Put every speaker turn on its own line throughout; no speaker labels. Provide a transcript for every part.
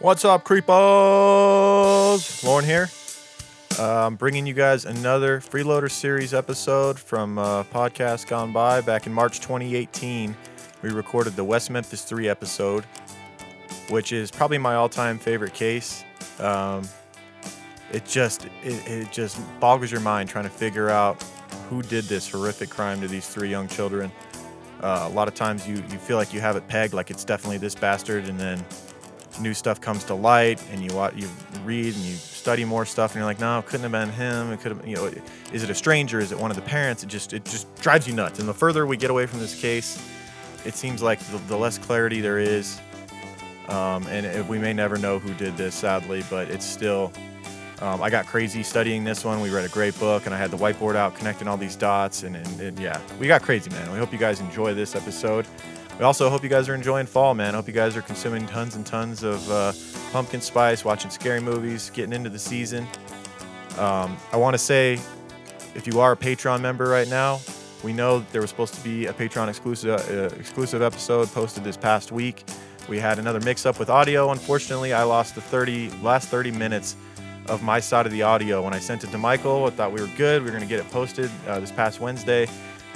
What's up, creepos? Lauren here. Uh, I'm bringing you guys another Freeloader series episode from uh, podcast gone by back in March 2018. We recorded the West Memphis 3 episode, which is probably my all-time favorite case. Um, it just it, it just boggles your mind trying to figure out who did this horrific crime to these three young children. Uh, a lot of times you you feel like you have it pegged, like it's definitely this bastard, and then new stuff comes to light and you wa- you read and you study more stuff and you're like no it couldn't have been him it could have you know is it a stranger is it one of the parents it just it just drives you nuts and the further we get away from this case it seems like the, the less clarity there is um, and it, we may never know who did this sadly but it's still um, i got crazy studying this one we read a great book and i had the whiteboard out connecting all these dots and, and, and yeah we got crazy man we hope you guys enjoy this episode we also hope you guys are enjoying fall, man. Hope you guys are consuming tons and tons of uh, pumpkin spice, watching scary movies, getting into the season. Um, I want to say, if you are a Patreon member right now, we know that there was supposed to be a Patreon exclusive uh, exclusive episode posted this past week. We had another mix-up with audio. Unfortunately, I lost the 30 last 30 minutes of my side of the audio when I sent it to Michael. I thought we were good. We were going to get it posted uh, this past Wednesday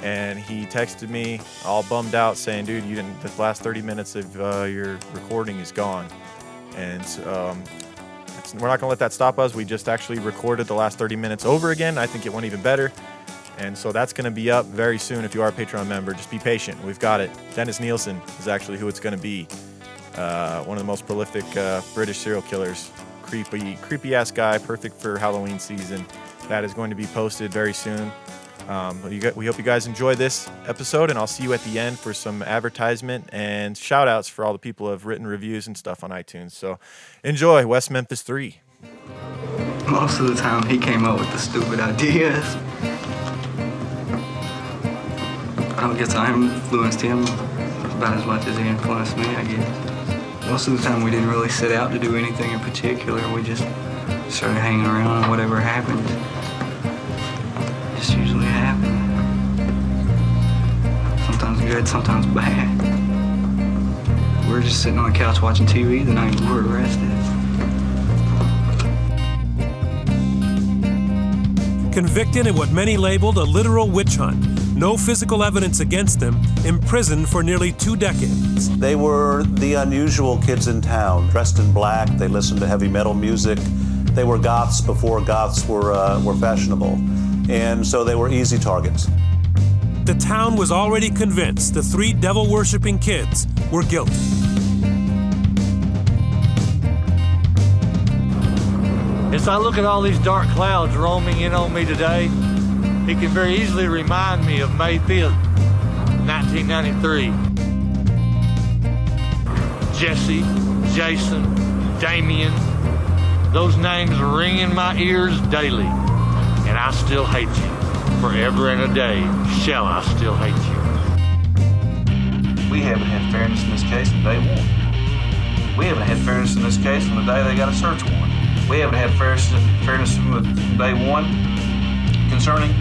and he texted me all bummed out saying dude you didn't the last 30 minutes of uh, your recording is gone and um, it's, we're not going to let that stop us we just actually recorded the last 30 minutes over again i think it went even better and so that's going to be up very soon if you are a patreon member just be patient we've got it dennis nielsen is actually who it's going to be uh, one of the most prolific uh, british serial killers creepy creepy ass guy perfect for halloween season that is going to be posted very soon um, you gu- we hope you guys enjoy this episode, and I'll see you at the end for some advertisement and shout outs for all the people who have written reviews and stuff on iTunes. So enjoy West Memphis 3.
Most of the time, he came up with the stupid ideas. I don't guess I influenced him about as much as he influenced me, I guess. Most of the time, we didn't really set out to do anything in particular. We just started hanging around, and whatever happened, just usually happened. Sometimes good, sometimes bad. We were just sitting on the couch watching TV the night we were arrested.
convicted in what many labeled a literal witch hunt, no physical evidence against him, imprisoned for nearly two decades.
They were the unusual kids in town, dressed in black. They listened to heavy metal music. They were goths before goths were uh, were fashionable, and so they were easy targets.
The town was already convinced the three devil worshipping kids were guilty.
As I look at all these dark clouds roaming in on me today, it can very easily remind me of May 5th, 1993. Jesse, Jason, Damien, those names ring in my ears daily, and I still hate you. Forever and a day shall I still hate you.
We haven't had fairness in this case from day one. We haven't had fairness in this case from the day they got a search warrant. We haven't had fairness, fairness from the- from day one concerning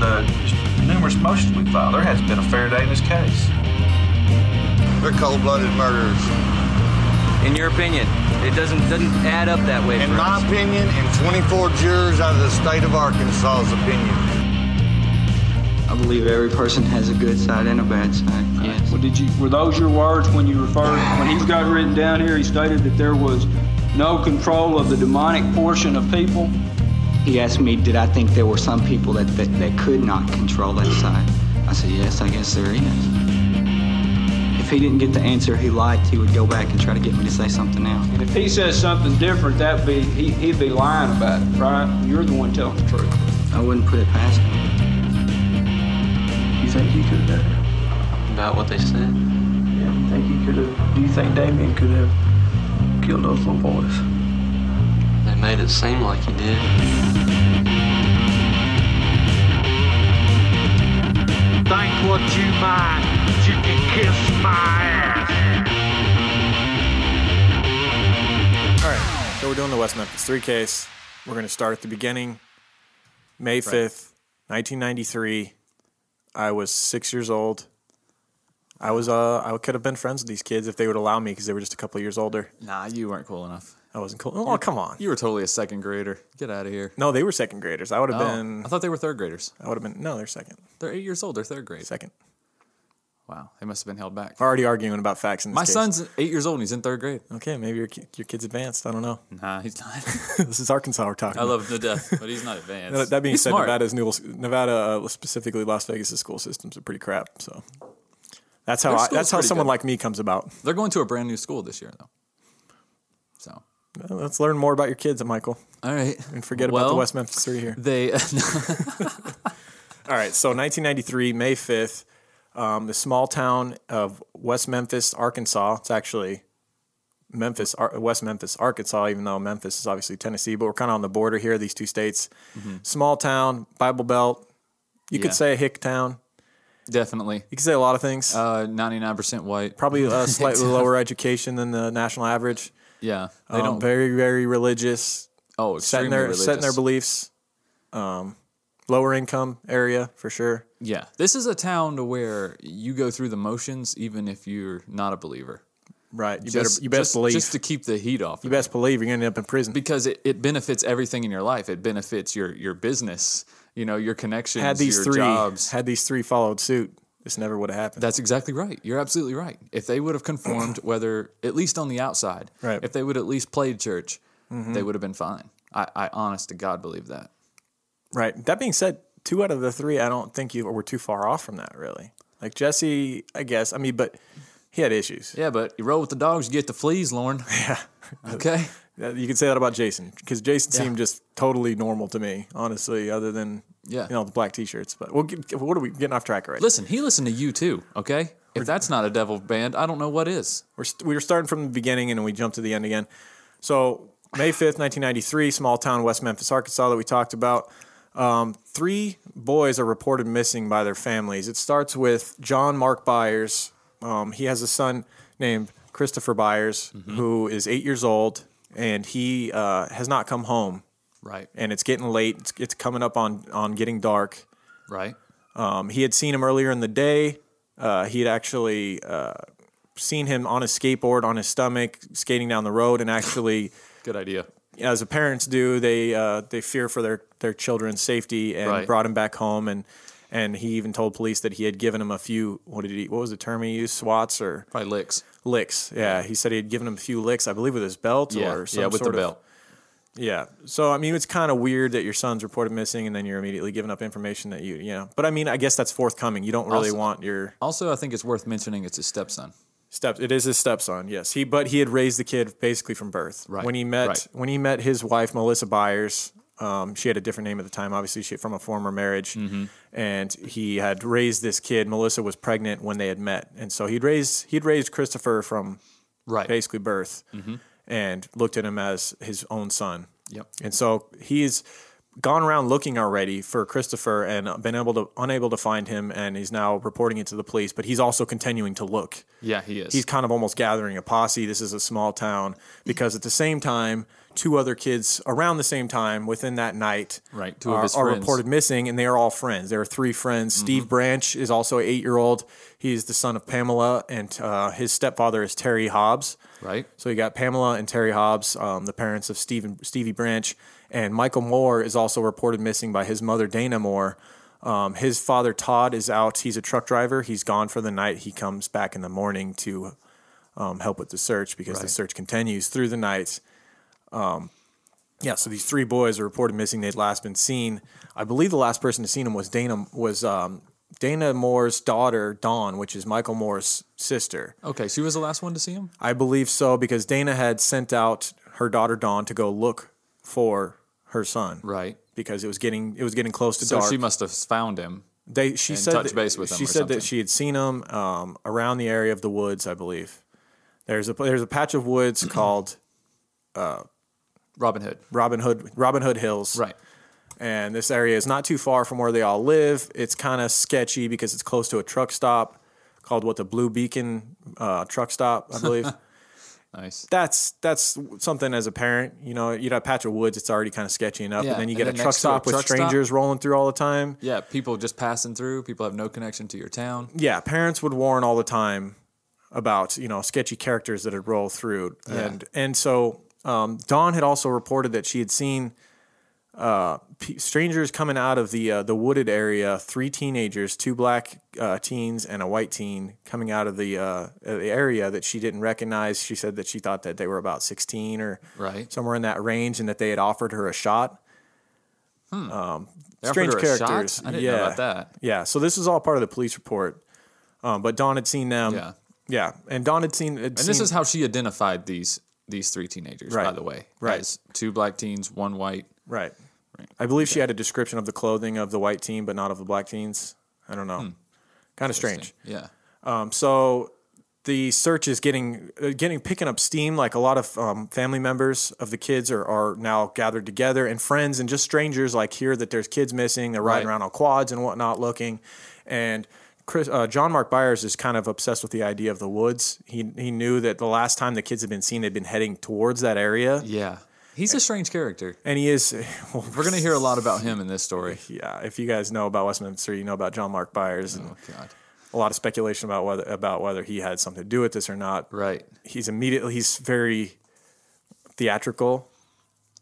the numerous motions we filed. There hasn't been a fair day in this case.
They're cold-blooded murderers.
in your opinion. It doesn't doesn't add up that way.
In
for
my
us.
opinion, and 24 jurors out of the state of Arkansas's opinion.
I believe every person has a good side and a bad side.
Well, did you were those your words when you referred when he's got written down here? He stated that there was no control of the demonic portion of people.
He asked me, did I think there were some people that, that, that could not control that side? I said, yes, I guess there is. If he didn't get the answer he liked, he would go back and try to get me to say something else.
And if he says something different, that be he, he'd be lying about it, right? You're the one telling the truth.
I wouldn't put it past him.
You think he could have done it?
About what they said.
Yeah, you think he could have? Do you think Damien could have killed those little boys?
They made it seem like he did.
Think what you mind, you can kiss my ass.
All right, so we're doing the West Memphis 3 case. We're going to start at the beginning. May 5th, 1993. I was six years old.
I was uh I could have been friends with these kids if they would allow me because they were just a couple years older.
Nah, you weren't cool enough.
I wasn't cool. Oh come on.
You were totally a second grader. Get out of here.
No, they were second graders. I would have
Oh,
been.
I thought they were third graders.
I would have been. No, they're second.
They're eight years old. They're third grade.
Second.
Wow, they must have been held back.
We're already arguing about facts. In this
My
case.
son's eight years old and he's in third grade.
Okay, maybe your ki- your kid's advanced. I don't know.
Nah, he's not.
this is Arkansas we're talking.
I
about.
love him to death, but he's not advanced.
That, that being
He's
said,
smart.
Nevada's new Nevada uh, specifically Las Vegas' school systems are pretty crap. So that's how
Their
I,
school's
that's how
pretty
someone
good.
like me comes about.
They're going to a brand new school this year, though. So
Well, let's learn more about your kids, Michael.
All right,
and forget about
Well,
the West Memphis three here.
They.
All right, so 1993, May 5th, um, the small town of West Memphis, Arkansas. It's actually Memphis, Ar- West Memphis, Arkansas, even though Memphis is obviously Tennessee, but we're kind of on the border here, these two states.
Mhm.
Small town, Bible Belt. You
Yeah.
could say a hick town.
Definitely.
You could say a lot of things.
Uh, 99% white.
Probably uh, slightly lower education than the national average.
Yeah,
They
they
don't
don't-
very very religious.
Oh,
set in
Um, extremely
their set in their
religious.
beliefs. Um, lower income area for sure.
Yeah, this is a town to where you go through the motions even if you're not a believer.
Right. You better- you best
just,
believe.
just to keep the heat off.
You best believe you're gonna end up in prison
because it, it benefits everything in your life. It benefits your your business, you know, your connections,
had these
your
three
job.
had these three followed suit, this never would have happened.
That's exactly right. You're absolutely right. If they would have conformed, whether at least on the outside,
Right.
if they would at least played church,
Mhm.
they would have been fine. I, I honest to God believe that.
Right. That being said, two out of the three, I don't think you were too far off from that really. Like Jesse, I guess. I mean, but he had issues.
Yeah, but you roll with the dogs, you get the fleas, Lauren.
Yeah.
Okay.
That- You could say that about Jason because Jason
Yeah.
seemed just totally normal to me, honestly. Other than
Yeah.
you know, the black t-shirts. But we'll get, what are we getting off track already?
Listen, he listened to you too. Okay, if that's not a devil band, I don't know what is.
We're st- we were starting from the beginning and we jumped to the end again. So May fifth, nineteen ninety three, small town West Memphis, Arkansas, that we talked about. Um, three boys are reported missing by their families. It starts with John Mark Byers. Um, he has a son named Christopher Byers
Mm-hmm.
who is eight years old and he uh, has not come home.
Right.
And it's getting late. It's, it's coming up on on getting dark.
Right.
Um, he had seen him earlier in the day. Uh, he had actually uh, seen him on his skateboard on his stomach skating down the road, and actually,
good idea.
As the parents do, they uh, they fear for their their children's safety and
Right.
brought him back home and. And he even told police that he had given him a few. What did he? What was the term he used? Swats or
probably licks.
Licks. Yeah, he said he had given him a few licks. I believe with his belt
Yeah,
or some
yeah, with the
sort of-
belt.
yeah. So I mean, it's kind of weird that your son's reported missing, and then you're immediately giving up information that you, you know. But I mean, I guess that's forthcoming. You don't really
Also-
want your
Also, I think it's worth mentioning it's his stepson.
steps. It is his stepson, yes. He, but he had raised the kid basically from birth.
Right,
When he met
right.
when he met his wife Melissa Byers, um, she had a different name at the time. Obviously, she from a former marriage,
Mm-hmm.
and he had raised this kid. Melissa was pregnant when they had met, and so he'd raised he'd raised Christopher from
right
basically birth,
Mhm.
and looked at him as his own son.
Yep.
And so he's gone around looking already for Christopher and been able to unable to find him and he's now reporting it to the police but he's also continuing to look.
Yeah, he is.
He's kind of almost gathering a posse. This is a small town because at the same time two other kids around the same time within that night
Right, two of
are,
his
are
friends. Mm-hmm.
reported missing and they are all friends. There are three friends. Steve Branch is also an 8-year-old. He's the son of Pamela and uh, his stepfather is Terry Hobbs.
Right.
So you got Pamela and Terry Hobbs, um, the parents of Steven, Stevie Branch, and Michael Moore is also reported missing by his mother Dana Moore. Um, his father Todd is out. He's a truck driver. He's gone for the night. He comes back in the morning to um, help with the search because the
Right.
search continues through the night. Um, yeah, so these three boys are reported missing. They'd last been seen. I believe the last person to seen them was Dana was um, Dana Moore's daughter Dawn, which is Michael Moore's sister.
Okay, she was the last one to see him.
I believe so because Dana had sent out her daughter Dawn to go look for her son.
Right.
Because it was getting it was getting close to
So
dark.
she must have found him.
they she
and
said
touched
that-
base with him.
She
or
said
something.
that she had seen him um, around the area of the woods, I believe. There's a there's a patch of woods called uh,
Robin Hood.
Robin Hood Robin Hood Hills.
Right.
And this area is not too far from where they all live. It's kind of sketchy because it's close to a truck stop called what the Blue Beacon uh, truck stop, I believe.
Nice.
That's that's something as a parent, you know, you got a patch of woods, it's already kind of sketchy enough,
Yeah,
and then you
and
get
then
a truck
next to a
stop with
truck stop.
strangers rolling through all the time.
Yeah, people just passing through. People have no connection to your town.
yeah, parents would warn all the time about you know sketchy characters that would roll through,
Yeah.
and and so um, Dawn had also reported that she had seen uh, p- strangers coming out of the uh, the wooded area. Three teenagers, two black uh, teens and a white teen, coming out of the uh, the area that she didn't recognize. She said that she thought that they were about sixteen or
Right.
somewhere in that range, and that they had offered her a shot. Um,
They offered
strange
her a shot?
characters.
I didn't
yeah.
know about that.
Yeah. So this is all part of the police report. Um, but Dawn had seen them.
Yeah.
Yeah. And Dawn had seen.
And this is how she identified these these three teenagers. By
Right.
the way,
Right.
as two black teens, one white.
Right. I believe she had a description of the clothing of the white team, but not of the black teens. I don't
Hmm.
know. Kind of strange.
Yeah.
Um, so the search is getting uh, getting picking up steam. Like a lot of um, family members of the kids are, are now gathered together, and friends and just strangers like hear that there's kids missing. They're riding
Right.
around on quads and whatnot, looking. And Chris, uh, John Mark Byers is kind of obsessed with the idea of the woods. He he knew that the last time the kids had been seen, they'd been heading towards that area.
Yeah. He's a strange character.
And he is. Well,
We're gonna hear a lot about him in this story.
Yeah, if you guys know about Westminster, you know about John Mark Byers. And
Oh,
A lot of speculation about whether about whether he had something to do with this or not.
Right.
He's immediately he's very theatrical.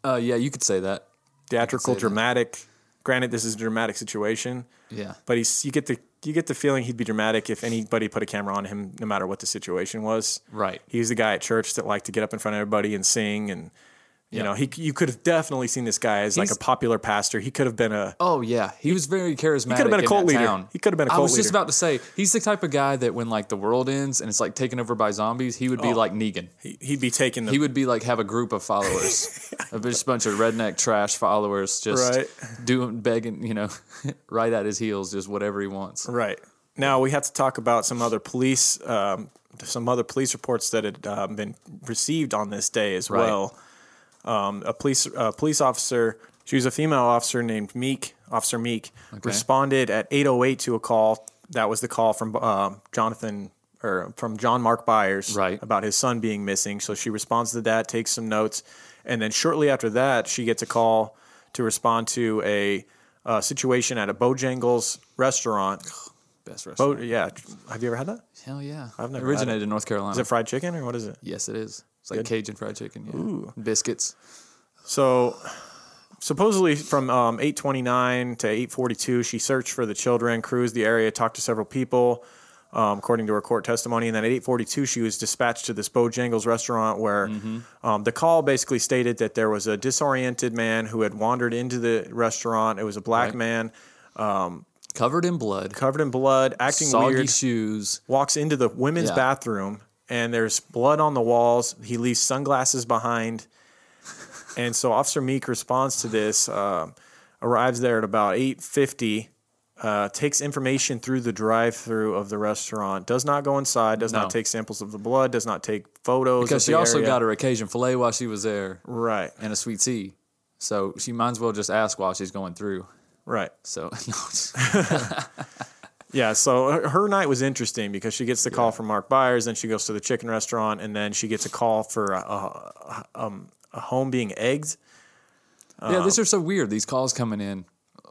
Uh, yeah, you could say that.
Theatrical,
that.
dramatic. Granted, this is a dramatic situation,
Yeah.
but he's you get the you get the feeling he'd be dramatic if anybody put a camera on him, no matter what the situation was.
Right.
He's the guy at church that liked to get up in front of everybody and sing, and you
Yeah.
know he you could have definitely seen this guy as like
He's-
a popular pastor. He could have been a
Oh yeah, he was very charismatic.
been a
in
cult
that
leader.
town.
He could have been a
I
cult
was just
leader.
about to say he's the type of guy that when like the world ends and it's like taken over by zombies, he would be
Oh.
like Negan.
He, he'd be taking. The,
he would be like have a group of followers, a just bunch of redneck trash followers, just
Right.
doing begging, you know, right at his heels, just whatever he wants.
Right. Now we have to talk about some other police, um, some other police reports that had um, been received on this day as
Right.
well. Um, a police a police officer, she was a female officer named Meek, Officer Meek,
Okay.
responded at 8:08 to a call. That was the call from um Jonathan or from John Mark Byers right. about his son being missing. So she responds to that, takes some notes, and then shortly after that, she gets a call to respond to a uh, situation at a Bojangles restaurant.
Best
Bo-
restaurant.
yeah. Have you ever had that?
Hell yeah.
I've never had
originated
it.
in North Carolina.
Is it fried chicken or what is it?
Yes, it is. It's like
Good.
Cajun fried chicken. Yeah.
Ooh.
Biscuits.
So supposedly from um, 829 to 842, she searched for the children, cruised the area, talked to several people, um, according to her court testimony. And then at 842, she was dispatched to this Bojangles restaurant where
Mm-hmm.
um, the call basically stated that there was a disoriented man who had wandered into the restaurant. It was a black
Right.
man. Um,
covered in blood.
Covered in blood, acting
Soggy
weird.
shoes.
Walks into the women's
Yeah.
bathroom and there's blood on the walls. He leaves sunglasses behind. And so Officer Meek responds to this, um, arrives there at about 8.50, uh, takes information through the drive-through of the restaurant, does not go inside, does
No.
not take samples of the blood, does not take photos. of
Because she
the
also
area.
got her occasion filet while she was there.
Right.
And a sweet tea. So she might as well just ask while she's going through.
Right.
So
Yeah, so her- her night was interesting because she gets the call from Mark Byers, then she goes to the chicken restaurant, and then she gets a call for a, a, um, a home being egged.
Yeah, these
Um,
are so weird. These calls coming in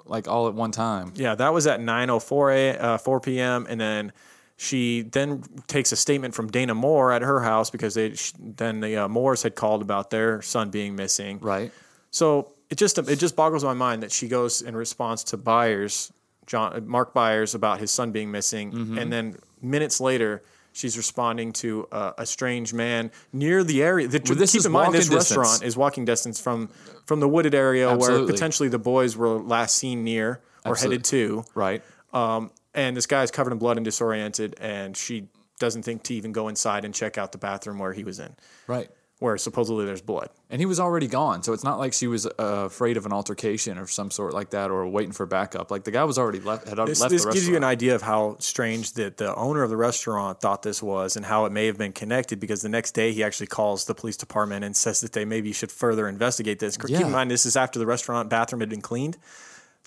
like all at one time.
yeah, that was at 9:04 a uh, 4 p.m. and then she then takes a statement from Dana Moore at her house because they sh- then the uh, Moores had called about their son being missing.
Right.
So it just it just boggles my mind that she goes in response to Byers, John Mark Byers about his son being missing,
Mhm.
and then minutes later. She's responding to uh, a strange man near the area. The,
Well, this
keep
is
in mind, this
walking distance.
restaurant is walking distance from from the wooded area where
Absolutely.
potentially the boys were last seen near or
Absolutely.
headed to.
Right.
Um, and this guy's covered in blood and disoriented, and she doesn't think to even go inside and check out the bathroom where he was in,
Right.
where supposedly there's blood.
And he was already gone. So it's not like she was uh, afraid of an altercation or some sort like that or waiting for backup. Like the guy was already left, had
This,
left
this
the
gives you an
restaurant.
idea of how strange that the owner of the restaurant thought this was and how it may have been connected because the next day he actually calls the police department and says that they maybe should further investigate this. Keep
Yeah.
in mind, this is after the restaurant bathroom had been cleaned.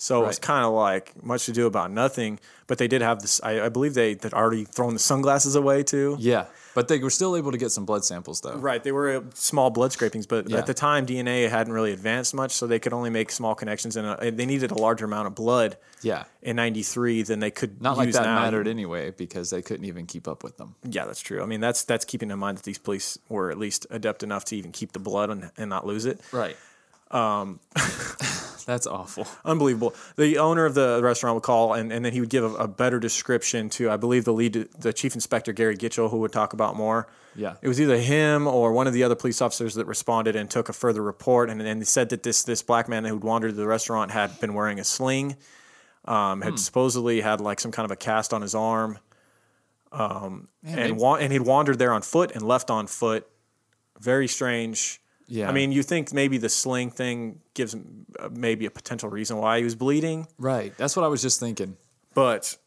So it was kind of like much to do about nothing. But they did have this. I, I believe they had already thrown the sunglasses away too.
Yeah, but they were still able to get some blood samples though.
Right, they were uh, small blood scrapings, but
Yeah.
at the time DNA hadn't really advanced much, so they could only make small connections, and uh, they needed a larger amount of blood.
Yeah.
in '93 than they could.
Not like
use
that
now.
mattered anyway because they couldn't even keep up with them.
Yeah, that's true. I mean, that's that's keeping in mind that these police were at least adept enough to even keep the blood and, and not lose it.
Right.
Um,
that's awful.
Unbelievable. The owner of the restaurant would call, and, and then he would give a, a better description to, I believe, the lead, the chief inspector Gary Gitchell, who would talk about more.
Yeah.
It was either him or one of the other police officers that responded and took a further report, and and said that this this black man who'd wandered the restaurant had been wearing a sling, um, had
Hmm.
supposedly had like some kind of a cast on his arm, um,
Man,
and
they-
wa- and he'd wandered there on foot and left on foot. Very strange.
Yeah.
I mean, you think maybe the sling thing gives him, uh, maybe a potential reason why he was bleeding,
Right. That's what I was just thinking.
but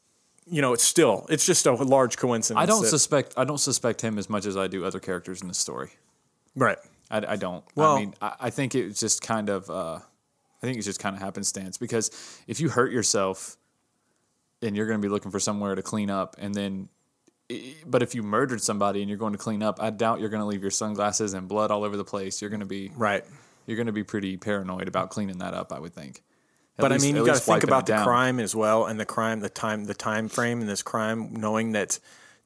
you know, it's still it's just a large coincidence.
I don't
that-
suspect I don't suspect him as much as I do other characters in the story.
Right.
I, I don't.
Well-
I mean, I, I think it was just kind of uh, I think it's just kind of happenstance because if you hurt yourself and you're going to be looking for somewhere to clean up and then but if you murdered somebody and you're going to clean up, I doubt you're going to leave your sunglasses and blood all over the place. You're going to be
Right.
You're going to be pretty paranoid about cleaning that up, I would think. At
but
least-
I mean,
at
you got to
least
think
wiping
about
it
the
down.
crime as well, and the crime, the time, the time frame in this crime, knowing that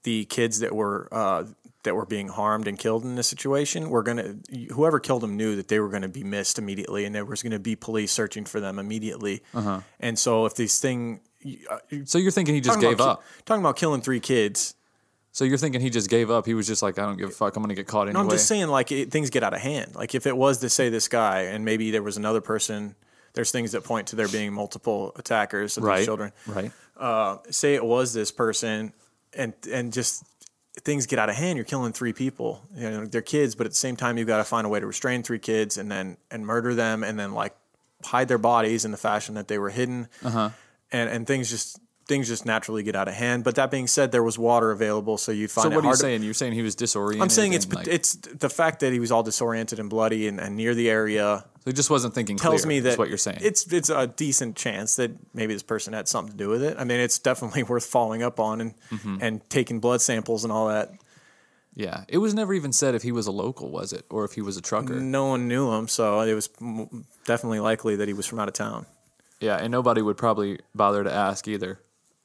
the kids that were uh, that were being harmed and killed in this situation were gonna, whoever killed them knew that they were gonna be missed immediately, and there was gonna be police searching for them immediately.
Uh-huh.
And so, if this thing, uh,
so you're thinking he just
Talking
gave
about ki-
up?
Talking about killing three kids.
So you're thinking he just gave up? He was just like, I don't give a fuck. I'm going to get caught anyway.
No, I'm just saying, like it, things get out of hand. Like if it was to say this guy, and maybe there was another person. There's things that point to there being multiple attackers of
Right,
these children.
right.
Uh, say it was this person, and and just things get out of hand. You're killing three people. You know, they're kids, but at the same time, you've got to find a way to restrain three kids, and then and murder them, and then like hide their bodies in the fashion that they were hidden
Uh huh.
and and things just things just naturally get out of hand. But that being said, there was water available, so you find
So
it
what are you
hard to-
saying? You're saying he was disoriented.
I'm saying it's
and, like,
it's the fact that he was all disoriented and bloody and, and near the area. So
he just wasn't thinking.
Tells
clear,
me
is
that
what you're saying.
It's it's a decent chance that maybe this person had something to do with it. I mean, it's definitely worth following up on and
Mhm.
and taking blood samples and all that.
yeah. It was never even said if he was a local, was it, or if he was a trucker?
No one knew him, so it was m- definitely likely that he was from out of town.
Yeah, and nobody would probably bother to ask either.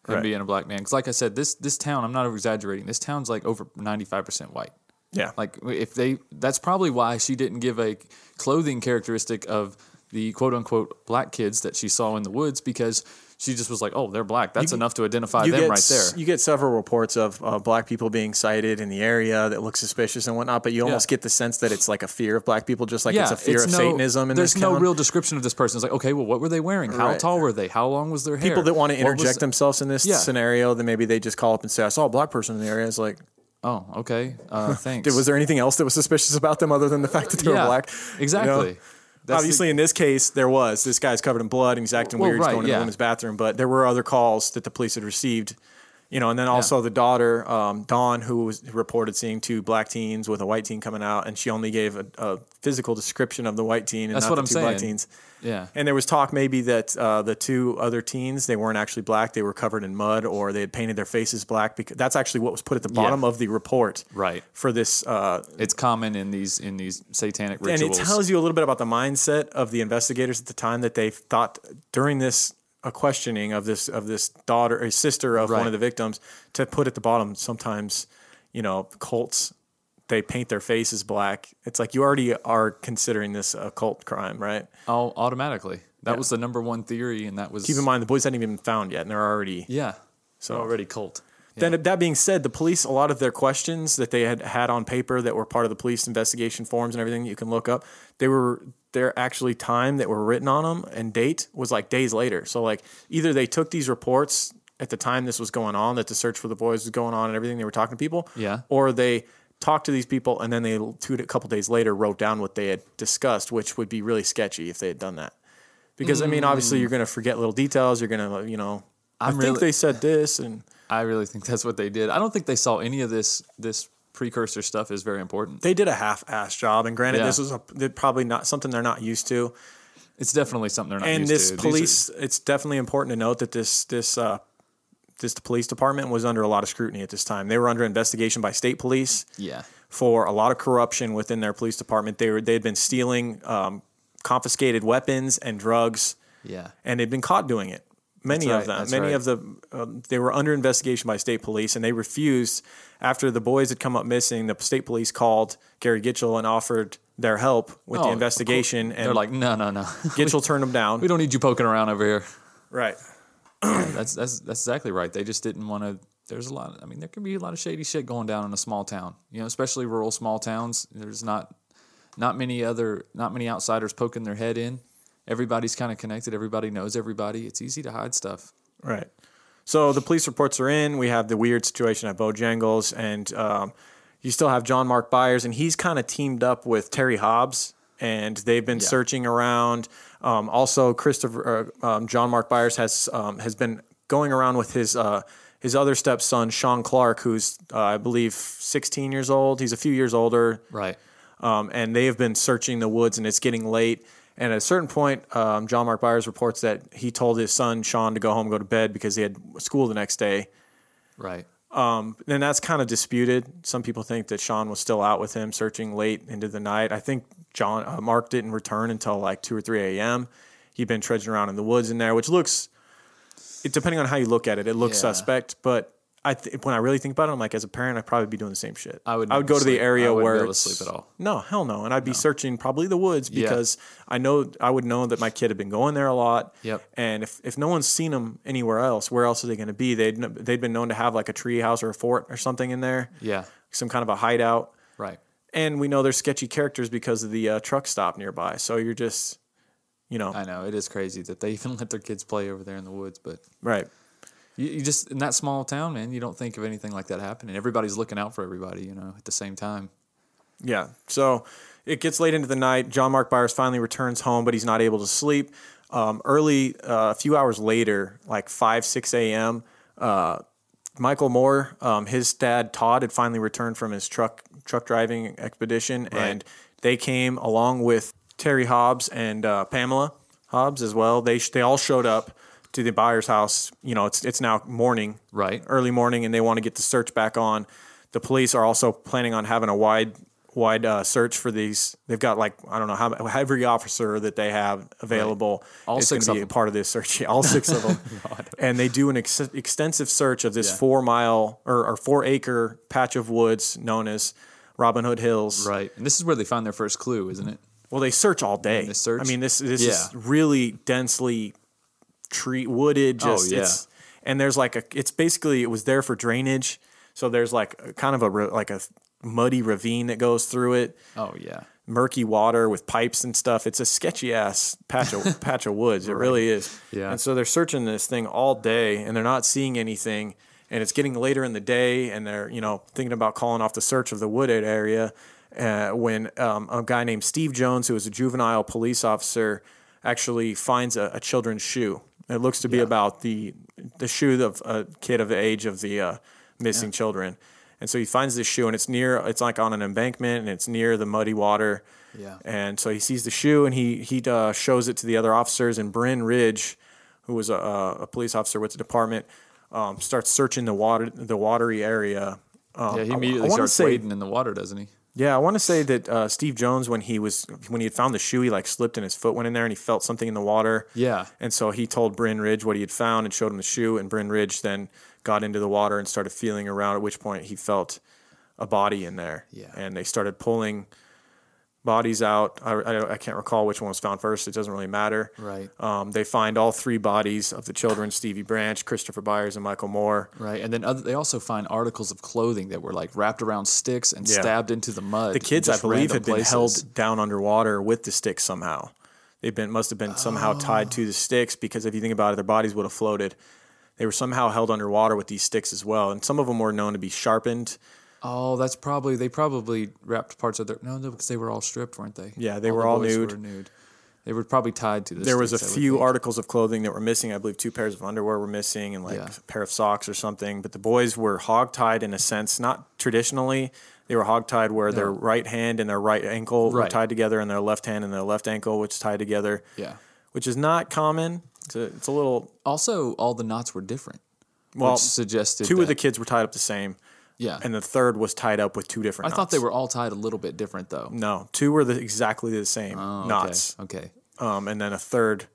Him
Right.
being a black man, because like I said, this this town, I'm not exaggerating. This town's like over 95 percent white.
Yeah.
like if they, that's probably why she didn't give a clothing characteristic of the quote unquote black kids that she saw in the woods because she just was like, oh, they're black. That's
You-
enough to identify them
get,
right there.
s- You get several reports of uh, black people being sighted in the area that look suspicious and whatnot, but you almost get the sense that it's like a fear of black people, just like it's a fear of
no-
Satanism. In
there's
this
no
town.
real description of this person. It's like, okay, well, what were they wearing? How
Right.
tall were they? How long was their hair?
people that want to
What was-
interject themselves in this
Yeah.
scenario, then maybe they just call up and say, "I saw a black person in the area." It's like,
oh, okay, uh, thanks.
Did- was there anything else that was suspicious about them other than the fact that they
Yeah,
were black?
exactly. That's the-
Obviously, in this case, there was. This guy's covered in blood and he's acting
Well,
weird.
right,
he's going to
yeah.
the women's bathroom, but there were other calls that the police had received. You know, and then also the daughter, um, Dawn, who was who reported seeing two black teens with a white teen coming out, and she only gave a, a physical description of the white teen and
That's
not
what
the
I'm
two black
saying.
teens.
Yeah.
And there was talk maybe that uh, the two other teens they weren't actually black; they were covered in mud, or they had painted their faces black. Because that's actually what was put at the
Yeah.
bottom of the report.
right
for this uh
it's common in these in these satanic rituals
And it tells you a little bit about the mindset of the investigators at the time that they thought during this a questioning of this of this daughter or sister of one
Right.
of the victims to put at the bottom. Sometimes, you know, cults they paint their faces black. It's like you already are considering this a cult crime, right?
oh automatically that
Yeah.
was the number one theory and that was
Keep in mind the boys hadn't even been found yet, and they're already
yeah
so
already cult
Then that being said, the police a lot of their questions that they had had on paper that were part of the police investigation forms and everything that you can look up, they were their actually time that were written on them and date was like days later. So like either they took these reports at the time this was going on that the search for the boys was going on and everything they were talking to people,
yeah
or they talked to these people and then they two a couple days later wrote down what they had discussed, which would be really sketchy if they had done that. Because I mean, obviously,
Mm.
you're going to forget little details. You're going to, you know, i
I'm
think
really-
they said this and
i really think that's what they did i don't think they saw any of this this precursor stuff is very important
they did a half-ass job and granted
Yeah.
this was a, they're probably not something they're not used to
It's definitely something they're not.
and
used
this
to. These are-
police it's definitely important to note that this this uh this police department was under a lot of scrutiny at this time they were under investigation by state police
yeah,
for a lot of corruption within their police department they were they had been stealing um, confiscated weapons and drugs
yeah.
and they'd been caught doing it many
That's
of
right,
them
that's
many
right.
of the uh, they were under investigation by state police and they refused after the boys had come up missing the state police called gary gitchell and offered their help with
Oh, of
the
cour-
investigation and
They're like, no, no, no.
gitchell turned them down
We don't need you poking around over here.
right
Yeah, that's that's that's exactly right. They just didn't want to. There's a lot. I mean, there can be a lot of shady shit going down in a small town. You know, especially rural small towns. There's not not many other not many outsiders poking their head in. Everybody's kind of connected. Everybody knows everybody. It's easy to hide stuff.
Right. So the police reports are in. We have the weird situation at Bojangles, and um, you still have John Mark Byers, and he's kind of teamed up with Terry Hobbs, and they've been searching around. Um, also, Christopher uh, um, John Mark Byers has um, has been going around with his uh, his other stepson Sean Clark, who's uh, I believe 16 years old. He's a few years older,
right?
Um, and they have been searching the woods, and it's getting late. And at a certain point, um, John Mark Byers reports that he told his son Sean to go home, go to bed because he had school the next day.
Right.
Um, and that's kind of disputed. Some people think that Sean was still out with him, searching late into the night. I think John uh, Mark didn't return until like two or three a.m. He'd been trudging around in the woods in there, which looks, it, depending on how you look at it, it looks
Yeah.
suspect. But I th- when I really think about it, I'm like, as a parent, I'd probably be doing the same shit.
I would
I would
never
go to the
sleep.
area
I wouldn't be
where
able to
it's-
sleep at all.
No, hell no. And I'd be searching probably the woods
Yeah.
because I know I would know that my kid had been going there a lot.
Yep.
And if, if no one's seen them anywhere else, where else are they going to be? They'd kn- they'd been known to have like a tree house or a fort or something in there,
Yeah.
some kind of a hideout.
Right.
And we know there's sketchy characters because of the uh, truck stop nearby. So you're just, you know,
I know it is crazy that they even let their kids play over there in the woods, but
right.
You, you just in that small town, man. You don't think of anything like that happening. Everybody's looking out for everybody, you know, at the same time.
Yeah. So it gets late into the night. John Mark Byers finally returns home, but he's not able to sleep. Um, early, uh, a few hours later, like 5, 6 a.m., uh, Michael Moore, um, his dad Todd had finally returned from his truck truck driving expedition, and they came along with Terry Hobbs and uh, Pamela Hobbs as well. They sh- they all showed up to the buyer's house. You know, it's it's now morning,
right,
early morning, and they want to get the search back on. The police are also planning on having a wide wide uh, search for these. They've got like I don't know how every officer that they have available.
All
is
six
gonna
of
be a
them.
part of this search. Yeah, all six of them and they do an ex- extensive search of this four mile or, or four acre patch of woods known as Robin Hood Hills.
Right, and this is where they find their first clue, isn't it?
Well, they search all day.
They search.
I mean, this this
Yeah.
is really densely tree wooded.
Oh,
Just
yeah.
it's, and there's like a it's basically it was there for drainage. So there's like a, kind of a ra- like a muddy ravine that goes through it.
Oh yeah.
Murky water with pipes and stuff. It's a sketchy ass patch of patch of woods. It really is.
Yeah.
And so they're searching this thing all day and they're not seeing anything. And it's getting later in the day and they're, you know, thinking about calling off the search of the wooded area uh, when um, a guy named Steve Jones, who is a juvenile police officer, actually finds a, a children's shoe. It looks to be about the the shoe of a kid of the age of the uh, missing children. And so he finds this shoe and it's near, it's like on an embankment and it's near the muddy water.
Yeah.
And so he sees the shoe and he he uh, shows it to the other officers. And Bryn Ridge, who was a, a police officer with the department, um, starts searching the water the watery area. Um,
yeah, he
I- I
immediately
wanna
starts
say-
wading in the water, doesn't he?
Yeah, I want to say that uh, Steve Jones, when he was when he had found the shoe, he like slipped and his foot went in there and he felt something in the water.
Yeah.
And so he told Bryn Ridge what he had found and showed him the shoe. And Bryn Ridge then got into the water and started feeling around, at which point he felt a body in there. Yeah. And they started pulling bodies out. I, I, I can't recall which one was found first. It doesn't really matter.
Right.
Um, they find all three bodies of the children Stevie Branch, Christopher Byers, and Michael Moore.
Right, and then other, they also find articles of clothing that were like wrapped around sticks and
Yeah.
stabbed into the mud.
The kids, I
just
believe,
random
had been
places.
held down underwater with the sticks somehow. They've been must have been somehow tied to the sticks because if you think about it, their bodies would have floated. They were somehow held underwater with these sticks as well, and some of them were known to be sharpened.
Oh, that's probably they probably wrapped parts of their no, no, because they were all stripped, weren't they?
Yeah, they
the
were all
boys
nude.
Were nude. They were probably tied to this.
there was a few articles of clothing that were missing. I believe two pairs of underwear were missing and like
Yeah.
a pair of socks or something. But the boys were hogtied in a sense, not traditionally. They were hogtied where their
No.
right hand and their right ankle were
Right.
tied together, and their left hand and their left ankle was tied together.
Yeah.
which is not common. It's a, it's a little.
Also, all the knots were different.
Well,
which suggested
two
that-
of the kids were tied up the same.
Yeah.
and the third was tied up with two
I
different.
thought they
knots.
were all tied a little bit different though.
No, two were the, exactly the same
Oh, okay,
knots.
okay.
Um, and then a third,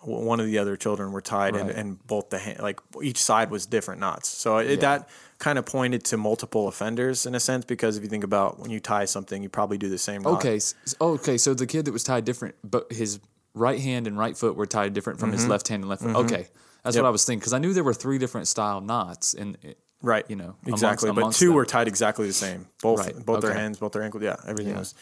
w- one of the other children were tied, and,
Right.
and both the hand, like each side was different knots. So it,
Yeah.
that kind of pointed to multiple offenders in a sense, because if you think about when you tie something, you probably do the same. Knot.
Okay, s- s- okay. So the kid that was tied different, but his right hand and right foot were tied different from his
Mhm.
left hand and left foot.
Mhm.
Okay, that's
Yep.
what I was thinking because I knew there were three different style knots, and it,
Right.
you know, amongst-
Exactly.
amongst
but two
them.
were tied exactly the same. Both
Right,
both their
okay.
hands, both their ankles. Yeah, everything
Yeah.
was.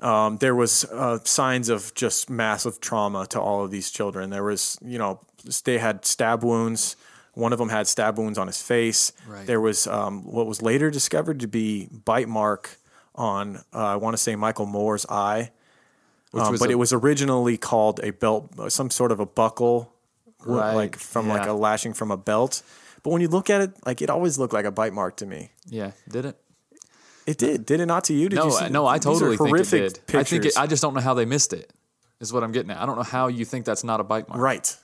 Um, there was uh, signs of just massive trauma to all of these children. There was, you know, they had stab wounds. One of them had stab wounds on his face.
Right.
There was um, what was later discovered to be bite mark on, uh, I want to say Michael Moore's eye,
Which
Um,
was
but
a-
it was originally called a belt, uh, some sort of a buckle,
Right,
like from like
yeah.
a lashing from a belt. But when you look at it, like it always looked like a bite mark to me.
yeah, did it?
It did, did it not to you? Did
no,
you see-
I- no, I
these are
totally think it
horrific
did. I think
pictures.
it, I just don't know how they missed it. Is what I'm getting at. I don't know how you think that's not a bite mark.
Right.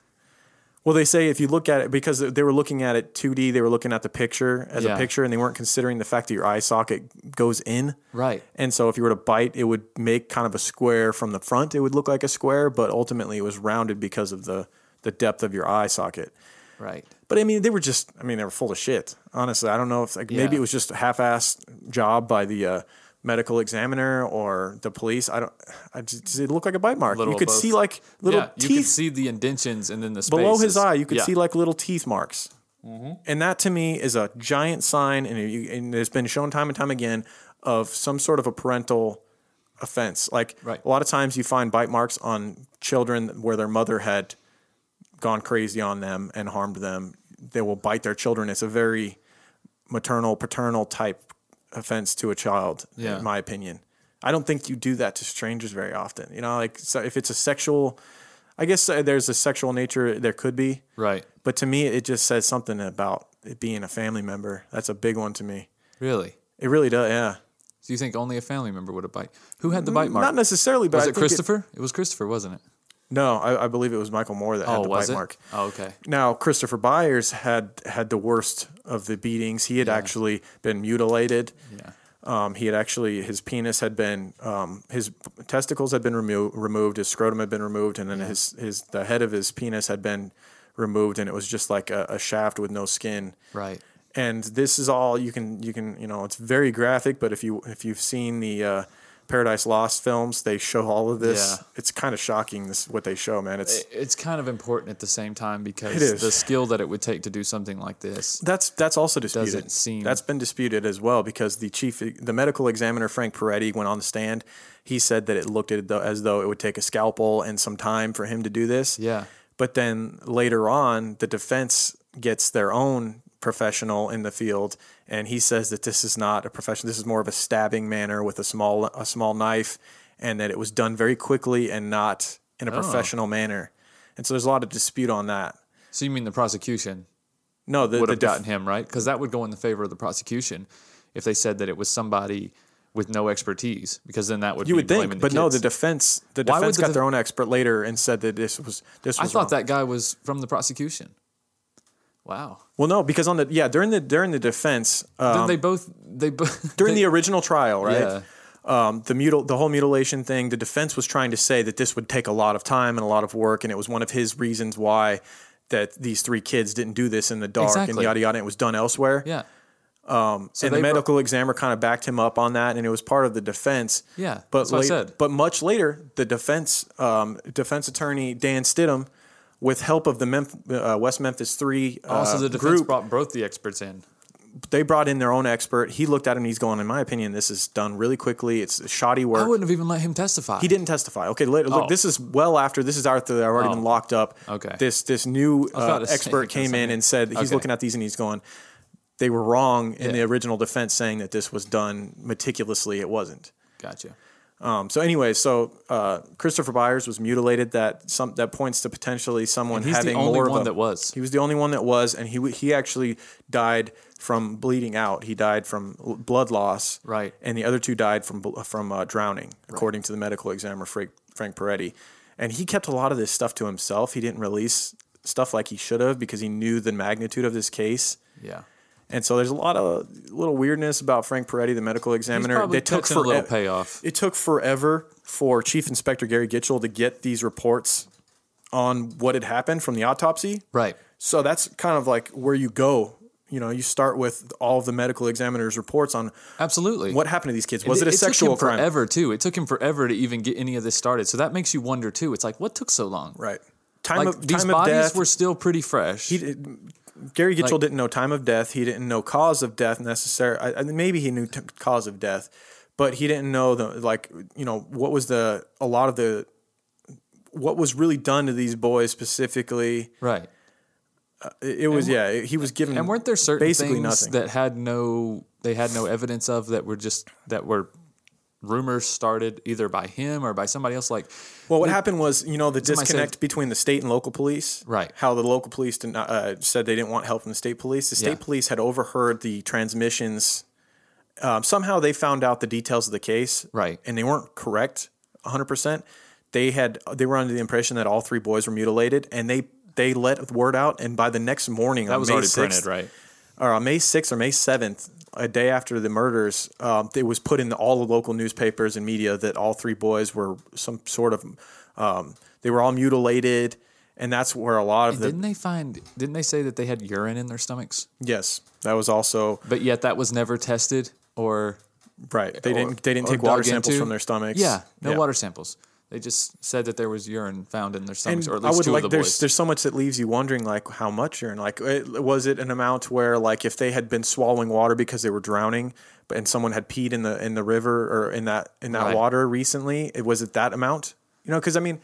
Well, they say if you look at it because they were looking at it 2D, they were looking at the picture as
Yeah.
a picture, and they weren't considering the fact that your eye socket goes in.
Right.
And so if you were to bite, it would make kind of a square from the front. It would look like a square, but ultimately it was rounded because of the the depth of your eye socket.
Right.
But I mean, they were just, I mean, they were full of shit. Honestly, I don't know if, like, maybe
Yeah.
it was just a half assed job by the uh, medical examiner or the police. I don't, I just, it looked like a bite mark.
Little
you
of
could
both.
see, like, little
Yeah, You could
teeth
see the indentions and then the spaces.
below his eye. You could
Yeah.
see, like, little teeth marks.
Mhm.
And that to me is a giant sign, and, you, and it's been shown time and time again of some sort of a parental offense. Like a lot of times you find bite marks on children where their mother had gone crazy on them and harmed them. They will bite their children. It's a very maternal, paternal type offense to a child,
Yeah.
in my opinion. I don't think you do that to strangers very often. You know, like so if it's a sexual, I guess uh, there's a sexual nature there could be,
Right.
but to me, it just says something about it being a family member. That's a big one to me.
Really?
It really does. Yeah.
So you think only a family member would have bite? Who had the bite mark?
Not necessarily, but
was
I
it
think it-
Christopher? It, was Christopher, wasn't it?
No, I, I believe it was Michael Moore that
oh,
had the
was
bite
it?
mark.
Oh, okay.
Now, Christopher Byers had had the worst of the beatings. He had actually been mutilated.
Yeah.
Um, he had actually his penis had been um, his testicles had been remo- removed, his scrotum had been removed, and then
Mm-hmm.
his his the head of his penis had been removed, and it was just like a, a shaft with no skin.
Right.
And this is all you can you can you know it's very graphic, but if you if you've seen the uh, Paradise Lost films, they show all of this.
Yeah.
It's kind of shocking this what they show, man. It's
It- It's kind of important at the same time
It
because
is.
the skill that it would take to do something like this.
That's that's also disputed.
Doesn't seem-
that's been disputed as well because the chief, the medical examiner Frank Peretti, went on the stand. He said that it looked at it though- as though it would take a scalpel and some time for him to do this.
Yeah.
But then later on, the defense gets their own professional in the field, and he says that this is not a professional. This is more of a stabbing manner with a small a small knife, and that it was done very quickly and not in a
Oh.
professional manner. And so there's a lot of dispute on that.
So you mean the prosecution
No, the,
would
the
have
def-
gotten him right? Because that would go in the favor of the prosecution if they said that it was somebody with no expertise. Because then that would
you
be
would think,
blaming
but no, the
kids.
defense the
Why would
defense
the
got
def-
their own expert later and said that this was this
I
was wrong.
thought that guy was from the prosecution. Wow.
Well, no, because on the yeah during the during the defense, um,
Then they both they both
during
they-
the original trial, right?
Yeah.
Um, the mutil- the whole mutilation thing. The defense was trying to say that this would take a lot of time and a lot of work, and it was one of his reasons why that these three kids didn't do this in the dark and
Exactly.
yada yada. It was done elsewhere.
yeah
Um,
So
and the
they bro-
medical examiner kind of backed him up on that, and it was part of the defense.
yeah.
But
that's what I
late-
said.
but much later, the defense um, defense attorney Dan Stidham, with help of the Memf- uh, West Memphis Three uh,
Also, Oh, the defense
group,
brought both the experts in.
they brought in their own expert. He looked at him. and He's going, in my opinion, this is done really quickly. It's shoddy
I
work.
wouldn't have even let him testify.
he didn't testify. Okay, later,
Oh.
look, this is well after. This is after they've already
Oh.
been locked up.
Okay.
This this new
I was about
uh,
to say
expert came in
something.
and said he's
Okay.
looking at these and he's going, they were wrong in
Yeah.
the original defense saying that this was done meticulously. It wasn't.
Gotcha.
Um, so anyway, so uh, Christopher Byers was mutilated. That some that points to potentially someone
And he's the
having
only
more of
one
a-
that was.
He was the only one that was, and he w- he actually died from bleeding out. He died from l- blood loss,
Right.
And the other two died from bl- from uh, drowning, according to the medical examiner Frank Frank Peretti. and he kept a lot of this stuff to himself. He didn't release stuff like he should have because he knew the magnitude of this case.
Yeah.
And so there's a lot of little weirdness about Frank Peretti, the medical examiner.
probably
They took
catching a little
forev-
payoff.
It took forever for Chief Inspector Gary Gitchell to get these reports on what had happened from the autopsy.
Right.
So that's kind of like where you go. You know, you start with all of the medical examiner's reports on
absolutely
what happened to these kids. Was it,
And
a sexual
took him
crime?
Forever too. It took him forever to even get any of this started. So that makes you wonder too. It's like what took so long?
Right. Time
Like,
of
these
time
bodies
of death.
were still pretty fresh.
He did, Gary Gitchell
Like-
didn't know time of death. He didn't know cause of death necessarily. I, I, maybe he knew t- cause of death, but he didn't know the like you know what was the a lot of the what was really done to these boys specifically.
Right.
Uh, it it was yeah. He was given
and weren't there certain
Mm. basically
things
nothing.
that had no they had no evidence of that were just that were rumors started either by him or by somebody else like
Well, what happened was, you know, the
Somebody said-
disconnect between the state and local police.
Right.
How the local police did not, uh, said they didn't want help from the state police. The state
Yeah.
police had overheard the transmissions. Um, somehow they found out the details of the case.
Right.
And they weren't correct 100%. They had they were under the impression that all three boys were mutilated and they they let word out and by the next morning
that
on
was
May
already
6th,
printed right
or on May 6th or May 7th, a day after the murders, um, it was put in all the local newspapers and media that all three boys were some sort of, um, they were all mutilated. And that's where a lot of
And
the.
didn't they find didn't they say that they had urine in their stomachs
Yes, that was also.
but yet that was never tested or
Right. They
or-
didn't, they didn't
or
take water
dug
samples
into.
from their stomachs.
yeah no water samples they just said that there was urine found in their stomachs
And
or at
I
least
would
two
like
of the
there's
boys
there's so much that leaves you wondering like how much urine like it, was it an amount where like if they had been swallowing water because they were drowning but and someone had peed in the in the river or in that in that
Right.
water recently it was it that amount you know because I mean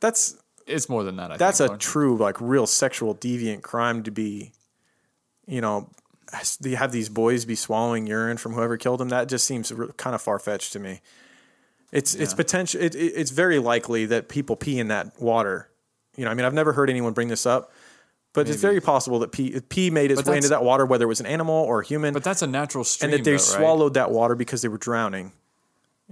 that's
it's more than that I
that's
think,
a
Lauren.
true like real sexual deviant crime to be you know has- you have these boys be swallowing urine from whoever killed them that just seems kind of far fetched to me. It's it's
Yeah.
potential. It, it, it's very likely that people pee in that water. You know, I mean, I've never heard anyone bring this up, but it's very possible that pee pee made its
But
way into
that's-
that water, whether it was an animal or a human,
but that's a natural stream
and that they
though, right?
swallowed that water because they were drowning.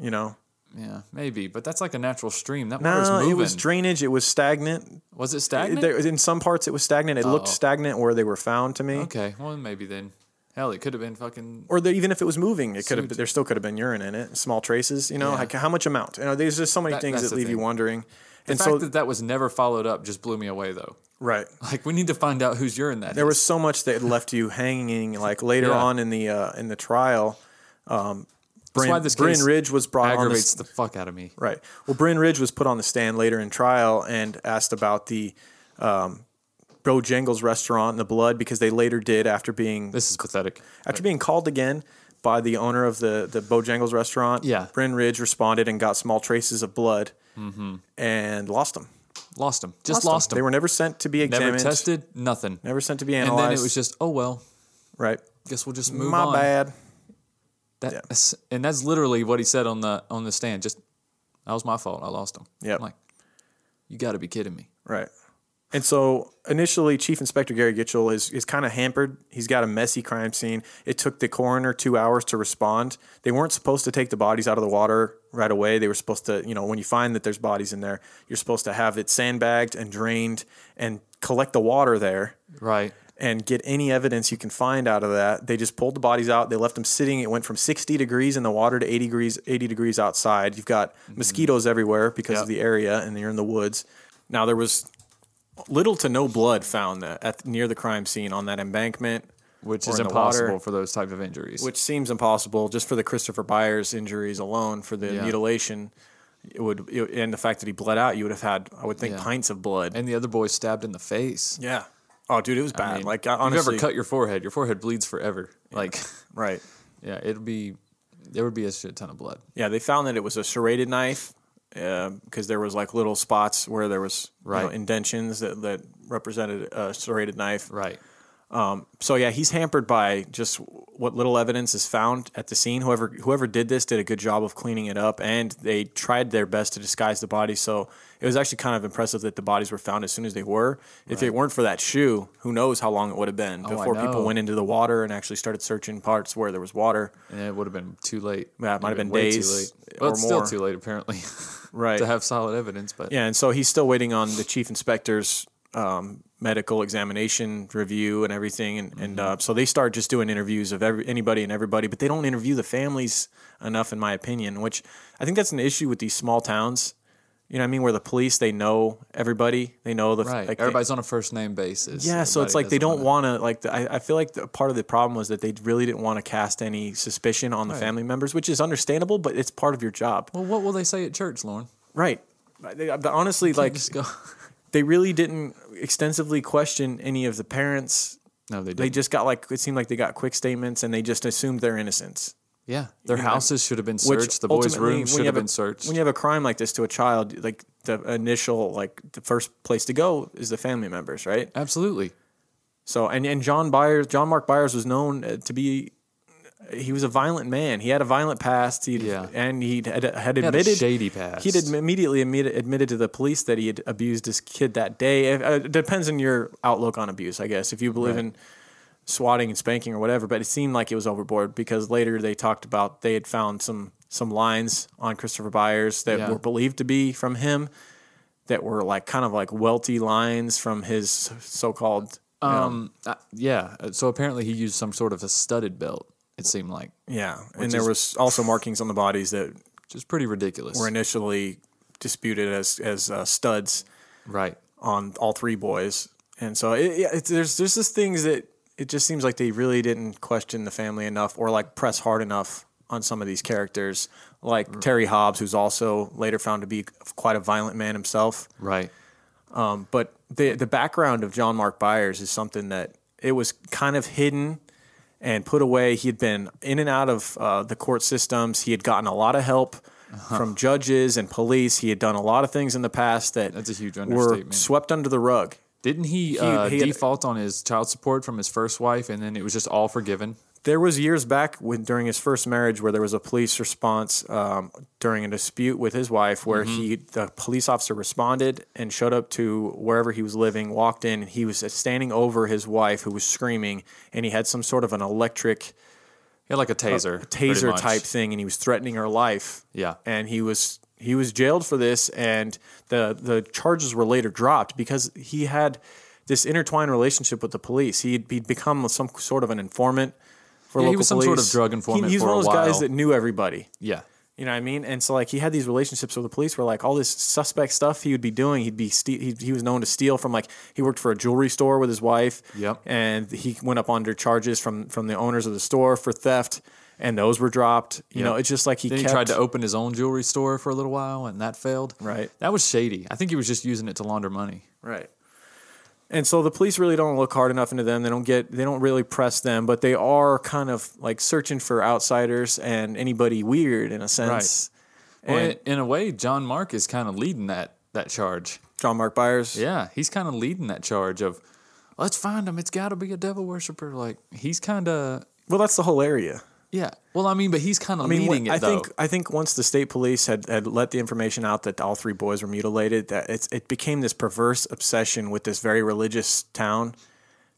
You know,
yeah maybe but that's like a natural stream that water's
no,
moving
it was drainage. It was stagnant.
Was it
It-
stagnant
there- in some parts, it was stagnant. It looked
Oh.
stagnant where they were found to me.
Okay, well maybe then. Hell, it could have been fucking.
Or that even if it was moving, it could have.
Sewage.
There still could have been urine in it. Small traces. You know,
Yeah.
like how much amount? You know, there's just so many
That-
things that
that's the
leave you
thing.
wondering.
The
and
fact
so,
that that was never followed up just blew me away though.
right.
Like we need to find out whose urine that
there was so much that left you hanging. Like later
Yeah.
on in the uh, in the trial, um,
That's
Bryn,
why this
Bryn
case
Ridge was brought on the,
aggravates
s-
the fuck out of me.
right. Well, Bryn Ridge was put on the stand later in trial and asked about the um, Bojangles restaurant and the blood because they later did after being
This is pathetic.
after being called again by the owner of the the Bojangles restaurant.
Yeah.
Bryn Ridge responded and got small traces of blood
Mm-hmm.
and lost them.
Lost them. Just lost them.
They were never sent to be examined.
Never tested. Nothing.
Never sent to be
And
analyzed.
then it was just, oh well,
right.
guess we'll just move
My
on.
bad.
That, that's- And that's literally what he said on the on the stand. Just that was my fault. I lost him.
Yep.
I'm like, you got to be kidding me.
Right. And so initially, Chief Inspector Gary Gitchell is, is kind of hampered. He's got a messy crime scene. It took the coroner two hours to respond. They weren't supposed to take the bodies out of the water right away. They were supposed to, you know, when you find that there's bodies in there, you're supposed to have it sandbagged and drained and collect the water there
Right.
and get any evidence you can find out of that. They just pulled the bodies out. They left them sitting. It went from 60 degrees in the water to 80 degrees, 80 degrees outside. You've got
Mm-hmm.
mosquitoes everywhere because of the area, and you're in the woods. Now there was little to no blood found that at, near the crime scene on that embankment,
Which
or
is
in the water,
impossible for those type of injuries.
which seems impossible just for the Christopher Byers injuries alone. For the
Yeah.
mutilation, it would, it, and the fact that he bled out, you would have had, I would think,
Yeah.
pints of blood.
and the other boy stabbed in the face.
yeah. Oh, dude, it was bad.
mean,
like
if
I, honestly,
you've ever cut your forehead, your forehead bleeds forever. Like,
right?
Yeah, it'd be there would be a shit ton of blood.
Yeah, they found that it was a serrated knife because there was like little spots where there was you know,
Right.
indentions that that represented a serrated knife.
Right.
Um, so yeah, he's hampered by just what little evidence is found at the scene. Whoever whoever did this did a good job of cleaning it up, and they tried their best to disguise the bodies. So it was actually kind of impressive that the bodies were found as soon as they were. If it weren't for that shoe, who knows how long it would have been
Oh, I
before people
know.
went into the water and actually started searching parts where there was water.
And it would have been too late.
Yeah, it might have been
Way too
days
late. Well,
or
it's
more.
still too late apparently.
Right.
to have solid evidence, but
Yeah, and so he's still waiting on the chief inspector's um, medical examination review and everything, and, and
Mm-hmm.
uh, so they start just doing interviews of every, anybody and everybody, but they don't interview the families enough, in my opinion. Which I think that's an issue with these small towns. You know, what I mean, where the police they know everybody, they know the
right.
like, they-
Everybody's on a first name basis.
yeah, so it's
Everybody
like they
doesn't
don't want to like. The, I, I feel like the, part of the problem was that they really didn't want to cast any suspicion on the
Right.
family members, which is understandable, but it's part of your job.
Well, what will they say at church, Lauren?
Right. They, but uh, honestly, like they really didn't extensively question any of the parents.
No, they
They
didn't.
just got like it seemed like they got quick statements and they just assumed their innocence.
Yeah, their
You know,
houses should have been
which
searched. The boys'
ultimately,
room
when
should
you
have
a-
been searched.
When you have a crime like this to a child, like the initial, like the first place to go is the family members, right?
Absolutely.
So and and John Byers, John Mark Byers was known uh, to be. He was a violent man. He had a violent past. He'd, yeah. and he had, had
He had a
admitted
shady past.
He'd admi- immediately admitted, admitted to the police that he had abused his kid that day. It, uh, depends on your outlook on abuse, I guess. If you believe
Right.
in swatting and spanking or whatever, but it seemed like it was overboard because later they talked about they had found some some lines on Christopher Byers that
Yeah.
were believed to be from him that were like kind of like welty lines from his so-called you know,
um, uh, yeah. uh, So apparently he used some sort of a studded belt. It seemed like.
Yeah,
Which
and there
is-
was also markings on the bodies that
just pretty ridiculous
were initially disputed as as uh, studs,
right?
On all three boys, and so it, yeah, it, there's there's just things that it just seems like they really didn't question the family enough or like press hard enough on some of these characters,
Mm.
like Terry Hobbs, who's also later found to be quite a violent man himself,
right?
Um, but the the background of John Mark Byers is something that it was kind of hidden and put away. He had been in and out of uh, the court systems. He had gotten a lot of help from judges and police. He had done a lot of things in the past that that's a huge were
understatement.
swept under the rug.
Didn't he, uh, default on his child support from his first wife, and then it was just all forgiven.
There was years back when during his first marriage where there was a police response um, during a dispute with his wife where
Mhm.
he the police officer responded and showed up to wherever he was living, walked in, and he was standing over his wife who was screaming, and he had some sort of an electric,
yeah, like a taser, pretty
taser
much.
type thing, and he was threatening her life.
Yeah.
and he was he was jailed for this, and the the charges were later dropped because he had this intertwined relationship with the police. He'd, he'd become some sort of an informant for
Yeah, he
local
was some sort
police.
of drug informant
he's
for
one
a
of those guys
while.
that knew everybody.
Yeah.
You know what I mean? And so like he had these relationships with the police where like all this suspect stuff he would be doing, he'd be ste- he, he was known to steal from like he worked for a jewelry store with his wife. Yep. And he went up under charges from from the owners of the store for theft and those were dropped. You
Yeah.
know, it's just like he
Then
kept
he tried to open his own jewelry store for a little while, and that failed.
Right.
That was shady. I think he was just using it to launder money.
Right. And so the police really don't look hard enough into them. They don't get they don't really press them, but they are kind of like searching for outsiders and anybody weird in a sense.
Well,
And-
in, in a way, John Mark is kind of leading that that charge.
John Mark Byers.
Yeah, he's kind of leading that charge of let's find him. It's got to be a devil worshiper. Like he's kind of
well, that's the whole area.
yeah. Well, I mean, but he's kind of
what-
leading it
I
though.
think I think once the state police had, had let the information out that all three boys were mutilated, that it's it became this perverse obsession with this very religious town.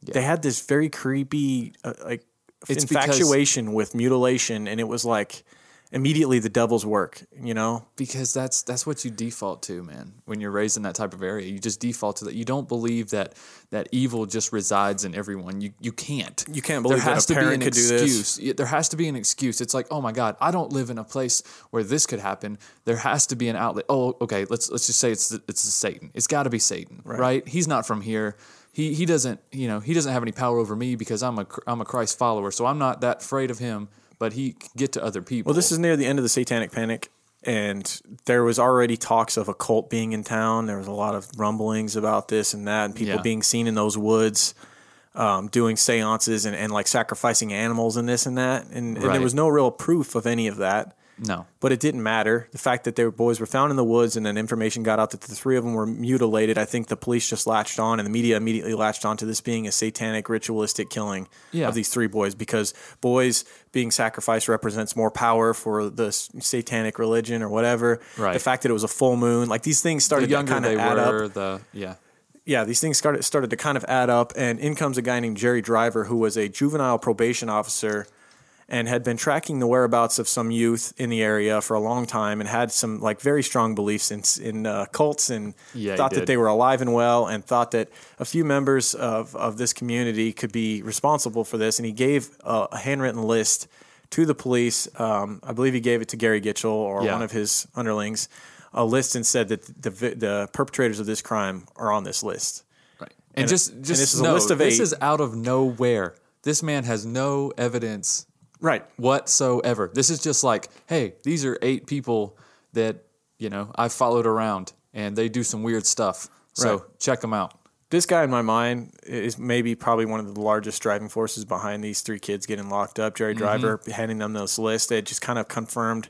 They had this very creepy uh, like
It's because-
infatuation with mutilation, and it was like immediately the devil's work. You know,
because that's that's what you default to, man. When you're raised in that type of area, you just default to that. You don't believe that that evil just resides in everyone. You you can't.
You can't believe that a parent could do this.
excuse. Yeah, There has to be an excuse. It's like, oh my god, I don't live in a place where this could happen. There has to be an outlet. Oh, okay. Let's let's just say it's it's Satan. It's got to be Satan, right. He's not from here. He, he doesn't you know he doesn't have any power over me because I'm a I'm a Christ follower so I'm not that afraid of him but he can get to other people
Well, this is near the end of the Satanic Panic, and there was already talks of a cult being in town. There was a lot of rumblings about this and that, and people
Yeah.
being seen in those woods um, doing seances and, and like sacrificing animals and this and that. And, and there
Right.
was no real proof of any of that.
No.
But it didn't matter. The fact that their boys were found in the woods and then information got out that the three of them were mutilated, I think the police just latched on and the media immediately latched on to this being a satanic ritualistic killing
Yeah.
of these three boys because boys being sacrificed represents more power for the s- satanic religion or whatever.
Right.
The fact that it was a full moon, like these things started
the
to
younger
kind of
they
add
were,
up.
the yeah.
Yeah, these things started started to kind of add up and in comes a guy named Jerry Driver who was a juvenile probation officer and had been tracking the whereabouts of some youth in the area for a long time and had some like very strong beliefs in in uh, cults and
Yeah, he
thought that
did.
they were alive and well and thought that a few members of of this community could be responsible for this and he gave a, a handwritten list to the police um, I believe he gave it to Gary Gitchell or
Yeah.
one of his underlings a list and said that the vi- the perpetrators of this crime are on this list right
And, just just know, This is out of nowhere. This man has no evidence,
right,
whatsoever. This is just like, hey, these are eight people that you know I've followed around, and they do some weird stuff. So
Right.
check them out.
this guy in my mind is maybe probably one of the largest driving forces behind these three kids getting locked up. Jerry
Mhm.
Driver handing them this list, they had just kind of confirmed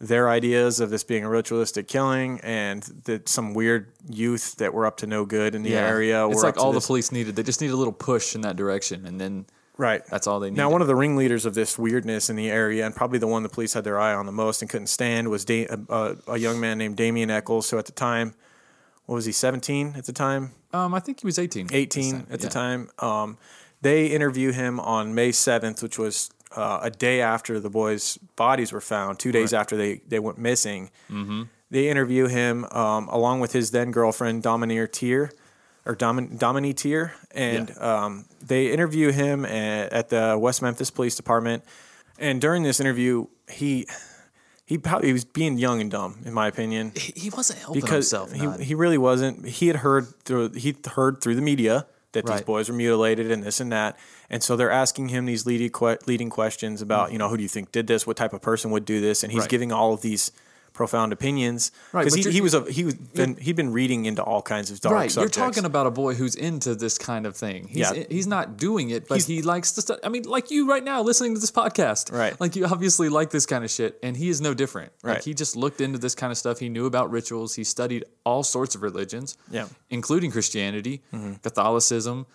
their ideas of this being a ritualistic killing and that some weird youth that were up to no good in the area.
It's
were up
like
to
all
this-
the police needed. They just need a little push in that direction, and then
right.
That's all they need.
Now, one of the ringleaders of this weirdness in the area, and probably the one the police had their eye on the most and couldn't stand, was da- uh, a young man named Damien Eccles, who at the time, what was he, 17 at the time?
Um, I think he was eighteen.
18 at the
yeah.
time. Um, they interview him on May 7th, which was uh, a day after the boys' bodies were found, two days after they, they went missing.
Mm-hmm.
They interview him um, along with his then girlfriend, Dominique Tier, or Domin- Dominique Tier. And um, they interview him at, at the West Memphis Police Department. And during this interview, he. He probably he was being young and dumb, in my opinion. He,
wasn't helping himself,
He,
none.
he really wasn't. He had heard through he heard through the media that these
Right.
boys were mutilated and this and that, and so they're asking him these leading que- leading questions about you know who do you think did this, what type of person would do this, and he's
Right.
giving all of these profound opinions
Right,
because
but
he,
you're-
he was a he was been, he'd been reading into all kinds of dark
right,
subjects.
you're talking about a boy who's into this kind of thing. He's,
Yeah.
he's not doing it, but he likes to. Stu- I mean, like you right now, listening to this podcast. Right, like you obviously like this kind of shit, and he is no different.
Right.
like he just looked into this kind of stuff. He knew about rituals. He studied all sorts of religions,
Yeah. Mm-hmm.
including Christianity, Catholicism,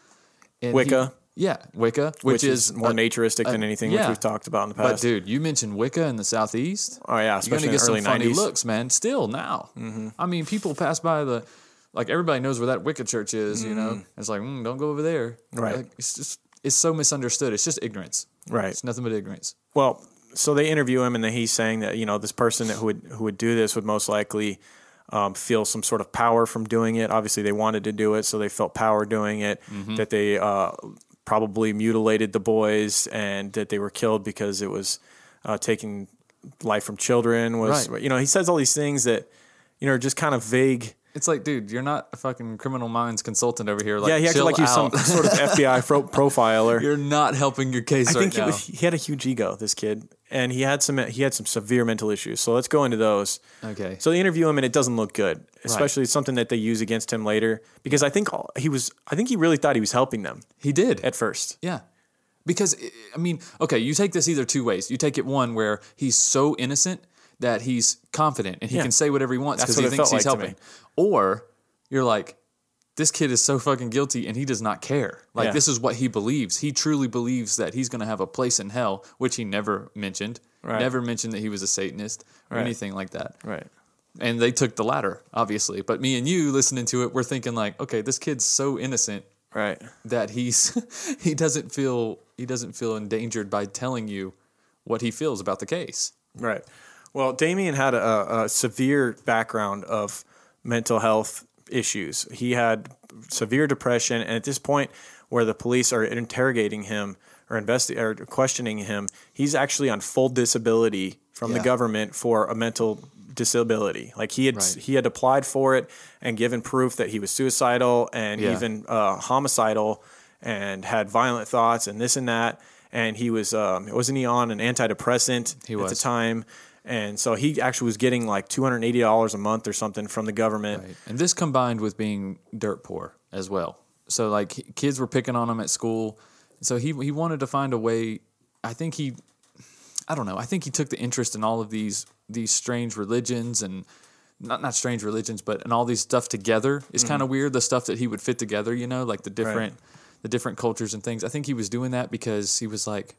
and he-
Wicca.
yeah, Wicca,
which,
which,
is, more
a-
naturistic
a-
than anything which
yeah.
we've talked about in the past.
But dude, you mentioned Wicca in the southeast.
Oh yeah,
You're
especially
gonna
in
get
the
some
early Mm-hmm.
funny
90s.
looks, man. Still now, I mean, people pass by the, like everybody knows where that Wicca church is. You know, it's like mm, don't go over there.
Right.
Like, it's just it's so misunderstood. It's just ignorance.
Right.
It's nothing but ignorance.
Well, so they interview him, and then he's saying that you know this person that who would who would do this would most likely um, feel some sort of power from doing it. Obviously, they wanted to do it, so they felt power doing it.
Mhm.
That they uh, probably mutilated the boys, and that they were killed because it was uh, taking life from children. Was
Right.
you know he says all these things that you know are just kind of vague.
It's like, dude, you're not a fucking criminal minds consultant over here. Like,
yeah, he acted
chill
like he's some
out.
sort of FBI fro- profiler.
You're not helping your case
I
right
think he,
now.
was, he had a huge ego, this kid, and he had some he had some severe mental issues. So let's go into those.
Okay.
So they interview him, and it doesn't look good, especially something that they use against him later. Because I think all, he was, I think he really thought he was helping them.
He did
at first.
Yeah. Because, I- I mean, okay, you take this either two ways. You take it one where he's so innocent that he's confident and he
Yeah.
can say whatever he wants
That's
because he
what it felt
thinks he's
like to me.
helping. Or you're like, this kid is so fucking guilty and he does not care. Like,
Yeah.
this is what he believes. He truly believes that he's going to have a place in hell, which he never mentioned.
Right.
Never mentioned that he was a Satanist or
Right.
anything like that.
Right.
And they took the latter, obviously. But me and you listening to it, we're thinking like, okay, this kid's so innocent
right
that he's he doesn't feel he doesn't feel endangered by telling you what he feels about the case
Right. Well, Damien had a, a severe background of mental health issues. He had severe depression, and at this point, where the police are interrogating him or investi- or questioning him, he's actually on full disability from the
Yeah.
government for a mental disability. Like he had
Right.
he had applied for it and given proof that he was suicidal and
Yeah.
even uh, homicidal and had violent thoughts and this and that. And he was um, wasn't he on an antidepressant
He
at the
was.
time? And so he actually was getting like two hundred eighty dollars a month or something from the government.
and this combined with being dirt poor as well so like he- kids were picking on him at school so he he wanted to find a way i think he I don't know. I think he took the interest in all of these these strange religions and not not strange religions, but and all these stuff together is
Mhm.
kind of weird. The stuff that he would fit together, you know, like the
Right.
different the different cultures and things. I think he was doing that because he was like,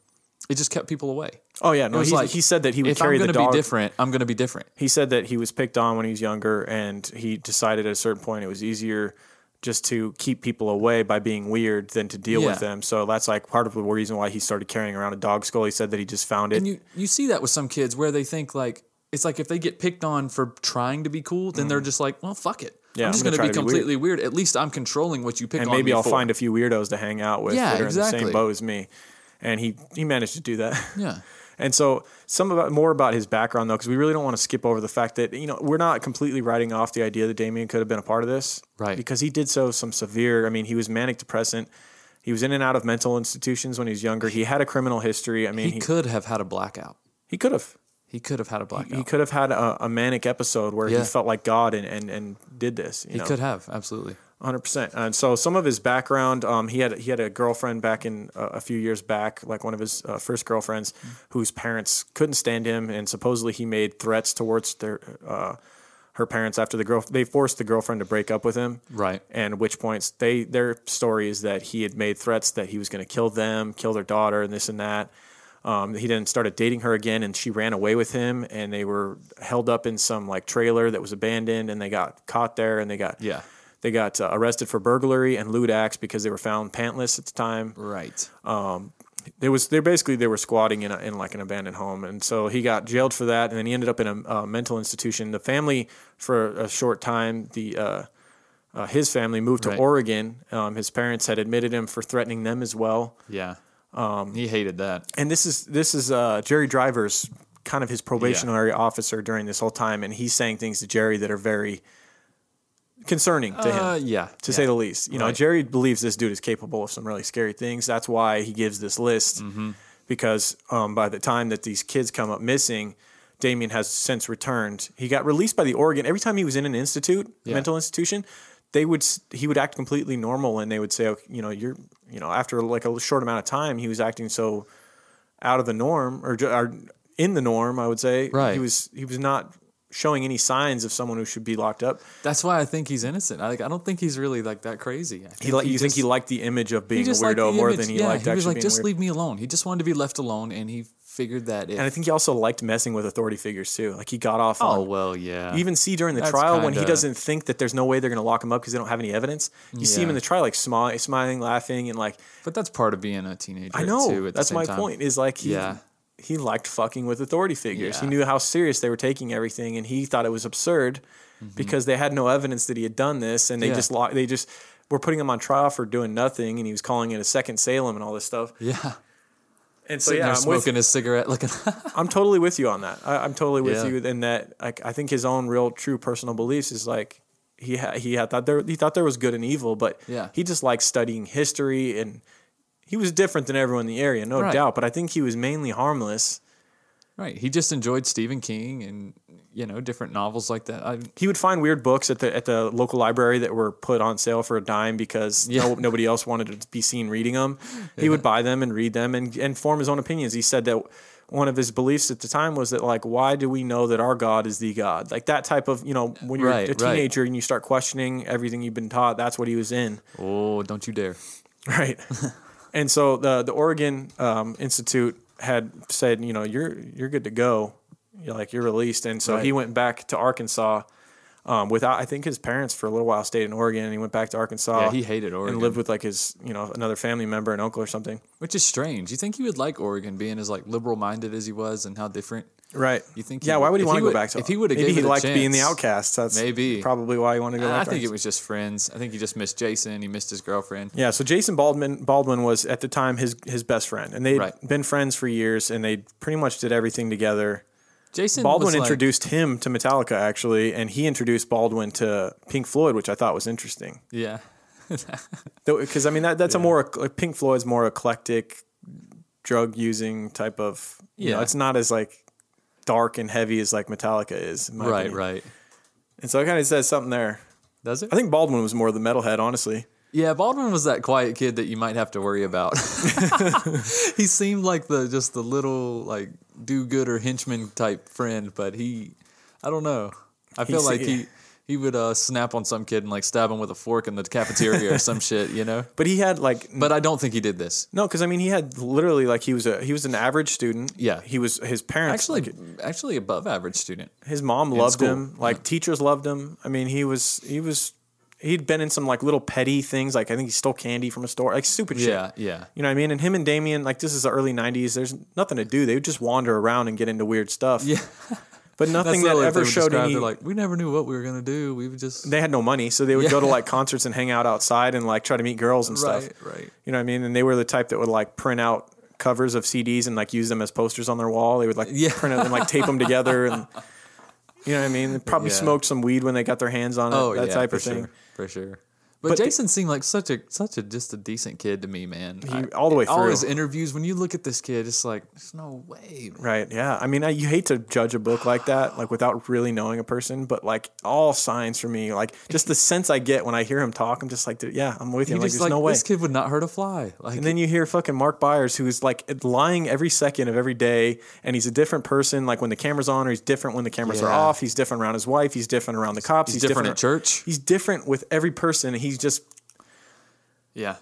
it just kept people away.
Oh yeah,
It
no.
was
He,
like,
he said that he would
if
carry
I'm
the
gonna
dog.
Be different. I'm going to be different.
He said that he was picked on when he was younger, and he decided at a certain point it was easier just to keep people away by being weird than to deal
Yeah.
with them. So that's like part of the reason why he started carrying around a dog skull. He said that he just found it.
And you you see that with some kids where they think like it's like if they get picked on for trying to be cool, then they're just like, well, fuck it.
Mm. Yeah,
I'm just
I'm gonna
going to
try
be
to be weird.
completely weird. At least I'm controlling what you pick
and
on
maybe
me
I'll
for.
find a few weirdos to hang out with that
Yeah,
are in the
exactly.
same boat as me. And he he managed to do that.
Yeah.
And so some about more about his background though, because we really don't want to skip over the fact that you know we're not completely writing off the idea that Damien could have been a part of this, right? Because he did so some severe. I mean, he was manic depressant. He was in and out of mental institutions when he was younger. He had a criminal history. I mean,
He could have had a blackout.
He could have.
He could have had a blackout.
He, could have had a, a manic episode where
Yeah.
he felt like God and and, and did this. You
he
know?
could have absolutely.
Hundred percent. And so some of his background, um, he had he had a girlfriend back in uh, a few years back, like one of his uh, first girlfriends, whose parents couldn't stand him, and supposedly he made threats towards their uh, her parents after the girl they forced the girlfriend to break up with him.
Right.
And at which points they their story is that he had made threats that he was going to kill them, kill their daughter, and this and that. Um, he then started dating her again, and she ran away with him, and they were held up in some like trailer that was abandoned, and they got caught there, and they got
Yeah.
they got uh, arrested for burglary and lewd acts because they were found pantless at the time.
Right.
Um, there was they basically they were squatting in a, in like an abandoned home, and so he got jailed for that, and then he ended up in a, uh mental institution. The family for a short time the. Uh, uh, his family moved to
Right.
Oregon. Um, his parents had admitted him for threatening them as well.
Yeah.
Um,
he hated that.
And this is this is uh, Jerry Driver's kind of his probationary officer during this whole time, and he's saying things to Jerry that are very concerning to him.
Uh, yeah,
to
yeah.
say the least. You know,
Right.
Jerry believes this dude is capable of some really scary things. That's why he gives this list
Mm-hmm.
because um, by the time that these kids come up missing. Damien has since returned. He got released by the Oregon. Every time he was in an institute,
Yeah.
mental institution, they would s- he would act completely normal, and they would say, okay, you know, you're you know, after like a short amount of time, he was acting so out of the norm or, ju- or in the norm, I would say.
Right.
He was he was not showing any signs of someone who should be locked up.
That's why I think he's innocent. I, like, I don't think he's really like that crazy. I
He like you think
just-
he liked the image of being a
just liked
weirdo
the
more
image.
than he
yeah,
liked
He
actually
was like,
being
just
weird.
leave me alone. He just wanted to be left alone, and he figured that. If,
and I think he also liked messing with authority figures too. Like he got off.
Oh,
on,
well, yeah.
You even see during the
That's
trial when he
kinda-
doesn't think that there's no way they're going to lock him up because they don't have any evidence. You see him
Yeah.
in the trial like smi- smiling, laughing, and like.
But that's part of being a teenager.
I know.
Too, at the
that's
same
my
time.
point. Is like he
yeah,
he liked fucking with authority figures. He
Yeah.
knew how serious they were taking everything, and he thought it was absurd because they had no evidence that he had done this, and they
Mm-hmm. Yeah.
just lo- they just were putting him on trial for doing nothing, and he was calling it a second Salem and all this stuff.
yeah.
And so
Sitting
yeah,
there
I'm with
smoking his cigarette, looking.
I'm totally with you on that. I, I'm totally with
Yeah.
you in that. Like, I think his own real, true personal beliefs is like he ha- he had thought there he thought there was good and evil, but
Yeah.
he just liked studying history and he was different than everyone in the area, no
Right.
doubt. But I think he was mainly harmless.
right. He just enjoyed Stephen King and you know different novels like that. I,
He would find weird books at the at the local library that were put on sale for a dime because no, nobody else wanted to be seen reading them. He would buy them and read them and and form his own opinions. He said that one of his beliefs at the time was that like why do we know that our god is the god? Like that type of, you know, when you're
Right,
a
right.
teenager and you start questioning everything you've been taught, that's what he was in.
oh, don't you dare!
Right. and so the the Oregon um, Institute had said, you know, you're you're good to go. You're like you're released, and so he
Right.
went back to Arkansas. Um, without, I think his parents for a little while stayed in Oregon, and he went back to Arkansas.
Yeah, he hated Oregon.
and lived with like his, you know, another family member, an uncle or something.
Which is strange. You think he would like Oregon, being as like liberal minded as he was, and how different.
Right.
You think? he
Yeah. Why
would-
would he
if
want to go back to?
If he would have,
maybe
given
he
it a
liked being the
chance.
outcast. That's
maybe
probably why he wanted to go.
I
back to
think
Arkansas.
it was just friends. I think he just missed Jason. He missed his girlfriend.
Yeah, so Jason Baldwin Baldwin was at the time his his best friend, and they'd
Right.
been friends for years, and they pretty much did everything together.
Jason
Baldwin
was like-
introduced him to Metallica actually, and he introduced Baldwin to Pink Floyd, which I thought was interesting.
Yeah.
Because I mean that that's a more like, Pink Floyd's more eclectic, drug using type of. You know,
Yeah.
it's not as like dark and heavy as like Metallica is. in my
Right,
opinion.
right.
And so it kind of says something there.
Does it?
I think Baldwin was more the metalhead, honestly.
Yeah, Baldwin was that quiet kid that you might have to worry about. he seemed like the just the little like do-gooder henchman type friend, but he, I don't know. I feel
He's-
like
yeah.
he he would uh, snap on some kid and like stab him with a fork in the cafeteria or some shit, you know.
But he had like.
But I don't think he did this.
No, because I mean, he had literally like he was a he was an average student.
Yeah.
he was his parents
Actually, actually above average student.
His mom
In
loved
school.
him. Like teachers loved him. I mean, he was he was he'd been in some like little petty things. Like I think he stole candy from a store. Like stupid
Yeah,
shit.
yeah.
You know what I mean? And him and Damien, like this is the early '90s. There's nothing to do. They would just wander around and get into weird stuff. Yeah. But nothing
That's
that
literally what they
ever
would
showed
describe.
any.
They're like, we never knew what we were gonna do. We would just
they had no money, so they would go to
Yeah.
like concerts and hang out outside and like try to meet girls and
right,
stuff.
right.
You know what I mean? And they were the type that would like print out covers of CDs and like use them as posters on their wall. They would like print them and like tape them together and you know what I mean? They probably
Yeah.
smoked some weed when they got their hands on it.
Oh,
that
yeah,
type
for
of thing.
sure, for sure. But,
But the-
Jason seemed like such a such a just a decent kid to me, man.
He- all the way
All
through.
his interviews, when you look at this kid, it's like there's no way.
Right. Yeah. I mean, I, you hate to judge a book like that, like without really knowing a person, but like all signs for me, like just the sense I get when I hear him talk, I'm just like, dude, yeah, I'm with you.
You
Like,
just
there's
like,
no way.
this kid would not hurt a fly. Like,
and then you hear fucking Mark Byers, who's like lying every second of every day, and he's a different person. Like when the camera's on, or he's different when the cameras are
Yeah.
off. He's different around his wife. He's different around the cops.
He's different at church.
He's different with every person. He's just
yeah,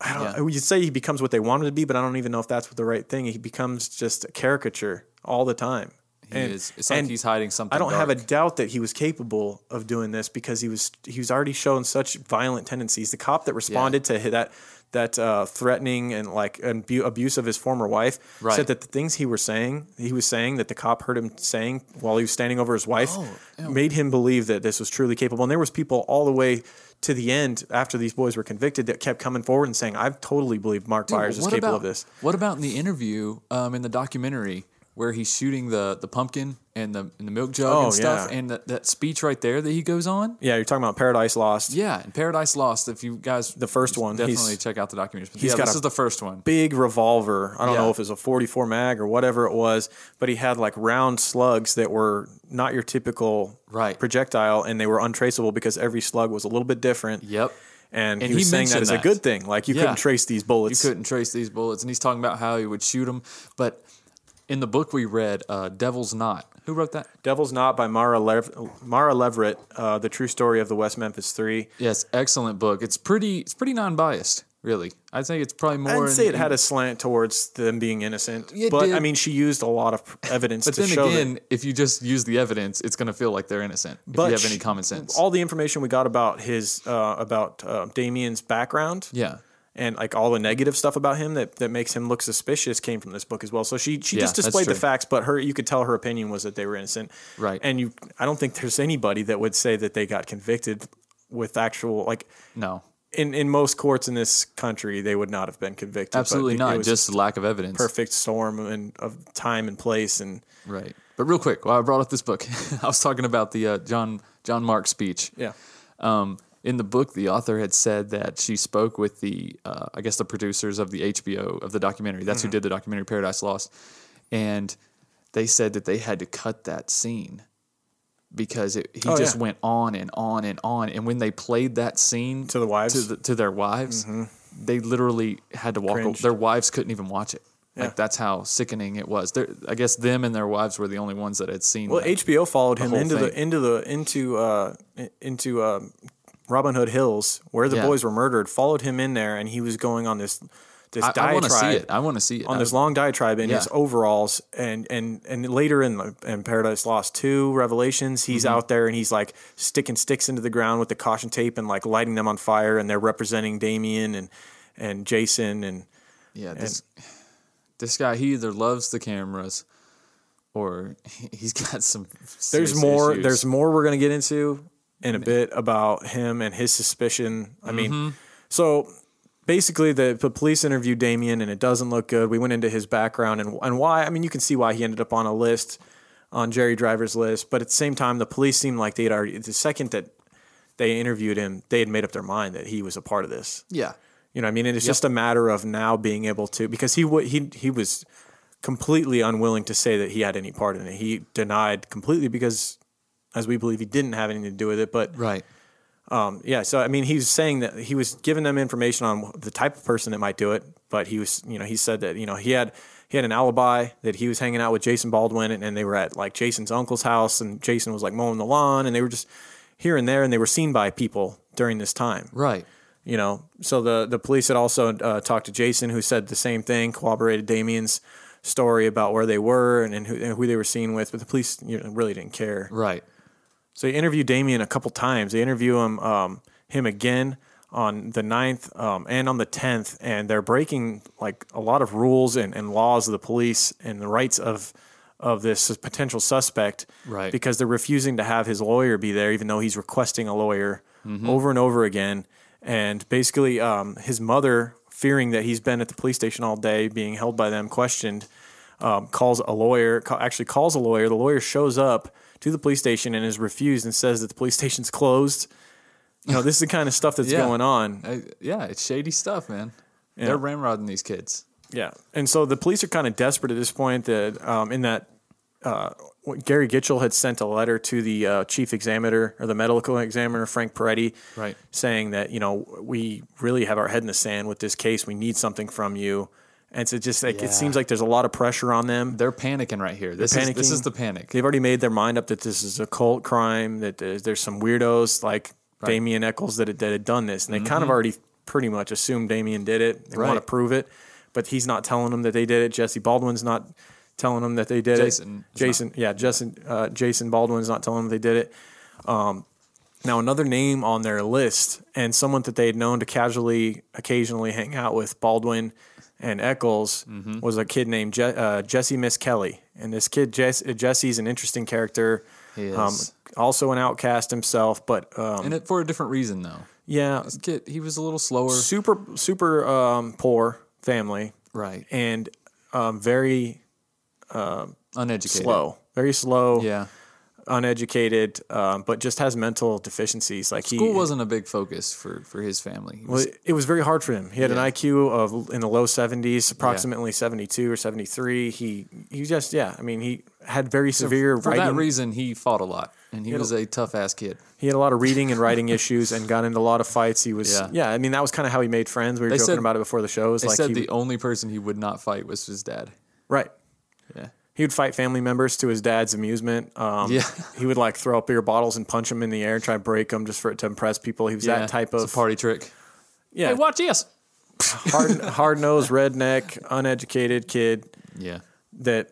I don't. You'd say he becomes what they want him to be, but I don't even know if that's the right thing. He becomes just a caricature all the time.
he is. It's like he's hiding something.
I don't have a
dark.
doubt that he was capable of doing this because he was he was already showing such violent tendencies. The cop that responded to hi- that that uh, threatening and like and bu- abuse of his former wife
Right.
said that the things he were saying he was saying that the cop heard him saying while he was standing over his wife
Oh,
made him believe that this was truly capable. And there was people all the way to the end after these boys were convicted that kept coming forward and saying, "I've totally believed Mark
Dude,
Byers is
what
capable
about,
of this."
What about in the interview, um, in the documentary where he's shooting the the pumpkin and the and the milk jug
Oh,
and stuff,
yeah.
and that, that speech right there that he goes on?
Yeah, you're talking about Paradise Lost.
Yeah, and Paradise Lost. If you guys, the
first one, he's-
definitely check out the documentary. But
He's
yeah,
got
this
a
is the first one.
big revolver. I don't
Yeah.
know if it was a 44 mag or whatever it was, but he had like round slugs that were not your typical
Right.
projectile and they were untraceable because every slug was a little bit different.
Yep.
And,
And
he was
he
saying that
mentioned
as a
that.
good thing. Like you couldn't
Yeah.
trace these bullets.
You couldn't trace these bullets, and he's talking about how he would shoot them. But in the book we read, uh, "Devil's Knot," who wrote that?
Devil's Knot by Mara, Lev- Mara Leverett, uh, the true story of the West Memphis Three.
Yes, excellent book. It's pretty. It's pretty non-biased, really. I think it's probably more.
I'd
in-
say it had a slant towards them being innocent,
It
but I
did.
mean, she used a lot of evidence
But
to
then
show that-
again, if you just use the evidence, it's going to feel like they're innocent. if you have any
sh-
common sense,
All the information we got about his uh, about uh, Damien's background,
Yeah.
and like all the negative stuff about him that that makes him look suspicious came from this book as well. So she she
Yeah,
just
that's
displayed the
true.
facts, but her you could tell her opinion was that they were innocent,
Right.
And you, I don't think there's anybody that would say that they got convicted with actual like
no,
in in most courts in this country they would not have been convicted. but
absolutely
it- it
not.
was
Just lack of evidence.
perfect storm and of time and place and
Right. But real quick, while I brought up this book, I was talking about the uh, John John Mark speech.
Yeah.
Um, in the book, the author had said that she spoke with the, uh, I guess, the producers of the HBO of the documentary. That's
Mhm.
who did the documentary Paradise Lost, and they said that they had to cut that scene because it, he
Oh,
just
yeah.
went on and on and on. And when they played that scene
to the wives, Mm-hmm.
to, the, to their wives, they literally had to walk.
Cringed.
Their wives couldn't even watch it.
Yeah.
Like that's how sickening it was. There, I guess them and their wives were the only ones that had seen.
Well,
that.
HBO followed
the
him
whole
into the
thing.
into the into uh, i- into um, Robin Hood Hills, where the
Yeah.
boys were murdered. Followed him in there, and he was going on this this
I, I want to
diatribe
see it. I want to see it
on
I
this
would-
long diatribe in his
uh, Yeah.
overalls, and and and later in the- in Paradise Lost two Revelations, he's
Mhm.
out there and he's like sticking sticks into the ground with the caution tape and like lighting them on fire, and they're representing Damien and and Jason and
Yeah, this this guy he either loves the cameras or he- he's got some.
there's
serious
more
issues.
there's more we're going to get into in a bit about him and his suspicion i mean
Mhm.
so basically the, the police interviewed damien and it doesn't look good we went into his background and, and why i mean you can see why he ended up on a list on jerry driver's list but at the same time the police seemed like they'd already the second that they interviewed him they had made up their mind that he was a part of this
Yeah.
you know, what I mean, and it's
Yep.
just a matter of now being able to because he wa he he was completely unwilling to say that he had any part in it. He denied completely because, as we believe, he didn't have anything to do with it. But
right,
um, yeah. So I mean, he was saying that he was giving them information on the type of person that might do it, but he was, you know, he said that you know he had he had an alibi that he was hanging out with Jason Baldwin and, and they were at like Jason's uncle's house and Jason was like mowing the lawn and they were just here and there and they were seen by people during this time.
Right.
You know, so the, the police had also uh, talked to Jason who said the same thing, corroborated Damien's story about where they were and, and, who, and who they were seen with, but the police you know, really didn't care.
Right.
So they interview Damien a couple times. They interview him um, him again on the 9th um, and on the 10th, and they're breaking like a lot of rules and, and laws of the police and the rights of of this potential suspect
Right.
because they're refusing to have his lawyer be there, even though he's requesting a lawyer
Mhm.
over and over again. And basically, um, his mother, fearing that he's been at the police station all day, being held by them, questioned, um, calls a lawyer, ca- actually calls a lawyer. The lawyer shows up to the police station and is refused and says that the police station's closed. You know, this is the kind of stuff that's
Yeah.
going on.
I, yeah, it's shady stuff, man.
Yeah.
They're ramrodding these kids.
Yeah, and so the police are kind of desperate at this point. That um, in that uh, what- Gary Gitchell had sent a letter to the uh, chief examiner or the medical examiner Frank Peretti,
Right.
saying that you know we really have our head in the sand with this case. We need something from you, and so just like
Yeah.
it seems like there's a lot of pressure on them.
They're panicking right here. This is- this is the panic.
They've already made their mind up that this is a cult crime. That there's, there's some weirdos like
Right.
Damien Eccles that had, that had done this, and they kind of
Mhm.
already pretty much assumed Damien did it. They want
Right.
to prove it, but he's not telling them that they did it. Jesse Baldwin's not telling them that they did
Jason
it. Jason, yeah, Jason, uh, Jason Baldwin's not telling them they did it. Um, now another name on their list, and someone that they had known to casually, occasionally hang out with Baldwin and Eccles,
Mm-hmm.
was a kid named Je- uh, Jesse Miss Kelly. And this kid Jess- Jesse's an interesting character.
He
Um,
is.
also an outcast himself, but um,
and it, for a different reason, though.
yeah,
This kid, he was a little slower.
super super um, poor family,
Right.
and um, very um
Uneducated.
slow, very slow,
Yeah.
uneducated, um, but just has mental deficiencies. Like
School
he
wasn't a big focus for, for his family. He
Well,
was-
it- it was very hard for him. He had
Yeah.
an IQ of in the low 70s, approximately 72 or 73. He he just yeah, I mean he had very
so
severe
for
writing.
that reason, he fought a lot, and he
It'll-
was a tough ass kid.
he had a lot of reading and writing issues and got into a lot of fights. He was
Yeah.
yeah, I mean that was kind of how he made friends. We were
They
joking
said-
about it before the show. It was
They
like
said
he,
the only person he would not fight was his dad.
right.
Yeah.
He would fight family members to his dad's amusement. Um,
Yeah.
he would like throw up beer bottles and punch them in the air, try to break them just for it to impress people. He was
Yeah,
that type
it's
of
a party trick.
yeah,
Hey, watch this.
hard hard nosed redneck, uneducated kid.
Yeah.
that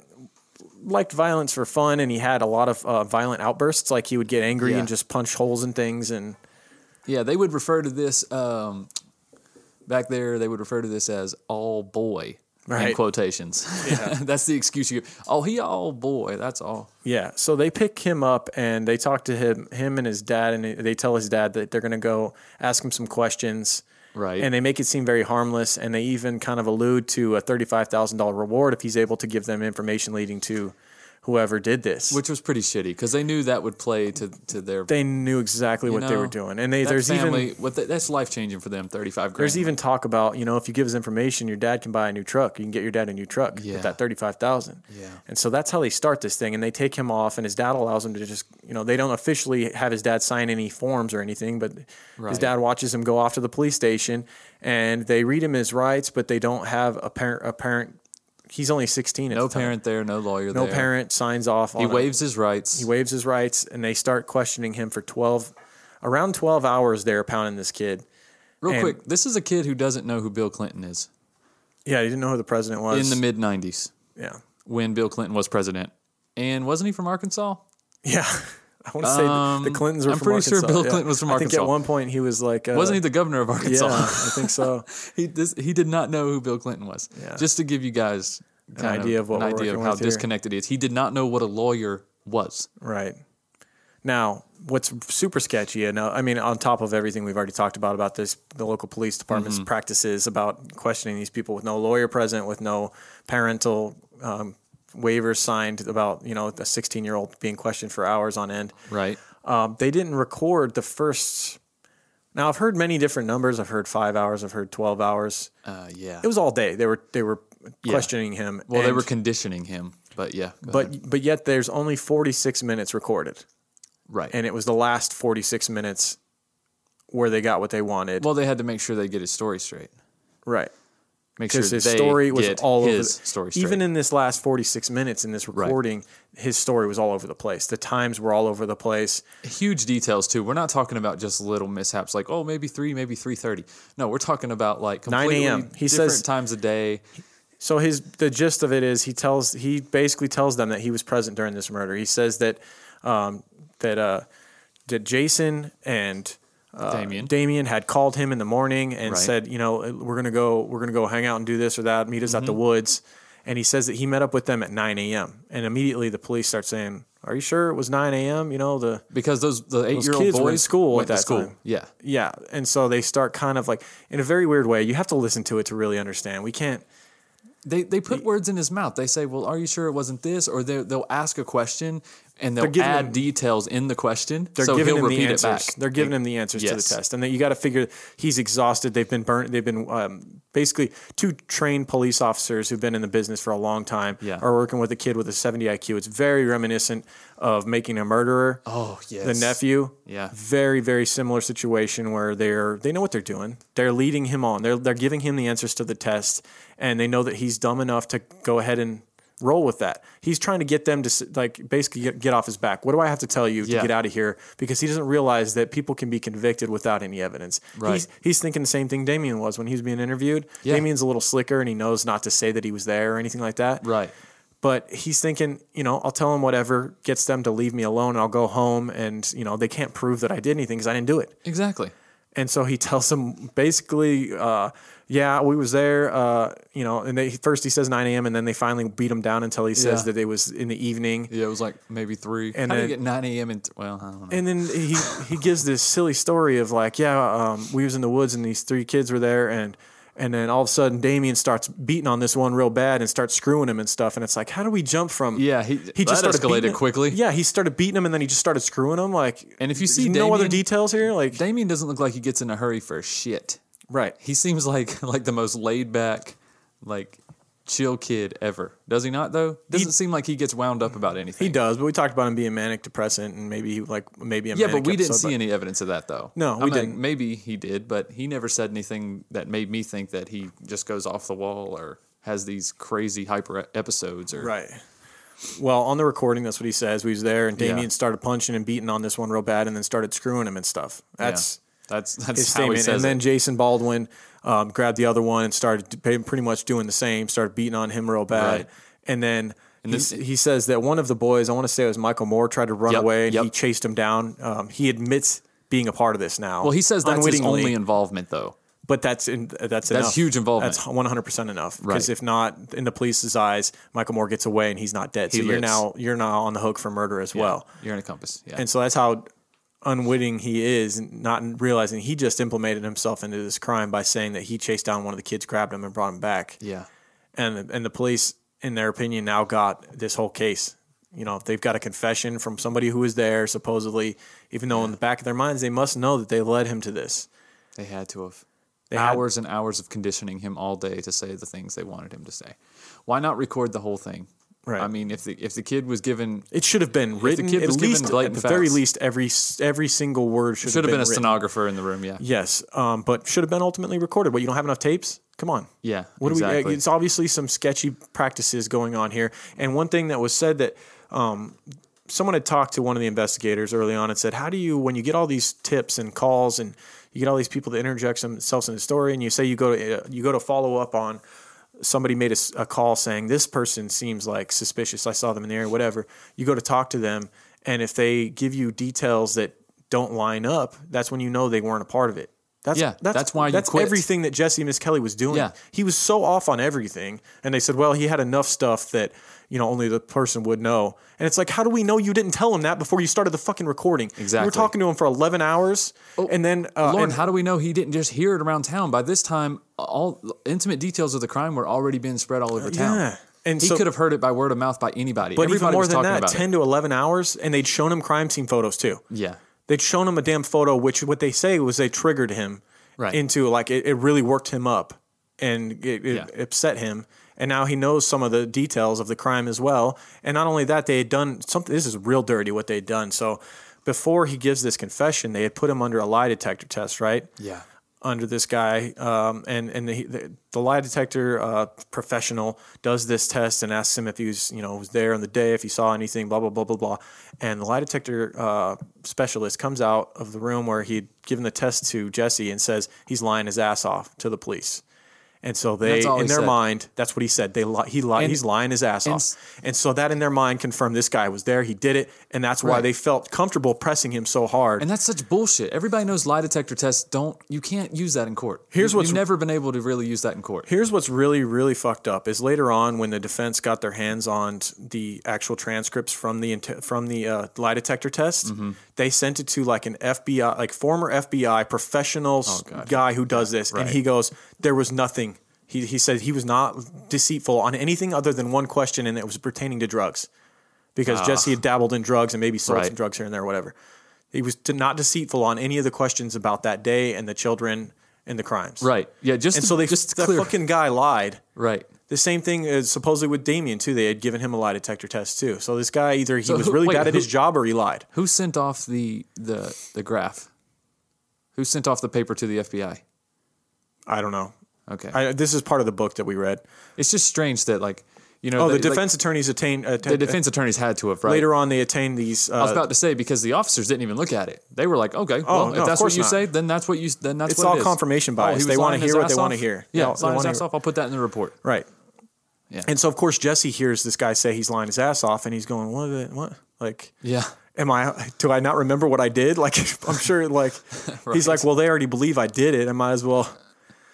liked violence for fun and he had a lot of uh, violent outbursts like he would get angry
Yeah.
and just punch holes in things and
Yeah, they would refer to this um, back there. They would refer to this as "all boy" in
Right.
quotations.
Yeah.
that's the excuse you. give. Oh, he all boy. That's all.
yeah so they pick him up and they talk to him him and his dad and they tell his dad that they're going to go ask him some questions
Right.
and they make it seem very harmless and they even kind of allude to a $35,000 reward if he's able to give them information leading to whoever did this
which was pretty shitty because they knew that would play to to their.
they knew exactly
you
what they
know,
were doing and they
that
there's
family,
even
what the, that's life changing for them. Thirty five grand.
There's even talk about you know if you give us information, your dad can buy a new truck. You can get your dad a new truck
Yeah.
with that thirty five thousand.
Yeah.
And so that's how they start this thing, and they take him off, and his dad allows him to just you know they don't officially have his dad sign any forms or anything, but
Right.
his dad watches him go off to the police station, and they read him his rights, but they don't have a parent. A parent. He's only sixteen. At
no
the time.
parent there, no lawyer
No
there.
parent signs off. on
He
it.
waives his rights.
He waives his rights, and they start questioning him for twelve, around twelve hours. They're pounding this kid.
Real
And-
quick, this is a kid who doesn't know who Bill Clinton is.
Yeah, he didn't know who the president was
in the mid '90s
Yeah.
when Bill Clinton was president, and wasn't he from Arkansas?
Yeah. I want to say the- the
Um,
Clintons were
I'm
from
pretty
Arkansas.
sure Bill
yeah.
Clinton was from
I think
Arkansas.
at one point he was like, uh,
Wasn't he the governor of Arkansas?
Yeah, I think so.
he this, he did not know who Bill Clinton was. Just to give you guys
An
kind
idea of what
an
we're
idea of
working
how
with here.
disconnected he is. He did not know what a lawyer was.
Right. Now, what's super sketchy, and uh, I mean, on top of everything we've already talked about about this, the local police department's
Mhm.
practices about questioning these people with no lawyer present, with no parental um, waivers signed about you know a 16 year old being questioned for hours on end.
Right.
Um, they didn't record the first. Now I've heard many different numbers. I've heard five hours. I've heard 12 hours.
Uh, yeah.
It was all day. They were they were
Yeah.
questioning him.
Well, they
and-
were conditioning him, but yeah. go
but
ahead.
but yet there's only 46 minutes recorded
right.
and it was the last 46 minutes where they got what they wanted
well, they had to make sure they get his story straight.
right
Make sure
Because his
they
story was
get
all
his
over the,
story straight.
Even in this last 46 minutes in this recording, his story was all over the place. The times were all over the place.
Huge details too. We're not talking about just little mishaps like oh maybe three maybe three thirty. No, we're talking about like
9
completely
a.m.. He
different
says-
times a day.
So his the gist of it is he tells he basically tells them that he was present during this murder. He says that um, that uh, that Jason and uh,
Damien.
had called him in the morning and
Right.
said, you know, we're gonna go we're gonna go hang out and do this or that. Meet us at the
Mhm.
woods. And he says that he met up with them at 9 a.m. And immediately the police start saying, "Are you sure it was 9 a.m.?" You know the
because those the
those
eight-year-old
kids were in
boys
school
went
at
to
that
school.
time.
Yeah.
yeah. And so they start kind of like in a very weird way. You have to listen to it to really understand. We can't
They they put words in his mouth. They say, "Well, are you sure it wasn't this?" Or they they'll ask a question and
They're
they'll
giving
add
him-
details in the question.
They're
so
giving
he'll
him
repeat
the
it back.
answers. They're giving him the answers to the
Yes.
test, and then you got to figure he's exhausted. They've been burnt. They've been um, basically two trained police officers who've been in the business for a long time
Yeah.
are working with a kid with a 70 IQ. It's very reminiscent of making a murderer.
Oh,
the
yes.
nephew.
Yeah.
very very similar situation where they're they know what they're doing. They're leading him on. They're they're giving him the answers to the test, and they know that he's dumb enough to go ahead and. Roll with that. He's trying to get them to s- like basically get, get off his back. What do I have to tell you to
Yeah.
get out of here? Because he doesn't realize that people can be convicted without any evidence.
Right.
He's, he's thinking the same thing Damien was when he was being interviewed.
Yeah.
Damien's a little slicker and he knows not to say that he was there or anything like that.
Right.
But he's thinking, you know, I'll tell him whatever gets them to leave me alone. I'll go home and, you know, they can't prove that I did anything because I didn't do it.
Exactly.
And so he tells them basically, uh, yeah, we was there, uh, you know, and they first he says 9 a.m. and then they finally beat him down until he says
Yeah.
that it was in the evening.
Yeah, it was like maybe three.
And
How do
then-
you get nine a.m. and well, I don't know.
And then he he gives this silly story of like, yeah, um, we was in the woods and these three kids were there, and and then all of a sudden Damien starts beating on this one real bad and starts screwing him and stuff, and it's like, how do we jump from?
Yeah, he,
He just
that
started
escalated
beating-
quickly.
Yeah, he started beating him and then he just started screwing him. Like,
And if you
there's
see
no other
Damien-
details here, like
Damien doesn't look like he gets in a hurry for shit.
Right.
He seems like like the most laid back, like chill kid ever. Does he not though? Doesn't seem like he gets wound up about anything.
he does, but we talked about him being manic depressant and maybe he, like maybe a
yeah, but
manic
we didn't
episode,
see
but-
any evidence of that though.
No, we didn't.
Maybe he did, but he never said anything that made me think that he just goes off the wall or has these crazy hyper episodes or
Right. Well, on the recording, that's what he says. We was there, and
Yeah.
Damien started punching and beating on this one real bad, and then started screwing him and stuff.
Yeah.
That's
That's that's
his
how he
statement.
says
And then
it.
Jason Baldwin um, grabbed the other one and started d- pretty much doing the same. Started beating on him real bad,
Right.
and then.
And
he
this-
s- he says that one of the boys, I want to say it was Michael Moore, tried to run
Yep,
away and
yep.
he chased him down. Um, he admits being a part of this now.
Well, he says that's his
unwittingly,
only involvement though.
but that's in, uh, that's
That's
enough.
huge involvement.
That's one hundred percent enough. Because
Right.
if not, in the police's eyes, Michael Moore gets away and he's not dead.
He
so you're
lives.
now you're now on the hook for murder as
Yeah.
well.
You're in a compass. Yeah.
And so that's how unwitting he is, not realizing he just implemented himself into this crime by saying that he chased down one of the kids, grabbed him, and brought him back.
yeah.
And and the police, in their opinion, now got this whole case. You know, they've got a confession from somebody who was there supposedly, even though in the back of their minds they must know that they led him to this.
They had to have.
They had-
hours and hours of conditioning him all day to say the things they wanted him to say. Why not record the whole thing?
Right.
I mean, if the if the kid was given,
It should have been
If the
written.
kid
at
was given
least, at
blatant
the very
facts.
least, every s- every single word should,
should have been, a
written.
stenographer in the room. Yeah.
Yes, um, but should have been ultimately recorded. What you don't have enough tapes? Come on.
Yeah.
What do we? uh,
exactly.
It's obviously some sketchy practices going on here. And one thing that was said that um, someone had talked to one of the investigators early on and said, "How do you, when you get all these tips and calls, and you get all these people to interject themselves in the story, and you say you go to uh, you go to follow up on somebody made a, s- a call saying this person seems like suspicious. I saw them in the area, whatever. You go to talk to them, and if they give you details that don't line up, that's when you know they weren't a part of it. That's,
Yeah, that's why you
that's
quit.
everything that Jesse Miss Kelly was doing.
Yeah.
He was so off on everything, and they said, "Well, he had enough stuff that you know only the person would know." And it's like, how do we know you didn't tell him that before you started the fucking recording? You were
Exactly.
talking to him for eleven hours, and then uh,
Lauren,
and-
Oh, how do we know he didn't just hear it around town? By this time, all intimate details of the crime were already being spread all over town.
Uh, yeah. And
he
so-
could have heard it by word of mouth by anybody.
but even
Everybody
more
was
than
talking
that,
about it.
ten to eleven hours, and they'd shown him crime scene photos too.
Yeah.
They'd shown him a damn photo, which what they say was they triggered him
Right.
into like it, it really worked him up and it, it
Yeah.
upset him. And now he knows some of the details of the crime as well. And not only that, they had done something. This is real dirty what they'd done. So before he gives this confession, they had put him under a lie detector test, right?
Yeah.
under this guy, um, and and the, the, the lie detector uh, professional does this test and asks him if he was you know was there on the day, if he saw anything, blah blah blah blah blah. And the lie detector uh, specialist comes out of the room where he'd given the test to Jesse and says he's lying his ass off to the police. And so they,
That's all
in
he
their
said.
mind, that's what he said. They li- he li-
And-
he's lying his ass
and
off, and so that in their mind confirmed this guy was there. He did it, and that's why
Right.
they felt comfortable pressing him so hard.
And that's such bullshit. Everybody knows lie detector tests don't. You can't use that in court.
Here's
you,
what's-
you've never been able to really use that in court.
Here's what's really, really fucked up is later on when the defense got their hands on t- the actual transcripts from the inte- from the uh, lie detector test,
Mm-hmm.
they sent it to like an FBI, like former FBI professional s- guy who does this, and
Oh, Right.
he goes, "There was nothing." He he said he was not deceitful on anything other than one question, and it was pertaining to drugs, because
Ah.
Jesse had dabbled in drugs and maybe sold
Right.
some drugs here and there, or whatever. He was t- not deceitful on any of the questions about that day and the children and the crimes.
Right. Yeah. Just
and
to-
so they
just to
that
clear-
fucking guy lied.
Right.
The same thing is supposedly with Damien too. They had given him a lie detector test too. So this guy either he
So
was
who-
really
wait,
bad at
who-
his job or he lied.
Who sent off the the the graph? Who sent off the paper to the FBI?
I don't know.
Okay.
I, this is part of the book that we read.
It's just strange that like you know
oh,
they-
the
like,
defense attorneys attained.
the defense attorneys had to have right
Later on, they attained these. Uh,
I was about to say because the officers didn't even look at it. They were like, "Okay,
Oh,
well,
no,
if
of
that's what
course
you
not.
say, then that's what you then that's
It's
what
all
it is." Oh,
confirmation bias.
he was
They wanna
lying his
hear what
ass
they wanna
off?
hear. They
Yeah, lying
wanna
his
hear-
ass off. I'll put that in the report.
Right. And so of course Jesse hears this guy say he's lying his ass off, and he's going, "What? the- What? Like,
Yeah.
am I? Do I not remember what I did? Like, I'm sure. Like, he's like, well, they already believe I did it. I might as well.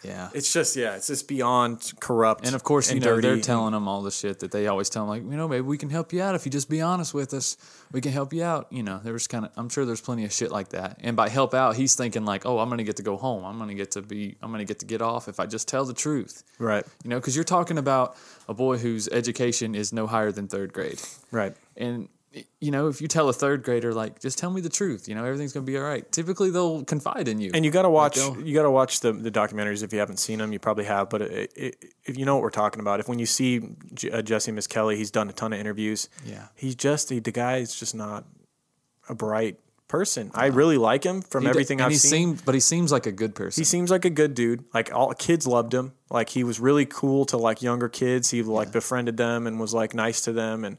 Yeah.
It's just yeah, it's just beyond corrupt.
And of course, you know
dirty
they're
and-
telling them all the shit that they always tell them, like you know, maybe we can help you out if you just be honest with us. We can help you out. You know, there was kind of I'm sure there's plenty of shit like that. And by help out, he's thinking like, oh, I'm gonna get to go home. I'm gonna get to be. I'm gonna get to get off if I just tell the truth.
Right.
You know, because you're talking about a boy whose education is no higher than third grade.
Right.
And you know, if you tell a third grader like, just tell me the truth. You know, everything's gonna be all right. Typically, they'll confide in you.
And you got to watch
they'll-
you got to watch the the documentaries if you haven't seen them. You probably have, but it, it, if you know what we're talking about, if when you see J- uh, Jesse Miss Kelly, he's done a ton of interviews.
Yeah.
he's just he, the guy is just not a bright person. I really like him from
He d-
everything
and
I've
he
seen.
seemed- but he seems like a good person.
He seems like a good dude. Like all kids loved him. Like he was really cool to like younger kids. He like befriended them and was like nice to them. And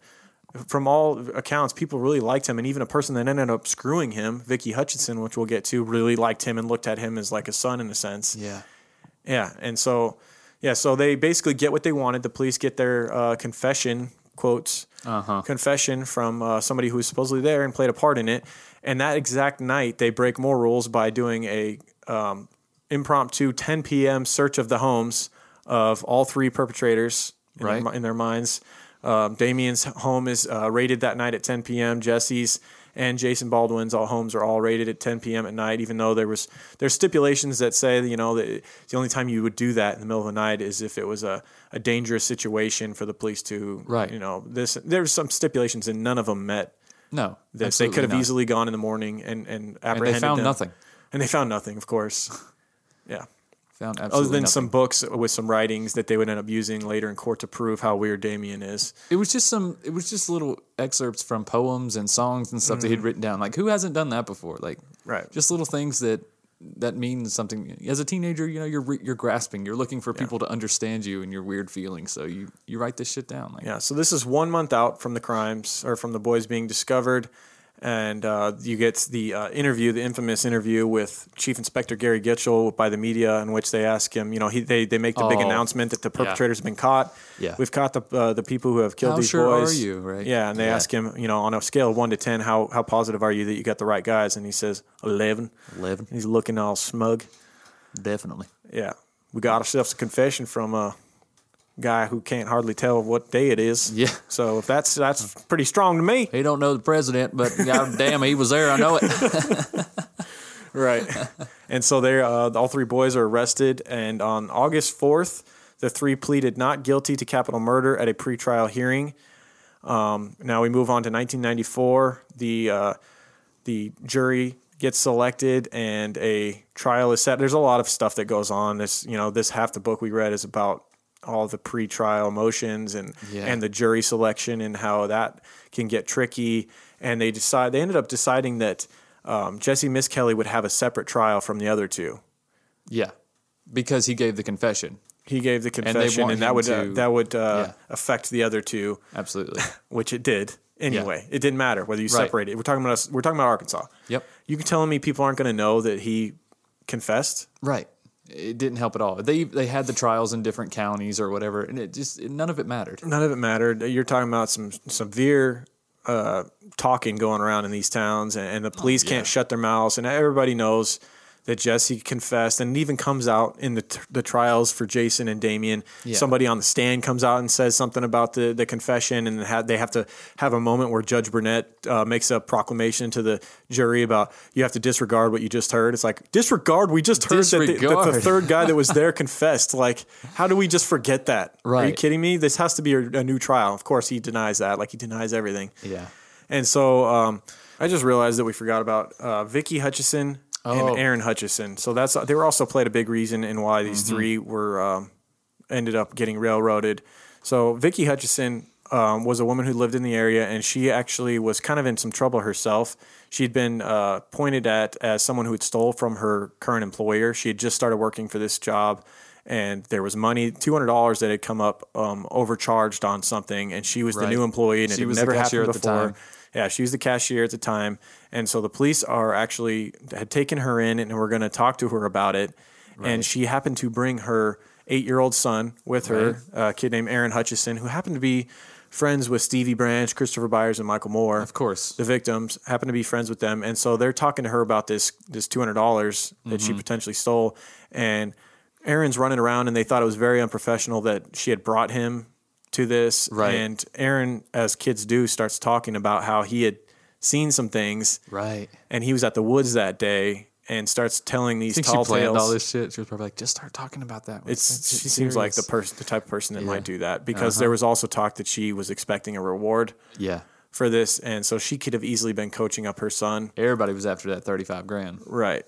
from all accounts, people really liked him. And even a person that ended up screwing him, Vicky Hutchinson, which we'll get to, really liked him and looked at him as like a son in a sense.
Yeah.
Yeah. And so, yeah. So they basically get what they wanted. The police get their uh, confession quotes
Uh-huh.
confession from uh, somebody who was supposedly there and played a part in it. And that exact night, they break more rules by doing a um, impromptu 10 p.m. search of the homes of all three perpetrators in,
Right.
their, mi- in their minds. Um, Damien's home is uh, raided that night at 10 p.m. Jesse's and Jason Baldwin's all homes are all raided at 10 p.m. at night, even though there was there's stipulations that say you know that the only time you would do that in the middle of the night is if it was a, a dangerous situation for the police to
Right.
you know this there's some stipulations and none of them met
No,
that they
absolutely
could have
not.
easily gone in the morning and and apprehended
found
them.
nothing.
and they found nothing of course yeah
found
other
absolutely
than
nothing.
some books with some writings that they would end up using later in court to prove how weird Damien is
It was just some. It was just little excerpts from poems and songs and stuff that he'd
Mhm.
written down. Like who hasn't done that before? Like
right,
just little things that that mean something. As a teenager, you know, you're re- you're grasping. You're looking for people to understand you and your weird feelings. So you you write this shit down. Like
Yeah, so this is one month out from the crimes or from the boys being discovered, and uh, you get the uh, interview, the infamous interview with Chief Inspector Gary Gitchell by the media, in which they ask him, you know, he, they they make the big
Oh,
announcement that the
yeah.
perpetrators have been caught.
Yeah.
we've caught the uh, the people who have killed
How
these
sure are
boys.
you, right?
Yeah, and they
Yeah.
ask him, you know, on a scale of one to ten, how how positive are you that you got the right guys? And he says eleven.
Eleven.
He's looking all smug.
Definitely.
Yeah, we got ourselves a confession from a guy who can't hardly tell what day it is. Yeah. So if that's that's pretty strong to me.
He don't know the president, but goddamn, he was there. I know it.
right. And so they uh, all three boys are arrested, and on August fourth, the three pleaded not guilty to capital murder at a pretrial hearing. Um, now we move on to 1994. The uh, the jury gets selected and a trial is set. There's a lot of stuff that goes on. This you know this half the book we read is about all the pre-trial motions and
Yeah.
and the jury selection and how that can get tricky. And they decide they ended up deciding that um, Jesse Miss Kelly would have a separate trial from the other two.
Yeah, because he gave the confession.
He gave the
they
confession, and,
want
that
him
would uh,
to-
that would uh, affect the other two.
Absolutely,
which it did anyway. It didn't matter whether you
Right.
separated. We're talking about us. We're talking about Arkansas.
Yep.
You telling me people aren't going to know that he confessed?
Right. It didn't help at all. They they had the trials in different counties or whatever, and it just none of it mattered.
None of it mattered. You're talking about some severe uh, talking going around in these towns, and, and the
Oh,
police can't shut their mouths. And everybody knows that Jesse confessed, and it even comes out in the t- the trials for Jason and Damien.
Yeah.
Somebody on the stand comes out and says something about the the confession, and ha- they have to have a moment where Judge Burnett uh, makes a proclamation to the jury about you have to disregard what you just heard. It's like disregard. We just heard that the, that the
Disregard.
third guy that was there confessed. Like, how do we just forget that? Are you
Right.
kidding me? This has to be a, a new trial. Of course, he denies that. Like, he denies everything.
Yeah.
And so um, I just realized that we forgot about uh, Vicky Hutchison
Oh.
and Aaron Hutchison. So that's they were also played a big reason in why these
Mhm.
three were um, ended up getting railroaded. So Vicky Hutchison um, was a woman who lived in the area, and she actually was kind of in some trouble herself. She'd been uh, pointed at as someone who had stole from her current employer. She had just started working for this job, and there was money two hundred dollars that had come up um, overcharged on something, and she was the
Right.
new employee, and
She
it had
was the
never
cashier
happened
at the
before.
time.
Yeah, she was the cashier at the time, and so the police are actually had taken her in, and were going to talk to her about it. And she happened to bring her eight-year-old son with her, a kid named Aaron Hutchison, who happened to be friends with Stevie Branch, Christopher Byers, and Michael Moore. Of
course,
the victims happened to be friends with them, and so they're talking to her about this this two hundred dollars that she
Mhm.
potentially stole, and Aaron's running around, and they thought it was very unprofessional that she had brought him to this.
Right.
And Aaron, as kids do, starts talking about how he had seen some things.
Right.
And he was at the woods that day and starts telling these
think she
tall
planned
tales.
all this shit. She was probably like, just start talking about that.
It's, she seems like the person, the type of person that
Yeah.
might do that because
Uh-huh.
there was also talk that she was expecting a reward.
Yeah.
For this, and so she could have easily been coaching up her son.
Everybody was after that thirty-five grand.
Right.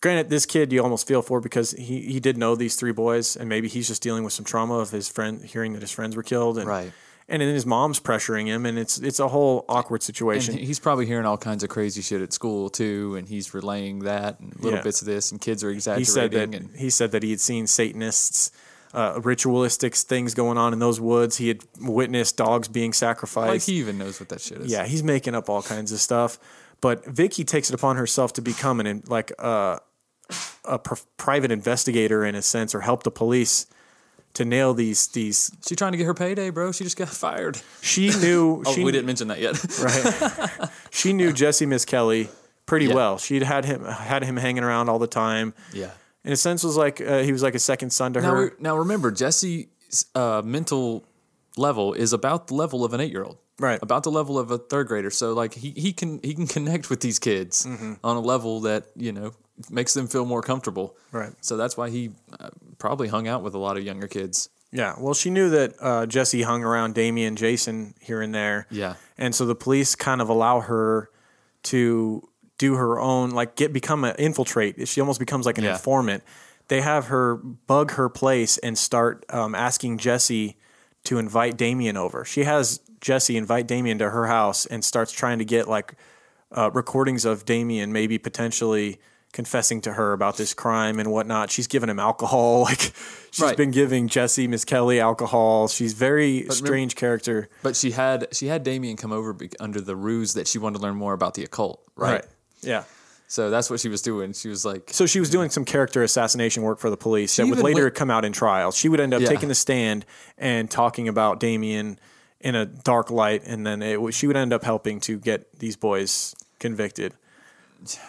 Granted, this kid you almost feel for because he, he did know these three boys, and maybe he's just dealing with some trauma of his friend hearing that his friends were killed, and
Right.
and then his mom's pressuring him, and it's it's a whole awkward situation.
And he's probably hearing all kinds of crazy shit at school too, and he's relaying that and little
Yeah.
bits of this, and kids are
he
exaggerating.
said that
and
he said that he had seen Satanists, uh, ritualistic things going on in those woods. He had witnessed dogs being sacrificed.
like he even knows what that shit is.
Yeah, he's making up all kinds of stuff. But Vicky takes it upon herself to become an like uh, a pr- private investigator in a sense, or help the police to nail these these.
She trying to get her payday, bro. She just got fired.
She knew.
oh,
she,
we didn't mention that yet.
right. she knew Jesse Miss Kelly pretty
Yeah.
well. She'd had him had him hanging around all the time.
Yeah.
In a sense, was like uh, he was like a second son to
now,
her.
re- now remember, Jesse's uh, mental level is about the level of an eight-year-old,
right?
About the level of a third grader. So like he, he can he can connect with these kids on a level that you know makes them feel more comfortable.
Right.
So that's why he uh, probably hung out with a lot of younger kids.
Yeah. Well, she knew that uh, Jesse hung around Damien, Jason here and there.
Yeah.
And so the police kind of allow her to do her own, like get become an infiltrate. She almost becomes like an
Yeah.
informant. They have her bug her place and start um, asking Jesse to invite Damien over. She has Jesse invite Damien to her house and starts trying to get like uh, recordings of Damien maybe potentially confessing to her about this crime and whatnot. She's given him alcohol. Like she's
Right.
been giving Jesse Miss Kelly alcohol. She's very
But remem-
strange character.
But she had she had Damien come over be- under the ruse that she wanted to learn more about the occult,
Right. Yeah.
So that's what she was doing. She was like,
So she was doing some character assassination work for the police that would
even
later
went-
come out in trials. She would end up
Yeah.
taking the stand and talking about Damien in a dark light, and then it, w- she would end up helping to get these boys convicted.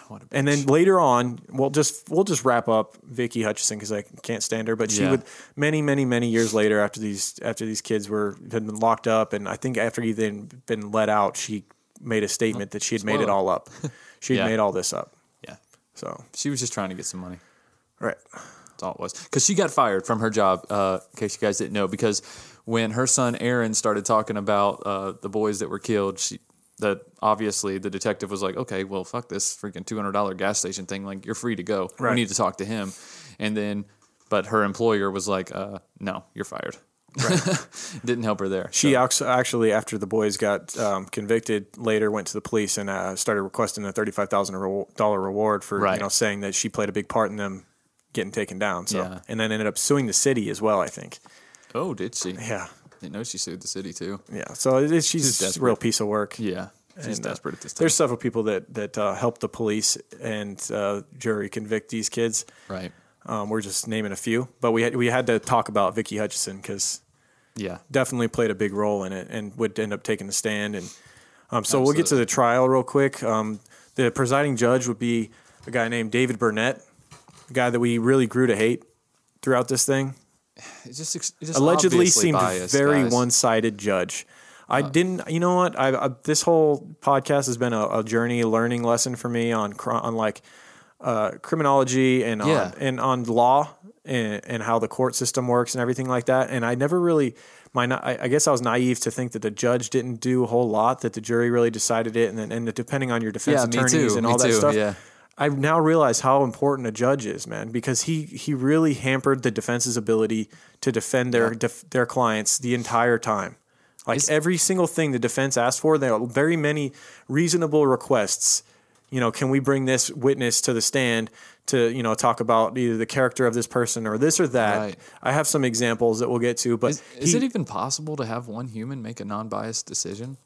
What
and then later on, we'll just we'll just wrap up Vicky Hutchison because I can't stand her. But she
Yeah.
would many many many years later after these after these kids were had been locked up, and I think after he then been let out, she made a statement that she had made it
Spoiler.
all up. She had
Yeah.
made all this up.
Yeah.
So
she was just trying to get some money.
Right.
That's all it was. Because she got fired from her job, uh, in case you guys didn't know. Because when her son Aaron started talking about uh, the boys that were killed, she that obviously the detective was like, okay, well, fuck this freaking two hundred dollar gas station thing. Like, you're free to go.
Right.
We need to talk to him. And then, but her employer was like, uh, no, you're fired. didn't help her there.
She ax- actually, after the boys got um, convicted, later went to the police and uh, started requesting a thirty-five thousand dollar reward for you
Right.
know saying that she played a big part in them getting taken down. So
Yeah.
and then ended up suing the city as well. I think.
Oh, did she?
Yeah.
Didn't know she sued the city too.
Yeah. So it, it- she's,
She's
a real
desperate.
piece of work.
Yeah. She's
And, uh,
desperate at this time.
There's several people that that uh, help the police and uh, jury convict these kids.
Right.
Um, we're just naming a few, but we had, we had to talk about Vicky Hutchinson because
Yeah.
definitely played a big role in it and would end up taking the stand. And um, so we'll get to the trial real quick. Um, the presiding judge would be a guy named David Burnett, a guy that we really grew to hate throughout this thing.
It just, ex- it just
Allegedly
obviously
seemed
biased,
very
guys. Uh,
one-sided judge. I didn't. You know what? I, I this whole podcast has been a, a journey, learning lesson for me on cr- on like uh, criminology and
Yeah.
on and on law and, and how the court system works and everything like that. And I never really my na- I I guess I was naive to think that the judge didn't do a whole lot, that the jury really decided it, and then and that depending on your defense
Yeah, me
attorneys
too,
and
me
all that
too,
stuff.
yeah.
I now realize how important a judge is, man, because he he really hampered the defense's ability to defend their def, their clients the entire time. Like every single thing the defense asked for, there are very many reasonable requests. You know, can we bring this witness to the stand to you know talk about either the character of this person or this or that? I have some examples that we'll get to, but
Is
he-
it even possible to have one human make a non-biased decision?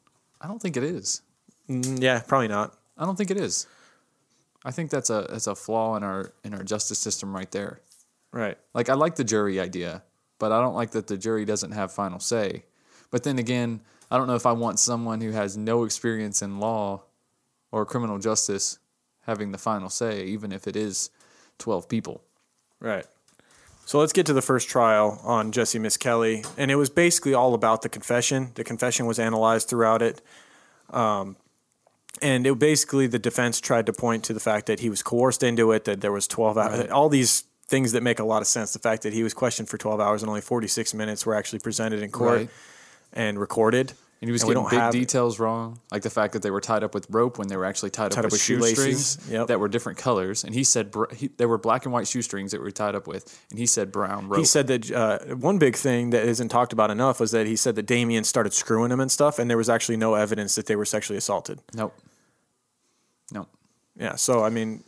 I don't think it is.
Mm, yeah, probably not.
I don't think it is. I think that's a that's a flaw in our in our justice system right there.
Right.
Like I like the jury idea, but I don't like that the jury doesn't have final say. But then again, I don't know if I want someone who has no experience in law or criminal justice having the final say, even if it is twelve people.
Right. So let's get to the first trial on Jesse Miss Kelly, and it was basically all about the confession. The confession was analyzed throughout it, um, and it basically the defense tried to point to the fact that he was coerced into it, that there was twelve hours,
Right.
all these things that make a lot of sense. The fact that he was questioned for twelve hours and only forty six minutes were actually presented in court
Right.
and recorded,
And he was
we
getting
don't
big
have-
details wrong, like the fact that they were tied up with rope when they were actually tied, up, with shoestrings
shoelaces,
that were different colors. And he said br- he, there were black and white shoestrings that were tied up with, and he said brown rope.
He said that uh, one big thing that isn't talked about enough was that he said that Damien started screwing him and stuff, and there was actually no evidence that they were sexually assaulted.
Nope. Nope.
Yeah. So I mean,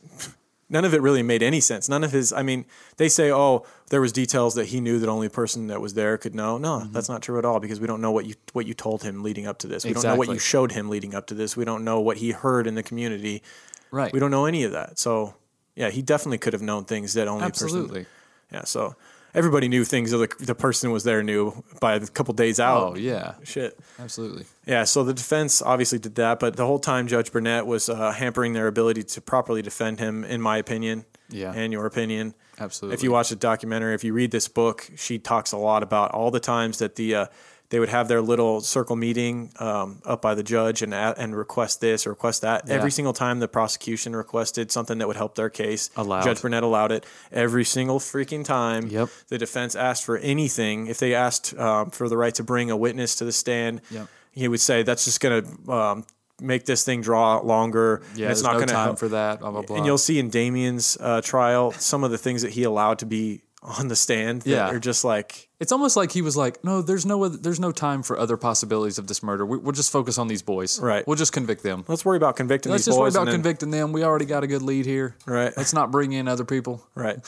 none of it really made any sense. None of his. I mean, they say, oh, there was details that he knew that only person that was there could know. No,
Mm-hmm.
that's not true at all because we don't know what you what you told him leading up to this. We don't know what
Exactly.
you showed him leading up to this. We don't know what he heard in the community.
Right.
We don't know any of that. So yeah, he definitely could have known things that only
Absolutely.
person. Yeah. So. Everybody knew things that the, the person was there knew by a couple days out.
Oh yeah.
Shit.
Absolutely.
Yeah, so the defense obviously did that, but the whole time Judge Burnett was uh, hampering their ability to properly defend him, in my opinion.
Yeah.
And your opinion.
Absolutely.
If you watch the documentary, if you read this book, she talks a lot about all the times that the uh, they would have their little circle meeting um, up by the judge and a- and request this or request that.
Yeah.
Every single time the prosecution requested something that would help their case,
Allowed.
Judge Burnett allowed it. Every single freaking time the defense asked for anything, if they asked um, for the right to bring a witness to the stand,
Yep.
he would say that's just going to um, make this thing draw longer. and
Yeah,
it's
there's
not
no
going to
time
help.
for that. Blah blah blah.
And you'll see in Damien's uh, trial some of the things that he allowed to be on the stand. That
Yeah.
are just like
It's almost like he was like, no, there's no other, there's no time for other possibilities of this murder. We, we'll just focus on these boys.
Right.
We'll just convict them.
let's worry about convicting
Let's
these
just worry
boys.
about
and then-
convicting them. We already got a good lead here.
Right.
Let's not bring in other people.
Right.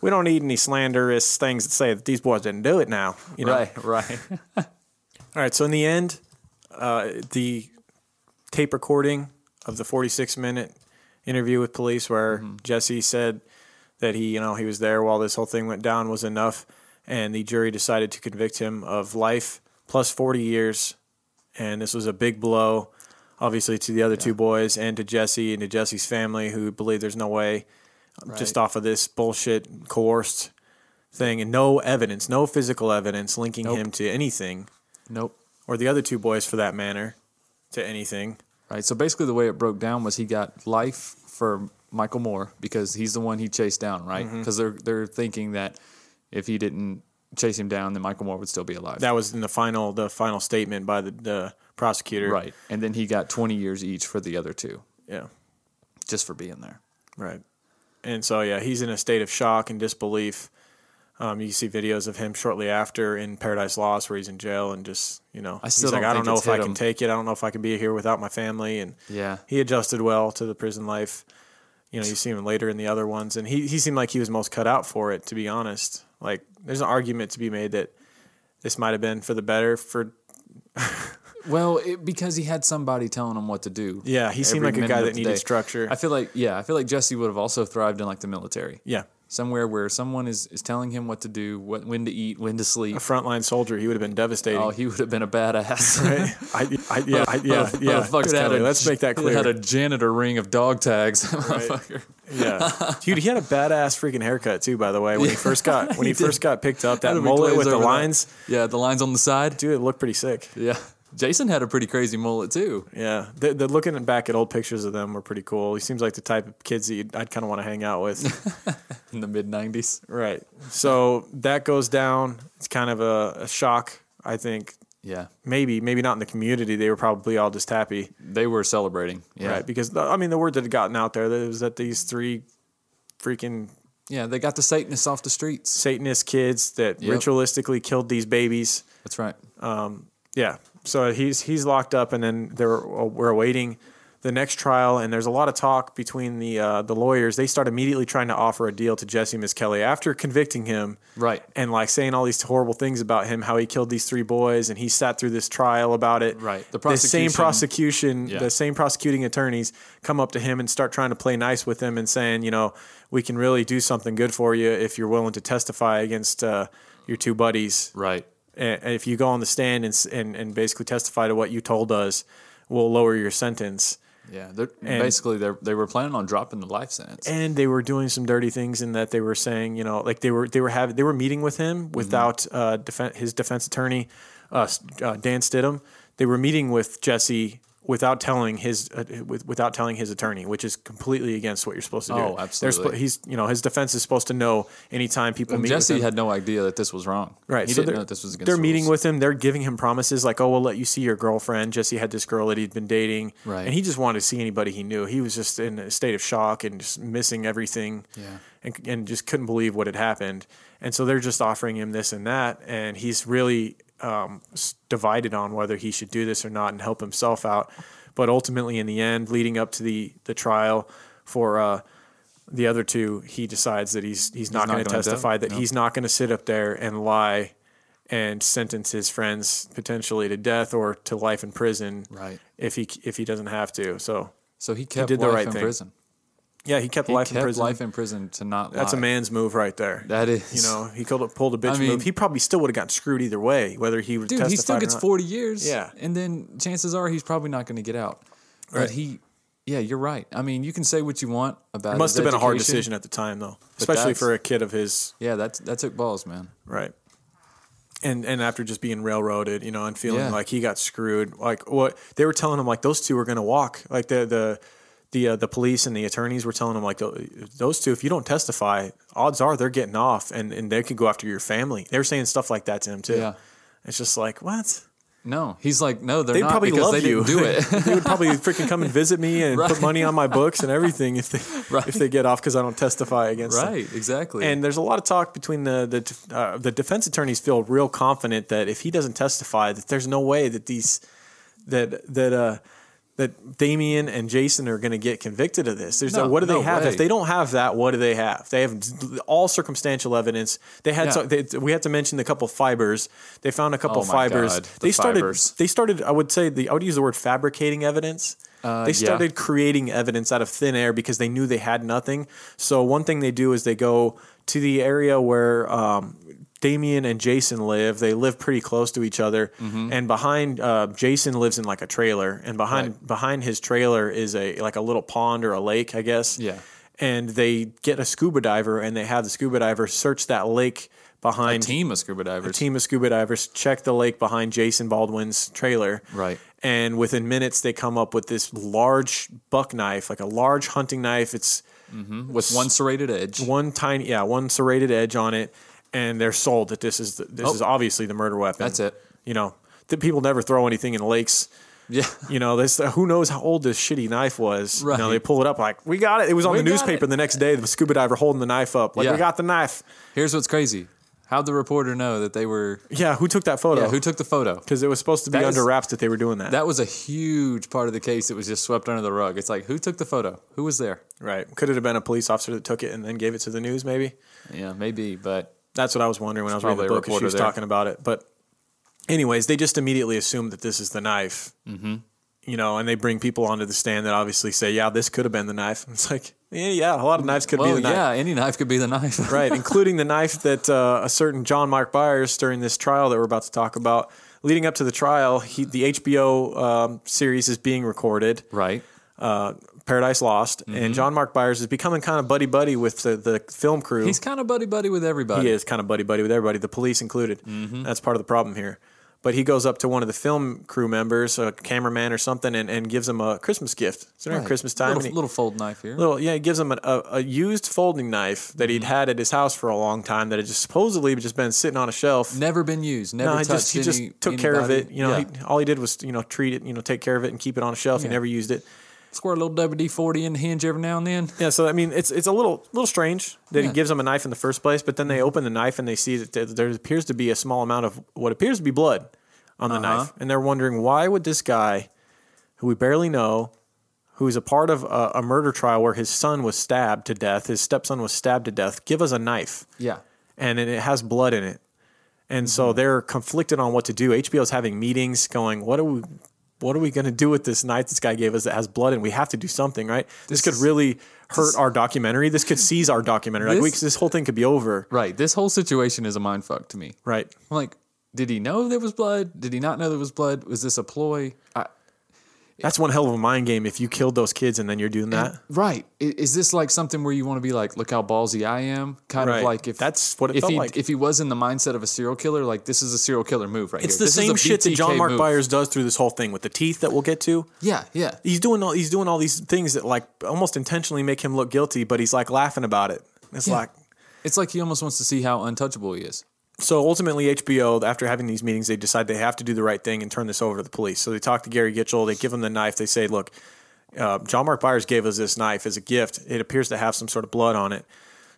we don't need any slanderous things that say that these boys didn't do it now. You know?
Right, right.
All right. So in the end, uh, the tape recording of the 46 minute interview with police where Jesse said that he, you know, he was there while this whole thing went down was enough. And the jury decided to convict him of life plus 40 years. And this was a big blow, obviously, to the other two boys and to Jesse and to Jesse's family who believe there's no way um, just
Right.
off of this bullshit coerced thing and no evidence, no physical evidence linking him to anything.
Nope.
Or the other two boys for that matter to anything.
Right. So basically, the way it broke down was he got life for Michael Moore because he's the one he chased down, right?
Mhm.
Because they're they're thinking that if he didn't chase him down, then Michael Moore would still be alive.
That was in the final the final statement by the, the prosecutor.
Right. And then he got 20 years each for the other two.
Yeah.
Just for being there.
Right. And so yeah, he's in a state of shock and disbelief. Um, you see videos of him shortly after in Paradise Lost where he's in jail and just, you know,
I still
he's like,
don't
I don't
think
know
it's
if I
hit
can
him."
take it. I don't know if I can be here without my family and
Yeah.
he adjusted well to the prison life. You know, you see him later in the other ones, and he he seemed like he was most cut out for it. To be honest, like there's an argument to be made that this might have been for the better for
Well, it, because he had somebody telling him what to do.
Yeah, he seemed
every
like a
minute
guy
of
that
the
needed
day.
structure.
I feel like yeah, I feel like Jesse would have also thrived in like the military.
Yeah.
Somewhere where someone is, is telling him what to do, what when to eat, when to sleep.
A frontline soldier, he would have been devastated.
Oh, he would have been a badass.
Right? I, I, yeah, I, yeah,
Motherf-
yeah.
motherfucker
Good
had
Kelly,
a-
let's make that
Had
clear.
a janitor ring of dog tags, motherfucker.
Yeah, dude, he had a badass freaking haircut too. By the way, when he
Yeah.
first got when he,
He did.
first got picked up,
How
that
did we
mullet
glaze
with the
over that?
lines.
Yeah, the lines on the side.
Dude, it looked pretty sick.
Yeah, Jason had a pretty crazy mullet too.
Yeah, the, the looking back at old pictures of them were pretty cool. He seems like the type of kids that you'd, I'd kind of want to hang out with
in the mid '90s.
Right. So that goes down. It's kind of a, a shock, I think.
Yeah.
Maybe, maybe not in the community. They were probably all just happy.
They were celebrating. Yeah.
Right. Because the- I mean, the word that had gotten out there that was that these three freaking
Yeah, they got the Satanists off the streets.
Satanist kids that
Yep.
ritualistically killed these babies.
That's right.
Um, yeah. So he's he's locked up, and then they're, uh, we're awaiting the next trial. And there's a lot of talk between the uh, the lawyers. They start immediately trying to offer a deal to Jesse Miss Kelly after convicting him,
right?
And like saying all these horrible things about him, how he killed these three boys, and he sat through this trial about it.
Right. The
The, same prosecution,
Yeah.
the same prosecuting attorneys come up to him and start trying to play nice with him and saying, you know, we can really do something good for you if you're willing to testify against uh, your two buddies.
Right.
And and if you go on the stand and, s- and and basically testify to what you told us, we'll lower your sentence.
Yeah, they're
And-
basically they they were planning on dropping the life sentence.
And they were doing some dirty things in that they were saying, you know, like they were they were having they were meeting with
Mm-hmm.
him without uh, defen- his defense attorney, uh, S- uh, Dan Stidham. They were meeting with Jesse without telling his uh, with, without telling his attorney, which is completely against what you're supposed to do.
Oh,
They're spo-
absolutely.
he's you know his defense is supposed to know anytime people
And
meet.
Jesse
with him.
had no idea that this was wrong.
Right.
He
so
didn't
they're,
know that this was against.
they're
the
meeting
rules.
with him. They're giving him promises like, "Oh, we'll let you see your girlfriend." Jesse had this girl that he'd been dating,
Right.
and he just wanted to see anybody he knew. He was just in a state of shock and just missing everything,
Yeah.
and and just couldn't believe what had happened. And so they're just offering him this and that, and he's really um, s- divided on whether he should do this or not and help himself out. But ultimately, in the end, leading up to the the trial for. Uh, the other two, he decides that he's he's not,
not
going to
gonna do it.
testify that
No.
he's not going to sit up there and lie and sentence his friends potentially to death or to life in prison
Right.
if he if he doesn't have to. So
So he kept life in prison.
Yeah, he kept
He
life in
kept
prison.
life in prison to not.
That's a
lie.
man's move right there.
That is.
You know, he pulled a, pulled a bitch
I mean-
move. He probably still would have gotten screwed either way, whether he would
Dude, he still gets
forty.
40 years.
Yeah.
And then chances are he's probably not going to get out. But
Right.
he, yeah, you're right. I mean, you can say what you want about
It must
his
have been a hard
education,
decision at the time, though,
but
especially
that's-
for a kid of his.
Yeah, that's, that took balls, man.
Right. And and after just being railroaded, you know, and feeling
Yeah.
like he got screwed, like what they were telling him, like those two are going to walk, like the the the uh, the police and the attorneys were telling him, like "Tho- those two, if you don't testify, odds are they're getting off, and and they could go after your family. They were saying stuff like that to him too.
Yeah.
It's just like what
No, he's like, no, they're
they
not
probably
because
love
they
you.
didn't do it.
they would probably freaking come and visit me and put
Right.
money on my books and everything if they if they get off because I don't testify against them.
right, exactly.
And there's a lot of talk between the the uh, the defense attorneys feel real confident that if he doesn't testify, that there's no way that these that that uh that Damien and Jason are going to get convicted of this. There's
No,
no, what do
no
they have?
way.
If they don't have that, what do they have? They have all circumstantial evidence. They had
Yeah.
so- they, we had to mention the couple fibers. They found a couple
Oh my
fibers.
God, the
they started
fibers.
they started I would say the I would use the word fabricating evidence.
Uh,
they
yeah.
started creating evidence out of thin air because they knew they had nothing. So one thing they do is they go to the area where um, Damien and Jason live. They live pretty close to each other,
Mhm.
and behind uh, Jason lives in like a trailer, and behind behind his trailer is a like a little pond or a lake, I guess.
Yeah.
And they get a scuba diver, and they have the scuba diver search that lake
a
behind
team of scuba
um, a
divers.
team of scuba divers check the lake behind Jason Baldwin's trailer.
Right.
And within minutes, they come up with this large buck knife, like a large hunting knife. It's
hmm With one serrated edge.
one tiny, yeah, one serrated edge on it. And they're sold that this is the, this
Oh.
is obviously the murder weapon.
That's it.
You know, that people never throw anything in lakes.
Yeah.
You know, this who knows how old this shitty knife was. You know,
Right.
they pull it up like, we got it. It was on
We
the
got
newspaper the next day, the scuba diver holding the knife up. Like,
Yeah.
we got the knife.
Here's what's crazy. How'd the reporter know that they were?
Yeah, who took that photo?
Yeah, who took the photo?
Because it was supposed to be
That
under
is-
wraps that they were doing that.
That was a huge part of the case that was just swept under the rug. It's like who took the photo? Who was there?
Right. Could it have been a police officer that took it and then gave it to the news? Maybe.
Yeah, maybe. But
that's what I was wondering when I was
It's
reading the
probably a
book. 'cause She
reporter
was
there.
talking about it, but anyways, they just immediately assume that this is the knife.
Mhm.
You know, and they bring people onto the stand that obviously say, "Yeah, this could have been the knife." It's like, yeah, yeah, a lot of knives could
well,
be the knife.
yeah, any knife could be the knife.
right, including the knife that uh, a certain John Mark Byers during this trial that we're about to talk about. Leading up to the trial, he, the HBO um, series is being recorded.
Right.
Uh, Paradise Lost,
Mm-hmm.
and John Mark Byers is becoming kind of buddy buddy with the, the film crew.
He's kind of buddy buddy Mm-hmm. with everybody.
He is kind of buddy buddy with everybody, the police included. That's part of the problem here. But he goes up to one of the film crew members, a cameraman or something, and, and gives him a Christmas gift. It's during
Right.
Christmas time.
Little,
and he-
little fold knife here.
Little, yeah, he gives him an, a, a used folding knife that
Mm-hmm.
he'd had at his house for a long time that had just supposedly just been sitting on a shelf.
Never been used. Never
no, he just,
touched
he just
any-
took care of it.
anybody.
You know,
Yeah.
he, all he did was, you know, treat it, you know, take care of it and keep it on a shelf.
Yeah.
He never used it.
Square a little WD forty in the hinge every now and then.
Yeah, so I mean, it's it's a little little strange that
Yeah.
he gives them a knife in the first place, but then they open the knife and they see that there- there appears to be a small amount of what appears to be blood on the
Uh-huh.
knife, and they're wondering why would this guy, who we barely know, who is a part of a, a murder trial where his son was stabbed to death, his stepson was stabbed to death, give us a knife,
Yeah.
and it, it has blood in it, and so
Mm-hmm.
they're conflicted on what to do. HBO's having meetings, going, what do we? What are we going to do with this knife this guy gave us that has blood and we have to do something, right? This, could really hurt
this-
our documentary. This could seize our documentary. Like we,
This-
this whole thing could be over.
Right. This whole situation is a mind fuck to me.
Right.
I'm like, did he know there was blood? Did he not know there was blood? Was this a ploy? I,
That's one hell of a mind game if you killed those kids and then you're doing that.
right. I- Is, this like something where you want to be like, look how ballsy I am? Kind of
Right.
like if that's
what it
if
felt
he
like.
if he was in the mindset of a serial killer, like this is a serial killer move right
It's
here.
the
This is a
same shit that John
BTK
Mark
move.
Byers does through this whole thing with the teeth that we'll get to.
Yeah, yeah.
He's doing all he's doing all these things that like almost intentionally make him look guilty, but he's like laughing about it. It's
Yeah.
like
It's like he almost wants to see how untouchable he is.
so ultimately HBO after having these meetings they decide they have to do the right thing and turn this over to the police. So they talk to Gary Gitchell, they give him the knife, they say, "Look, uh, John Mark Byers gave us this knife as a gift. It appears to have some sort of blood on it."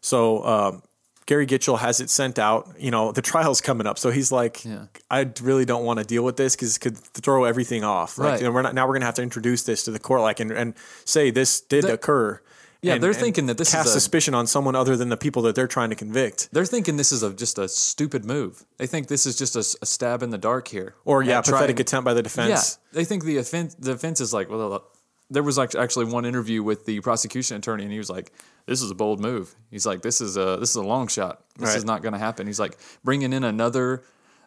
So um, Gary Gitchell has it sent out. You know, the trial's coming up, so he's like, "I really don't want to deal with this because it could throw everything off." Like,
Right.
and we're not now we're gonna have to introduce this to the court, like, and, and say this did
That-
occur.
Yeah,
and-
they're
and
thinking that this is
cast
a-
suspicion on someone other than the people that they're trying to convict.
They're thinking this is a just a stupid move. They think this is just a, s- a stab in the dark here.
Or yeah,
At trying-
pathetic attempt by the defense.
Yeah, they think the offense the offense is like well, there was like actually one interview with the prosecution attorney, and he was like, "This is a bold move." He's like, "This is a this is a long shot. This
Right.
is not going to happen." He's like, bringing in another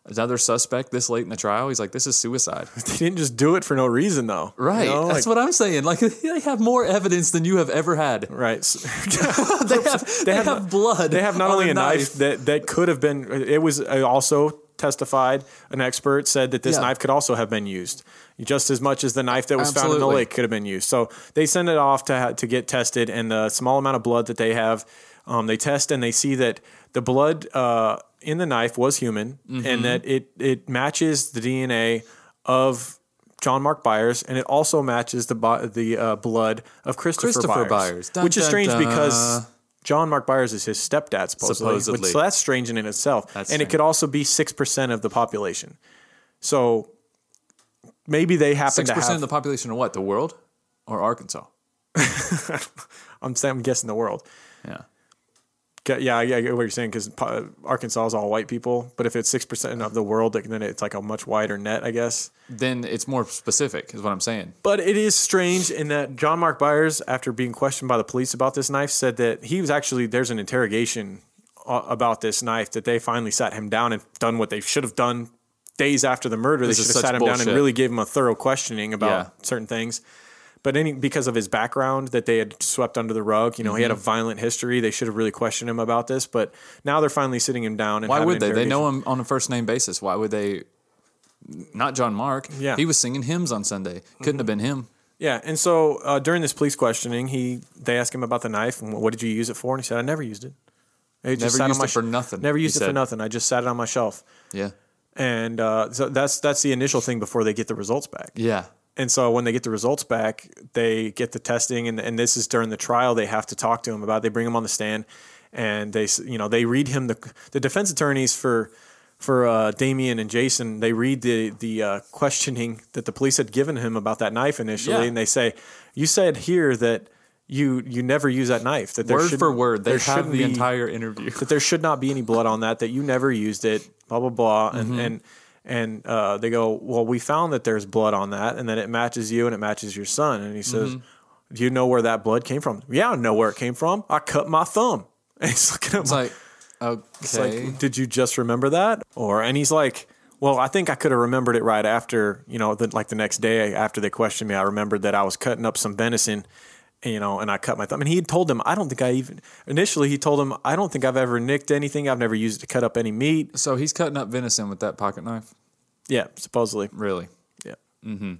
another suspect this late in the trial. He's like, "This is suicide."
They didn't just do it for no reason though.
Right. That's what I'm saying. Like they have more evidence than you have ever had.
Right.
they have they, have, blood.
They have not
on
only a knife, that that could have been. It was uh, also testified. An expert said that this
Yeah.
knife could also have been used, just as much as the knife that was found in the
Absolutely.
lake could have been used. So they send it off to ha- to get tested, and the small amount of blood that they have, um, they test and they see that the blood uh, in the knife was human,
Mhm.
and that it it matches the DNA of. John Mark Byers, and it also matches the bo- the uh, blood of Christopher,
Christopher Byers.
Byers,
Dun,
which is
dun,
strange because
dun.
John Mark Byers is his stepdad, supposedly. which-
Supposedly.
so that's strange in and itself.
That's
and
strange.
it could also be 6% of the population. So maybe they happen
Six
to
percent
have.
of the population of what? The world or Arkansas?
I'm, saying- I'm guessing the world.
Yeah.
Ge- Yeah, I I get what you're saying because Arkansas is all white people. But if it's 6% of the world, like, then it's like a much wider net, I guess.
Then it's more specific, is what I'm saying.
But it is strange in that John Mark Byers, after being questioned by the police about this knife, said that he was actually there's an interrogation uh, about this knife that they finally sat him down and done what they should have done days after the murder.
This
they
is
should have
such
sat him down
bullshit.
and really gave him a thorough questioning about
Yeah.
certain things. But any because of his background that they had swept under the rug, you know, he had a
Mhm.
violent history. They should have really questioned him about this. But now they're finally sitting him down. And
Why
having
would they? They
interrogation.
know him on a first name basis. Why would they? Not John Mark.
Yeah. Mm-hmm.
He was singing hymns on Sunday. Couldn't have been him.
Yeah, and so uh, during this police questioning, he they asked him about the knife and what did you use it for, and he said, "I never used it. I
Never used it for nothing,"
Never
he
used it for
said.
nothing. I just sat it on my shelf."
Yeah.
And uh, so that's that's the initial thing before they get the results back.
Yeah.
And so when they get the results back, they get the testing, and, and this is during the trial. They have to talk to him about. They bring him on the stand, and they s- you know they read him the the defense attorneys for for uh, Damien and Jason. They read the the uh, questioning that the police had given him about that knife initially,
Yeah.
and they say, "You said here that." You, you never use that knife. That there
Word
shouldn't-
for word, they
there
have
shouldn't
the
be-
entire interview.
that there should not be any blood on that. That you never used it. Blah blah blah. And
Mhm.
and and uh, they go, well, we found that there's blood on that, and then it matches you and it matches your son. And he says,
Mhm.
do you know where that blood came from? Yeah, I know where it came from. I cut my thumb. And he's looking at
It's
my-
like, okay.
it's like, did you just remember that? Or and he's like, well, I think I could have remembered it right after, you know, the, like the next day after they questioned me, I remembered that I was cutting up some venison, you know, and I cut my thumb. And he had told them, I don't think I even initially he told him, I don't think I've ever nicked anything. I've never used it to cut up any meat.
So he's cutting up venison with that pocket knife.
Yeah, supposedly.
Really?
Yeah.
Mm-hmm.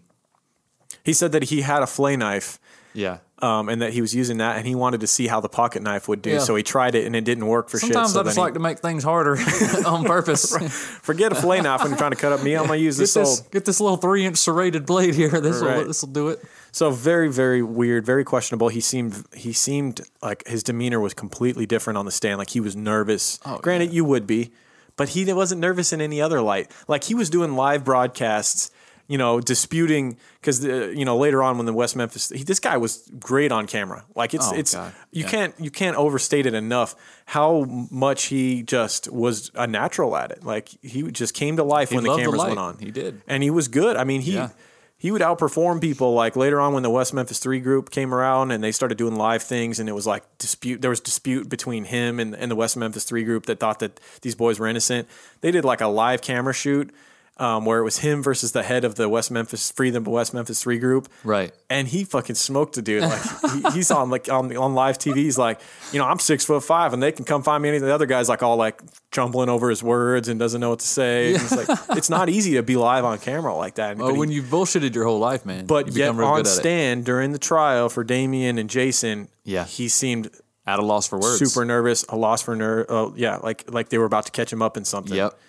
He said that he had a flay knife.
Yeah.
Um, and that he was using that, and he wanted to see how the pocket knife would do.
Yeah.
So he tried it, and it didn't work for shit.
Sometimes
So
I just
then he-
like to make things harder on purpose.
Forget a fillet knife when you're trying to cut up meat. I'm gonna use
Get
this
this-
old. Get this little three inch serrated blade here.
This will- this'll
do it. So very very weird, very questionable. He seemed he seemed like his demeanor was completely different on the stand. Like he was nervous.
Oh,
Granted, you would be, but he wasn't nervous in any other light. Like he was doing live broadcasts. You know, disputing because you know later on when the West Memphis, he, this guy was great on camera. Like it's
Oh,
it's
God.
you
Yeah.
can't you can't overstate it enough how much he just was a natural at it. Like he just came to life
He
when the
loved the
cameras
light.
went on.
He did.
and he was good. I mean, he
Yeah.
he would outperform people. Like later on, when the West Memphis Three group came around and they started doing live things, and it was like dispute. There was dispute between him and, and the West Memphis Three group that thought that these boys were innocent. They did like a live camera shoot. Um, where it was him versus the head of the West Memphis Free the West Memphis Three group,
Right.
and he fucking smoked a dude. Like he, he's on like on on live TV. He's like, you know, I'm six foot five, and they can come find me. And the other guy's like all like jumbling over his words and doesn't know what to say. And It's like it's not easy to be live on camera like that.
Oh,
But he-
when you've bullshitted your whole life, man.
but
you
yet
become real
on
good at it.
stand during the trial for Damien and Jason,
Yeah.
he seemed
at a loss for words.
super nervous, a loss for nerve. Oh yeah, like like they were about to catch him up in something.
Yep.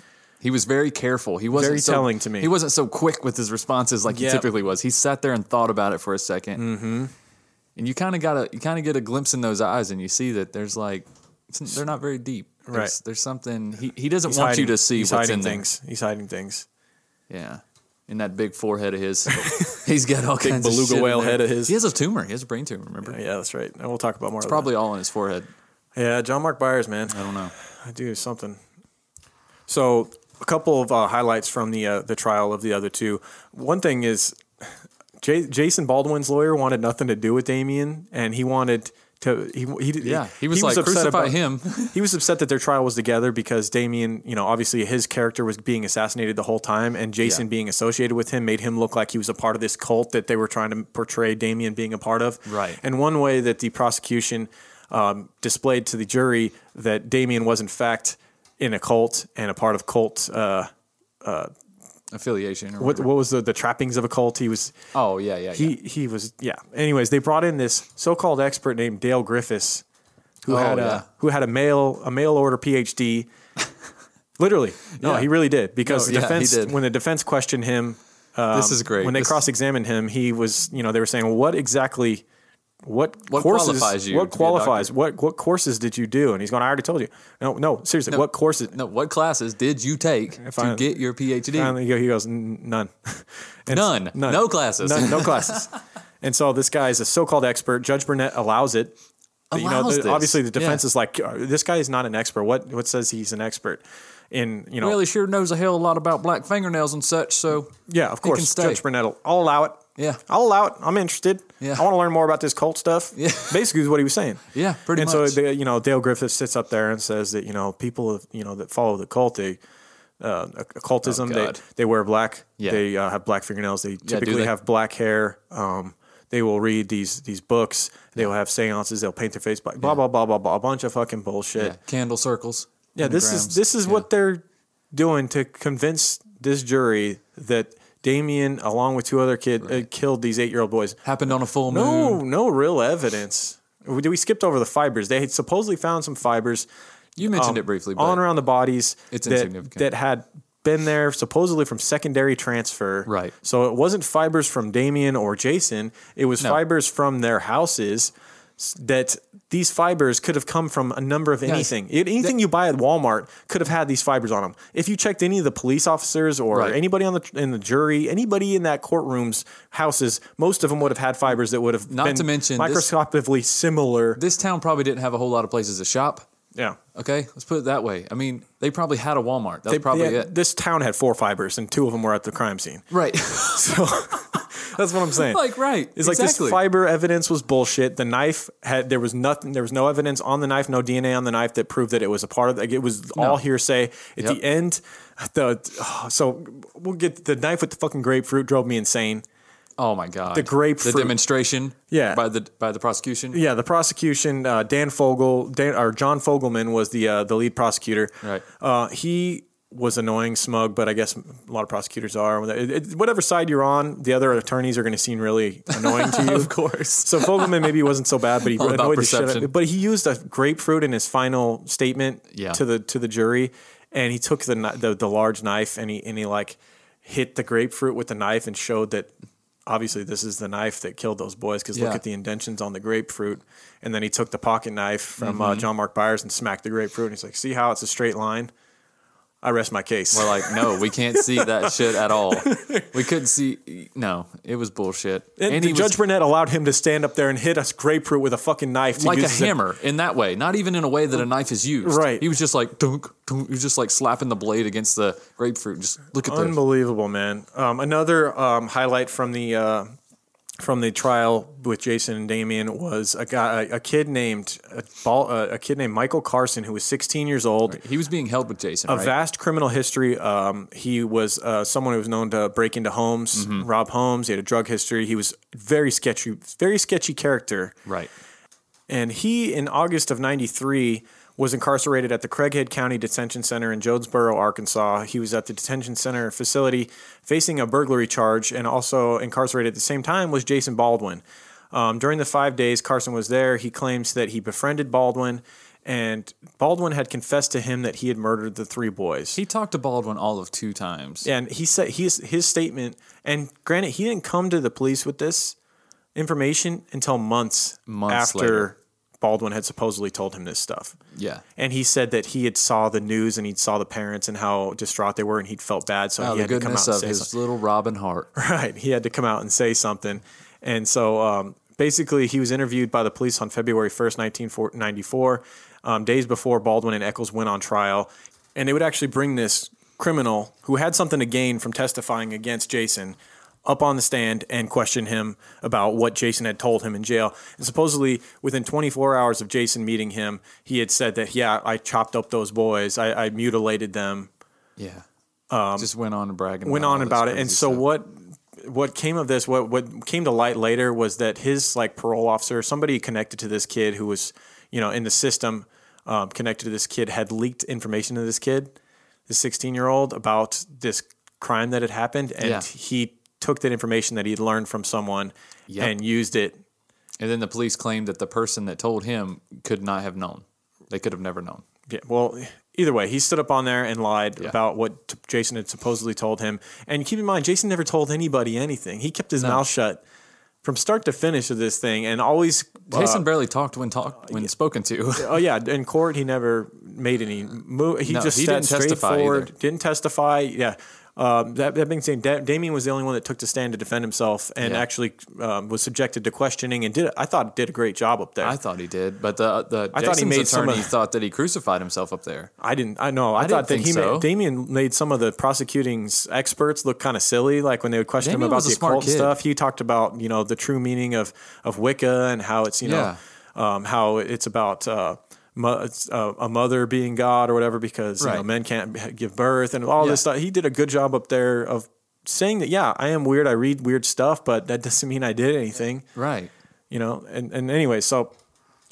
He was very careful. He wasn't
Very
so,
telling to me.
He wasn't so quick with his responses like
Yep.
he typically was. He sat there and thought about it for a 2nd
Mm-hmm.
and you kind of got to you kind of get a glimpse in those eyes, and you see that there's like it's, they're not very deep. There's,
Right.
There's something he, he doesn't
He's
want
hiding-
you to see
he's
what's
hiding
in there.
things. He's hiding things.
Yeah. In that big forehead of his, he's got all
Big
kinds of
beluga
shit in
whale
there.
head of his.
He has a tumor. He has a brain tumor. Remember?
Yeah, that's right. And we'll talk about more.
It's
of
probably all on his forehead.
that. yeah. John Mark Byers, man.
I don't know.
I do something. So a couple of uh, highlights from the uh, the trial of the other two. One thing is, J- Jason Baldwin's lawyer wanted nothing to do with Damien, and he wanted to. He he did-
Yeah, he was like, "Crucify him.
he was upset that their trial was together because Damien, you know, obviously his character was being assassinated the whole time, and Jason
Yeah.
being associated with him made him look like he was a part of this cult that they were trying to portray Damien being a part of.
Right.
And one way that the prosecution um, displayed to the jury that Damien was in fact in a cult and a part of cult. Uh, uh,
Affiliation. Or
what,
whatever.
what was the, the trappings of a cult? He was
Oh yeah, yeah.
he he was yeah. Anyways, they brought in this so-called expert named Dale Griffiths, who
Oh,
had a
yeah.
who had a mail a mail order PhD. Literally, no,
Yeah.
he really did because
No,
the
yeah, he
defense
did.
when the defense questioned him. Um,
This is great.
When they
This-
cross-examined him, he was you know they were saying well, what exactly. What,
What
courses,
qualifies you
What
to be a doctor?
qualifies? What what courses did you do? And he's going. I already told you. No, no. Seriously, what courses?
No, what classes did you take to
I-
get your PhD?
Finally, he goes, "N- none. And
None.
s-
No classes.
None, no classes. And so this guy is a so-called expert. Judge Burnett allows it.
Allows
the-
this.
obviously the defense
Yeah.
is like, "Uh, this guy is not an expert. What what says he's an expert? In you know,
Well, he sure knows a hell of a lot about black fingernails and such. So
yeah, of
he can
course,
stay.
Judge Burnett. will- I'll allow it.
Yeah.
I'll allow it. I'm interested.
Yeah.
I want to learn more about this cult stuff. Yeah. Basically, is what he was saying.
Yeah, pretty
and
much.
so, they, you know, Dale Griffith sits up there and says that, you know, people, you know, that follow the cult, they, uh, occultism,
Oh,
they,
God.
they wear black,
Yeah.
they uh, have black fingernails, they
do
typically
they?
have black hair. Um, they will read these these books. They will have seances. They'll paint their face black. Blah blah blah blah blah. A bunch of fucking bullshit.
yeah, candle circles.
Yeah, this is
pentagrams.
this is what they're doing to convince this jury that Damien, along with two other kids, uh, killed these eight year old boys.
happened on a full moon.
No, no real evidence. We, we skipped over the fibers. They had supposedly found some fibers.
You mentioned it briefly, but
on Um, around the bodies.
it's
that,
insignificant.
That had been there supposedly from secondary transfer.
Right.
So it wasn't fibers from Damien or Jason. It was
No.
fibers from their houses. s- that these fibers could have come from a number of
Guys,
anything. It- anything you buy at Walmart could have had these fibers on them. If you checked any of the police officers or
Right.
anybody on the in the jury, anybody in that courtroom's houses, most of them would have had fibers that would have
Not
been
to mention this-
microscopically similar.
This town probably didn't have a whole lot of places to shop.
Yeah.
Okay, let's put it that way. I mean, they probably had a Walmart. That's
They-
probably
yeah,
it.
This town had four fibers, and two of them were at the crime scene.
Right.
so that's what I'm saying.
Like, right.
It's like
Exactly.
this fiber evidence was bullshit. The knife had there was nothing. There was no evidence on the knife, no DNA on the knife that proved that it was a part of. Like it was all hearsay. At
Yep.
the end, the oh, so we'll get the knife with the fucking grapefruit drove me insane.
Oh my god.
The grapefruit.
The demonstration.
Yeah.
By the by the prosecution.
Yeah, the prosecution, uh, Dan Fogel, Dan, or John Fogelman was the uh, the lead prosecutor.
Right.
Uh, he was annoying, smug, but I guess a lot of prosecutors are. It- it- whatever side you're on, the other attorneys are going to seem really annoying to you.
Of course.
So Fogelman maybe wasn't so bad, but he
All about
annoyed the shit out of
perception.
But he used a grapefruit in his final statement
Yeah.
to the to the jury, and he took the, kni- the the large knife and he and he like hit the grapefruit with the knife and showed that. Obviously, this is the knife that killed those boys because
Yeah.
look at the indentions on the grapefruit. And then he took the pocket knife from uh,
Mhm.
John Mark Byers and smacked the grapefruit. And he's like, "See how it's a straight line? I rest my case."
We're like, no, we can't see that shit at all. We couldn't see. No, it was bullshit.
And,
he
the
was
Judge Burnett allowed him to stand up there and hit us grapefruit with a fucking knife, to
like
use
a
as
hammer in that way, not even in a way that a knife is used.
Right.
He was just like, dunk, dunk. He was just like slapping the blade against the grapefruit. Just look at the
Unbelievable, man. Um, another um, highlight from the uh, from the trial with Jason and Damien was a guy, a, a kid named a, ball, uh, a kid named Michael Carson, who was 16 years old.
He was being held with Jason.
A
right?
vast criminal history. Um, he was uh, someone who was known to break into homes,
Mhm.
rob homes. He had a drug history. He was very sketchy, very sketchy character.
Right.
And he, in August of '93, was incarcerated at the Craighead County Detention Center in Jonesboro, Arkansas. He was at the detention center facility facing a burglary charge, and also incarcerated at the same time was Jason Baldwin. Um, during the five days Carson was there, he claims that he befriended Baldwin, and Baldwin had confessed to him that he had murdered the three boys.
He talked to Baldwin all of two times.
And he said his his statement. And granted, he didn't come to the police with this information until months,
Months
after
later.
Baldwin had supposedly told him this stuff.
Yeah.
And he said that he had saw the news and he saw the parents and how distraught they were and he'd felt bad, so
Oh,
he
the
had to come out
goodness
and
of
say
his
something.
little Robin Hart.
Right. He had to come out and say something. And so um, basically, he was interviewed by the police on February 1st, 1994, um, days before Baldwin and Eccles went on trial. And they would actually bring this criminal who had something to gain from testifying against Jason up on the stand and question him about what Jason had told him in jail. And supposedly, within 24 hours of Jason meeting him, he had said that, yeah, I chopped up those boys, I, I mutilated them.
Yeah.
Um,
Just went on and bragging.
went
all
on
this
about it. And
crazy
so
stuff.
what what came of this, what what came to light later was that his like parole officer, somebody connected to this kid who was, you know, in the system, um, connected to this kid, had leaked information to this kid, the 16 year old, about this crime that had happened. And
Yeah.
he took that information that he'd learned from someone
Yep.
and used it.
And then the police claimed that the person that told him could not have known. They could have never known.
Yeah, well, either way, he stood up on there and lied about what t- Jason had supposedly told him. And keep in mind, Jason never told anybody anything. He kept his mouth shut from start to finish of this thing, and always uh,
Jason barely talked when talked when spoken to.
oh yeah, in court he never made any move. He
No,
just
he
sat
didn't
straight
testify
forward,
either.
didn't testify. Yeah, um, that, that being said, da- Damien was the only one that took the stand to defend himself and
Yeah.
actually um, was subjected to questioning and did. I thought did a great job up there.
I thought he did, but the the
I
I
thought he made some
attorney
of-
thought that he crucified himself up there.
I didn't. I know.
I
I,
didn't
thought that
think
he
so.
made, Damien made some of the prosecuting's experts look kind of silly, like when they would question him
Damien
about
was a
the
smart
occult
kid.
stuff. He talked about you know the true meaning of of Wicca and how it's you
Yeah.
know um, how it's about. Uh, mo- it's, uh, a mother being God or whatever, because you know,
Right.
men can't give birth and all this
Yeah.
stuff. He did a good job up there of saying that, yeah, I am weird. I read weird stuff, but that doesn't mean I did anything.
Right.
You know, and, and anyway, so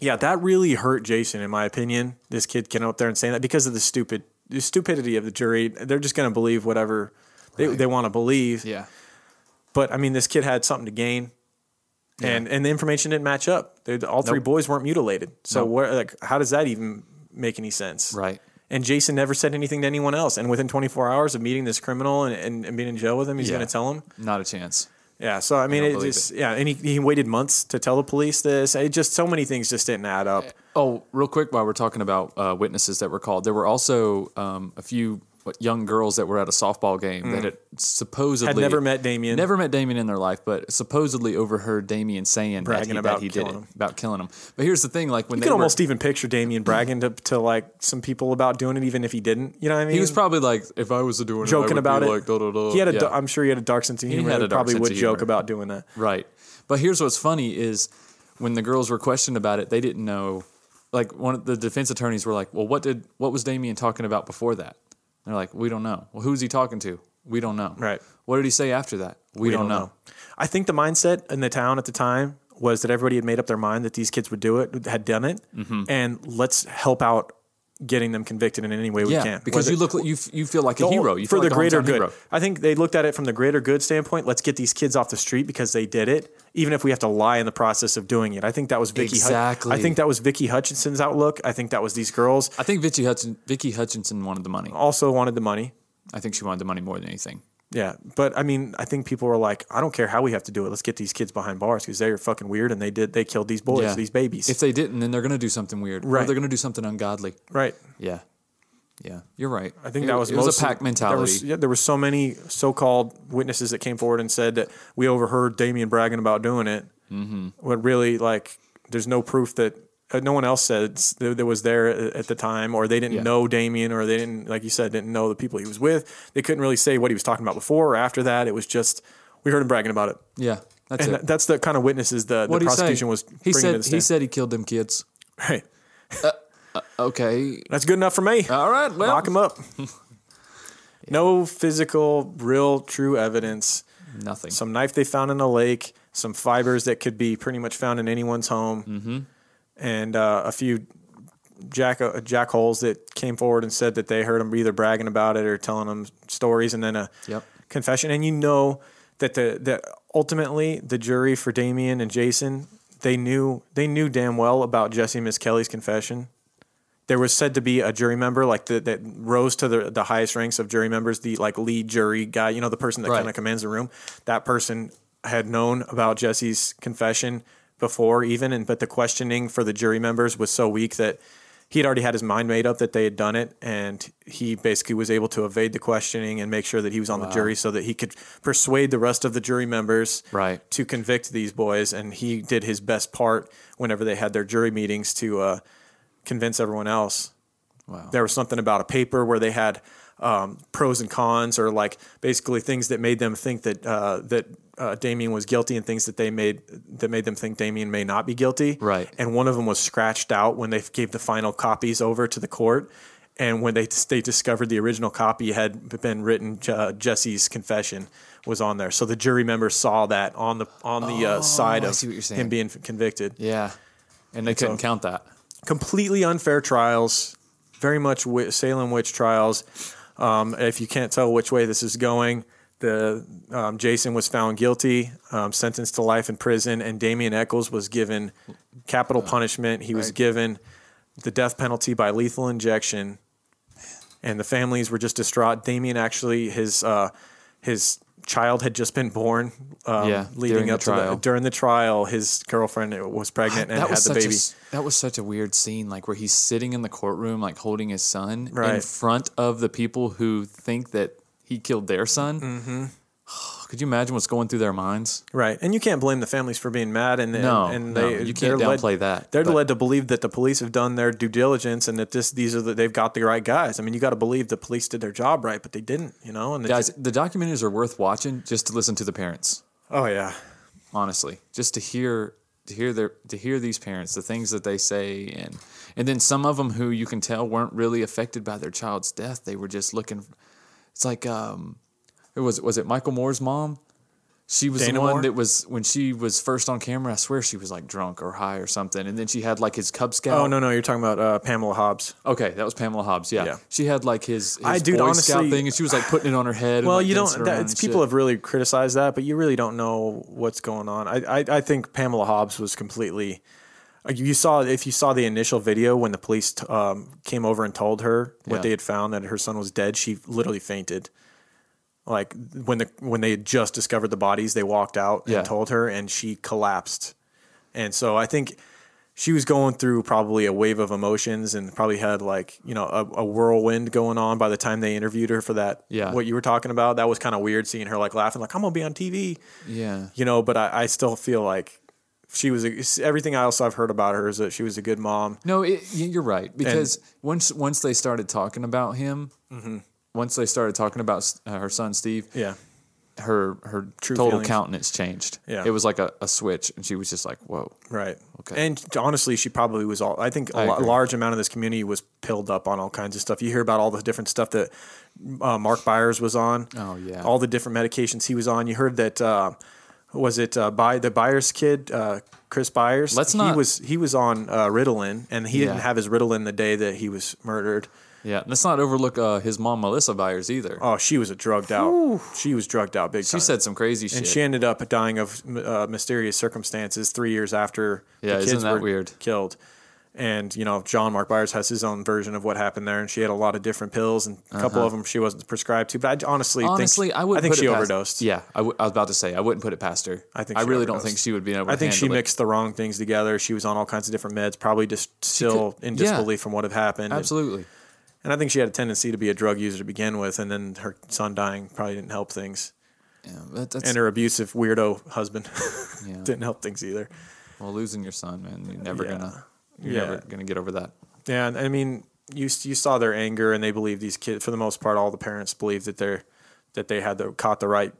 yeah, that really hurt Jason, in my opinion. This kid getting up there and saying that because of the stupid the stupidity of the jury, they're just going to believe whatever they, they want to believe.
Yeah.
But I mean, this kid had something to gain, and and the information didn't match up. They, all three
Nope.
boys weren't mutilated, so
Nope.
where like how does that even make any sense?
Right.
And Jason never said anything to anyone else. And within 24 hours of meeting this criminal and, and, and being in jail with him, he's
Yeah.
going to tell him.
Not a chance.
Yeah, so I mean,
don't
it
believe
just yeah, and he, he waited months to tell the police this. It just so many things just didn't add up.
Oh, real quick, while we're talking about uh, witnesses that were called, there were also um, a few what, young girls that were at a softball game
Mm.
that had supposedly
Had never met Damien.
never met Damien in their life, but supposedly overheard Damien saying that
Bragging
he,
about
that he did
killing
it,
him.
about killing him. But here's the thing: like when
you
they
can
were-
almost even picture Damien bragging to, to like some people about doing it, even if he didn't. You know what I mean?
he was probably like, if I was doing it, I
joking
would
about
be
it.
like, da, da, da.
He had a,
Yeah.
da- I'm sure he had a dark sense of
He
humor.
had a
and
dark
probably
sense
would
of
joke
humor.
about doing that.
Right. But here's what's funny is when the girls were questioned about it, they didn't know. Like one of the defense attorneys were like, "Well, what did what was Damien talking about before that?" They're like, "We don't know." Well, who's he talking to? We don't know. Right. What did he say after that? We, don't, know.
I think the mindset in the town at the time was that everybody had made up their mind that these kids would do it, had done it,
Mhm.
and let's help out getting them convicted in any way we
yeah,
can.
because
Whether-
you look like you f- you feel like a
the whole-
hero. You
for
feel like
the
a
greater
hometown
good.
hero.
I think they looked at it from the greater good standpoint. Let's get these kids off the street because they did it, even if we have to lie in the process of doing it. I think that was Vicky. Hut-
Exactly.
I think that was Vicky Hutchinson's outlook. I think that was these girls.
I think Vicky Hutchinson, Vicky Hutchinson wanted the money.
Also wanted the money.
I think she wanted the money more than anything.
Yeah, but I mean, I think people were like, I don't care how we have to do it. Let's get these kids behind bars because they're fucking weird and they did they killed these boys,
Yeah.
these babies.
If they didn't, then they're going to do something weird. Or
Right.
they're going to do something ungodly.
right.
Yeah. Yeah. You're right.
I think
It-
that was
it was
most
a pack
There was,
mentality.
yeah, there were so many so-called witnesses that came forward and said that we overheard Damien bragging about doing it.
Mhm.
When really, like, there's no proof that uh, no one else said s- that, that was there a- at the time, or they didn't
Yeah.
know Damien, or they didn't, like you said, didn't know the people he was with. They couldn't really say what he was talking about before or after that. It was just we heard him bragging about it.
Yeah. That's
and
it.
that- that's the kind of witnesses the, the
What'd he say?
prosecution was. bringing
He
to
said
the
he
stand.
said he killed them kids.
Right.
okay.
That's good enough for me.
All right. Well,
knock him up. No physical, real, true evidence.
Nothing.
Some knife they found in a lake. Some fibers that could be pretty much found in anyone's home. Mm-hmm. And uh, a few jack uh, jack holes that came forward and said that they heard him either bragging about it or telling them stories, and then a
Yep.
confession. And you know that the that ultimately the jury for Damien and Jason they knew they knew damn well about Jesse and Miss Kelly's confession. There was said to be a jury member like the, that rose to the, the highest ranks of jury members, the like lead jury guy, you know, the person that
Right.
kind of commands the room. That person had known about Jesse's confession before even, and but the questioning for the jury members was so weak that he'd already had his mind made up that they had done it and he basically was able to evade the questioning and make sure that he was on
Wow.
the jury so that he could persuade the rest of the jury members right. to convict these boys and he did his best part whenever they had their jury meetings to uh, convince everyone else
Wow.
there was something about a paper where they had um, pros and cons or like basically things that made them think that uh, that uh, Damien was guilty and things that they made that made them think Damien may not be guilty. Right. And one of them was scratched out when they gave the final copies over to the court. And when they they discovered the original copy had been written, uh, Jesse's confession was on there. So the jury member saw that on the on the uh,
Oh,
side
I
of
see what you're saying.
him being convicted.
Yeah, and they couldn't count that.
Completely unfair trials, very much wi- Salem witch trials. Um, if you can't tell which way this is going, the um, Jason was found guilty, um, sentenced to life in prison, and Damian Eccles was given capital punishment. He was given the death penalty by lethal injection, and the families were just distraught. Damien actually his uh, his child had just been born. Um,
Yeah, during
leading
the
up to
trial.
the, during the trial, his girlfriend was pregnant and
that
had
was
the
such
baby.
A, s- that was such a weird scene, like where he's sitting in the courtroom, like holding his son in
Right.
front of the people who think that he killed their son.
Mm-hmm.
Could you imagine what's going through their minds?
Right, and you can't blame the families for being mad, and and-
No,
and
no,
they
you can't
they're led-
downplay that,
They're
but-
led to believe that the police have done their due diligence and that this these are the, they've got the right guys. I mean, you got to believe the police did their job right, but they didn't, you know. And they
Guys,
just-
the documentaries are worth watching just to listen to the parents.
oh yeah,
honestly just to hear to hear their to hear these parents the things that they say and and then some of them who you can tell weren't really affected by their child's death they were just looking it's like um it was was it Michael Moore's mom she was
Dana
the one
Moore?
that was when she was first on camera I swear she was like drunk or high or something and then she had like his cub scout
oh no, no, you're talking about uh, Pamela Hobbs.
okay that was Pamela Hobbs yeah, she had like his, his
I- dude,
boy scout
honestly-
thing and she was like putting it on her head
Well,
and, like,
you
dancing
don't.
around
That, it's,
and
people
shit.
have really criticized that, but you really don't know what's going on. I, I, I think Pamela Hobbs was completely. like, You saw if you saw the initial video when the police t- um, came over and told her what
Yeah.
they had found that her son was dead. She literally fainted like when the when they had just discovered the bodies, they walked out
Yeah.
and told her, and she collapsed. And so I think she was going through probably a wave of emotions and probably had like you know a, a whirlwind going on by the time they interviewed her for that.
Yeah.
what you were talking about that was kind of weird seeing her like laughing like I'm gonna be on TV
Yeah.
you know but i, I still feel like she was a, everything else i've heard about her is that she was a good mom
No, it, y- you're right because once once they started talking about him,
Mhm.
once they started talking about s- uh, her son Steve,
Yeah.
her her
True
total
feelings.
countenance changed.
Yeah.
it was like a, a switch, and she was just like, "Whoa,
right
Okay.
and honestly she probably was all i think a
I
lo-
agree.
large amount of this community was pilled up on all kinds of stuff you hear about all the different stuff that uh, mark byers was on
oh yeah."
all the different medications he was on you heard that uh, was it uh, by the Byers kid, uh, Chris Byers?
Let's
He
not-
was he was on uh, Ritalin, and he didn't
Yeah.
have his Ritalin the day that he was murdered.
yeah, let's not overlook uh, his mom Melissa Byers either.
Oh, she was a drugged out.
Whew.
She was drugged out big
She
time.
said some crazy
And
shit.
she ended up dying of uh, mysterious circumstances three years after
Yeah,
the
isn't
kids
that
were
weird?
killed. And you know, John Mark Byers has his own version of what happened there, and she had a lot of different pills, and a couple
Uh-huh.
of them she wasn't prescribed to. But I honestly,
Honestly,
think,
I
I
wouldn't.
think
put
she
it past-
overdosed.
Yeah, I, w- I was about to say I wouldn't put it past her.
I think
I
she
really don't
overdosed.
think she would be able.
I think
to
she
handle it.
mixed the wrong things together. She was on all kinds of different meds, probably just still in
yeah.
disbelief from what had happened. And-
absolutely.
And I think she had a tendency to be a drug user to begin with, and then her son dying probably didn't help things.
Yeah, that, that's
and her abusive weirdo husband
Yeah.
didn't help things either.
well, losing your son, man. You're never
Yeah.
gonna. You're
Yeah.
never gonna get over that.
Yeah, and I mean, you you saw their anger, and they believe these kids. For the most part, all the parents believe that they're that they had the, caught the right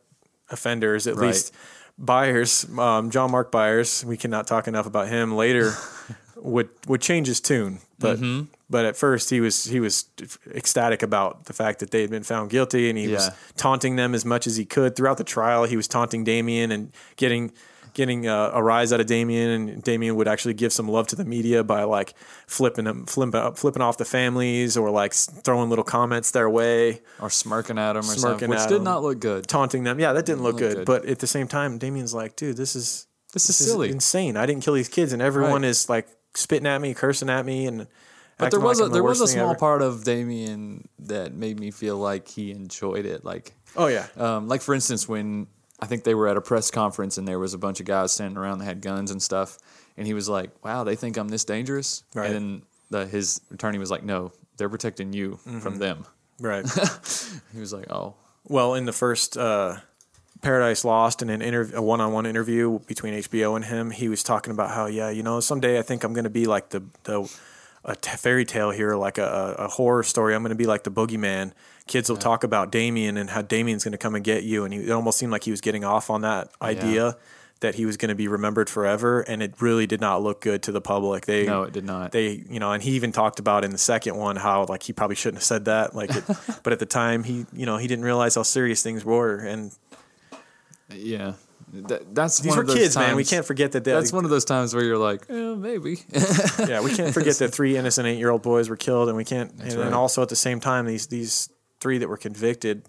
offenders. At
Right.
least Byers, um, John Mark Byers. We cannot talk enough about him. Later, would would change his tune, but
Mhm.
but at first he was he was ecstatic about the fact that they had been found guilty, and he was
Yeah.
taunting them as much as he could throughout the trial. He was taunting Damien and getting getting uh, a, a rise out of Damien, and Damien would actually give some love to the media by like flipping them, flipping, flipping off the families, or like s- throwing little comments their way,
or smirking at them, or something,
smirking
which
at
did
them,
not look good.
taunting them. Yeah, that didn't look,
look
good,
good.
but at the same time, Damien's like, dude, this is
This is silly.
insane. I didn't kill these kids, and everyone
Right.
is like spitting at me, cursing at me, and
But
acting
there was
like
a
I'm the
there was
worst
a
thing
small
ever.
part of Damien that made me feel like he enjoyed it. Like
Oh yeah,
um, like for instance, when I think they were at a press conference and there was a bunch of guys standing around that had guns and stuff, and he was like, "Wow, they think I'm this dangerous."
Right.
And then the, his attorney was like, "No, they're protecting you from
Mhm.
them."
right.
He was like, "Oh,
Well, in the first uh, Paradise Lost, in an interv- a one-on-one interview between HBO and him, he was talking about how, yeah, you know, someday I think I'm going to be like the the a t- fairy tale here, like a, a a horror story. I'm going to be like the boogeyman. Kids will talk about Damien and how Damien's going to come and get you, and he, it almost seemed like he was getting off on that idea. That he was going to be remembered forever, and it really did not look good to the public. They
No, it did not.
They, you know, and he even talked about in the second one how like he probably shouldn't have said that. Like, it, but at the time he, you know, he didn't realize how serious things were, and
yeah." Th- that's
These
one
were
of those
kids, man.
times-
We can't forget that they-
That's one of those times where you're like, eh, maybe.
yeah, we can't forget that three innocent eight year old boys were killed, and we can't. And,
That's
and
right.
also at the same time, these these three that were convicted,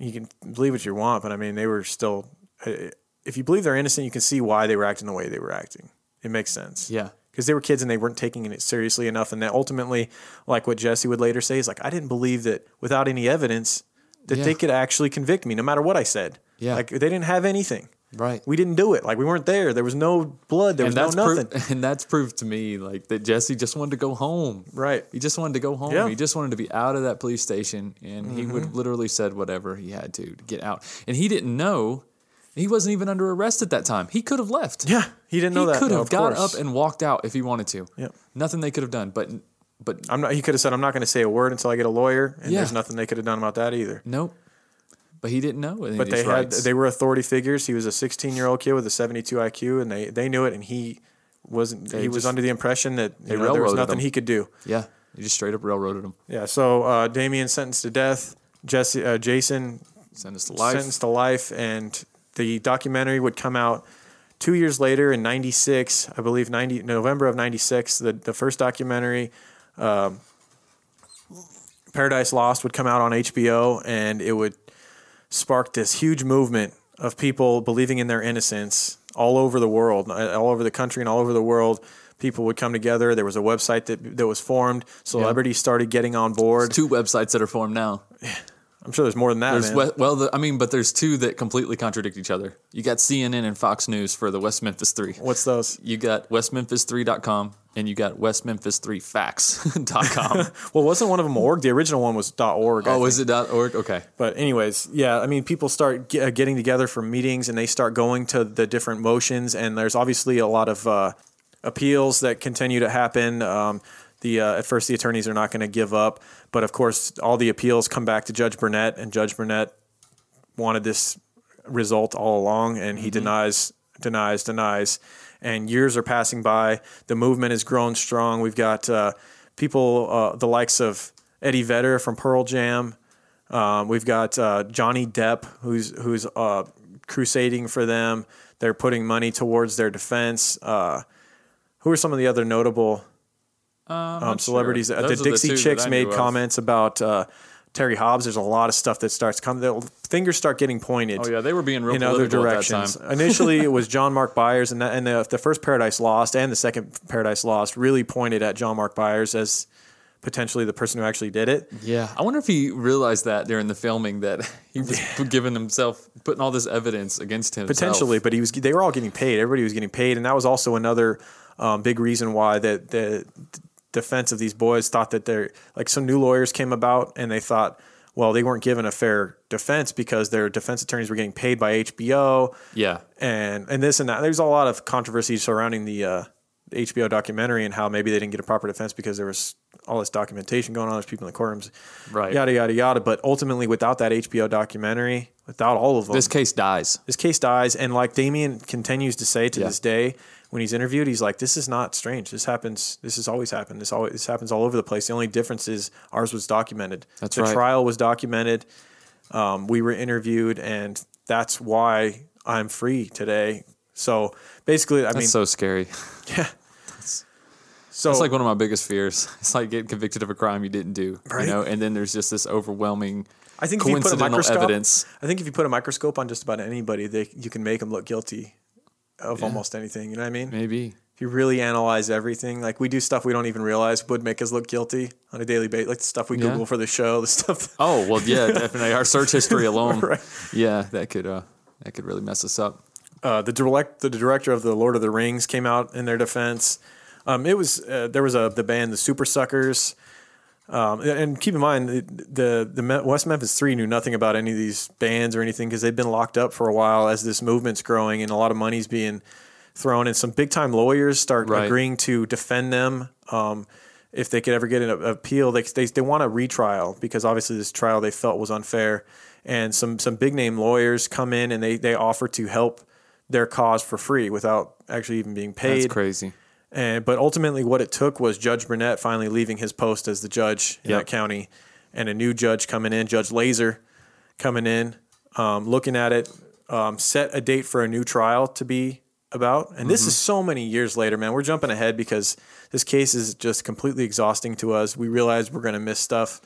you can believe what you want, but I mean, they were still. eh, If you believe they're innocent, you can see why they were acting the way they were acting. It makes sense.
Yeah.
Because they were kids and they weren't taking it seriously enough, and that ultimately, like what Jesse would later say, is like I didn't believe that without any evidence that
Yeah.
they could actually convict me, no matter what I said.
Yeah.
like they didn't have anything.
Right.
We didn't do it. Like we weren't there. There was no blood. There was
and
no
that's
nothing.
proof, and that's proof to me like that Jesse just wanted to go home.
Right.
He just wanted to go home.
Yeah. Mm-hmm.
He just wanted to be out of that police station, and he would literally said whatever he had to to get out. And he didn't know. He wasn't even under arrest at that time. He could have left.
Yeah, he didn't know
He
that,
could
though,
have
of
got
course.
up and walked out if he wanted to.
Yep.
Nothing they could have done. But but
I'm not. He could have said, "I'm not going to say a word until I get a lawyer," and
Yeah.
there's nothing they could have done about that either.
nope. But he didn't know. any of
But they
these
had
rights.
they were authority figures. He was a 16 year old kid with a 72 IQ, and they they knew it, and he wasn't.
They
he was
just-
under the impression that
they
you know, there was
railroaded
nothing
him.
he could do.
yeah. He just straight up railroaded him.
Yeah. So uh, Damien sentenced to death. Jesse uh, Jason
Sentenced to life.
sentenced to life, and the documentary would come out two years later in '96, I believe, 90, November of '96. The the first documentary, um, Paradise Lost, would come out on HBO, and it would spark this huge movement of people believing in their innocence all over the world, uh, all over the country, and all over the world. People would come together. There was a website that that was formed. Celebrities started getting on board.
Two websites that are formed now.
I'm sure there's more than that.
There's
man.
we- well, the, I mean, but there's two that completely contradict each other. You got CNN and Fox News for the West Memphis Three.
What's those?
You got WestMemphis3.com and you got WestMemphis3Facts.com.
well, wasn't one of them org? The original one was .org. I Um,
oh, is it .org? Okay.
But anyways, yeah, I mean, people start ge- uh, getting together for meetings, and they start going to the different motions, and there's obviously a lot of uh, appeals that continue to happen. Um, the uh, at first the attorneys are not going to give up, but of course all the appeals come back to Judge Burnett, and Judge Burnett wanted this result all along, and
Mm-hmm.
he denies, denies, denies. And years are passing by. The movement has grown strong. We've got uh, people, uh, the likes of Eddie Vedder from Pearl Jam. Um, we've got uh, Johnny Depp, who's who's uh, crusading for them. They're putting money towards their defense. Uh, who are some of the other notable um, celebrities. Uh, the Dixie Chicks made comments about uh, Terry Hobbs. There's a lot of stuff that starts coming. The fingers start getting pointed.
Oh, yeah, they were being real
in other
political at that
directions.
time.
Initially, it was John Mark Byers, and that, and the, the first Paradise Lost and the second Paradise Lost really pointed at John Mark Byers as potentially the person who actually did it.
Yeah, I wonder if he realized that during the filming that he was giving himself, putting all this evidence against him.
potentially but he was they were all getting paid everybody was getting paid and that was also another um, big reason why that the defense of these boys thought that they're like some new lawyers came about and they thought well they weren't given a fair defense because their defense attorneys were getting paid by hbo
Yeah,
and and this and that there's a lot of controversy surrounding the uh, hbo documentary and how maybe they didn't get a proper defense because there was all this documentation going on there's people in the courtrooms
Right.
yada yada yada but ultimately without that hbo documentary without all of them
this case dies.
this case dies and like damien continues to say to
Yeah.
this day when he's interviewed he's like this is not strange this happens this has always happened this always this happens all over the place the only difference is ours was documented
That's
the
right.
trial was documented um, we were interviewed and that's why i'm free today so basically i
That's
mean
so scary.
yeah so
That's like one of my biggest fears. It's like getting convicted of a crime you didn't do,
Right.
you know, and then there's just this overwhelming
I think if you put a
coincidental
microscope,
evidence.
I think if you put a microscope on just about anybody, they you can make them look guilty of
Yeah.
almost anything. You know what I mean?
Maybe.
If you really analyze everything, like we do stuff we don't even realize would make us look guilty on a daily basis, like the stuff we
Yeah.
Google for the show, the stuff.
Oh well, yeah, definitely. Our search history alone,
Right.
yeah, that could uh, that could really mess us up.
uh, the direct the director of the Lord of the Rings came out in their defense. Um, it was uh, there was a the band the Super Suckers, um, and- and keep in mind the the, the Me- West Memphis Three knew nothing about any of these bands or anything because they've been locked up for a while as this movement's growing and a lot of money's being thrown and some big time lawyers start
Right.
agreeing to defend them. Um, if they could ever get an a- appeal, they, they, they want a retrial because obviously this trial they felt was unfair. And some, some big name lawyers come in and they, they offer to help their cause for free without actually even being paid.
That's crazy.
And Eh, but ultimately, what it took was Judge Burnett finally leaving his post as the judge in
Yep.
that county, and a new judge coming in, Judge Laser, coming in, um, looking at it, um, set a date for a new trial to be about. And this
Mhm.
is so many years later, man. We're jumping ahead because this case is just completely exhausting to us. We realize we're going to miss stuff.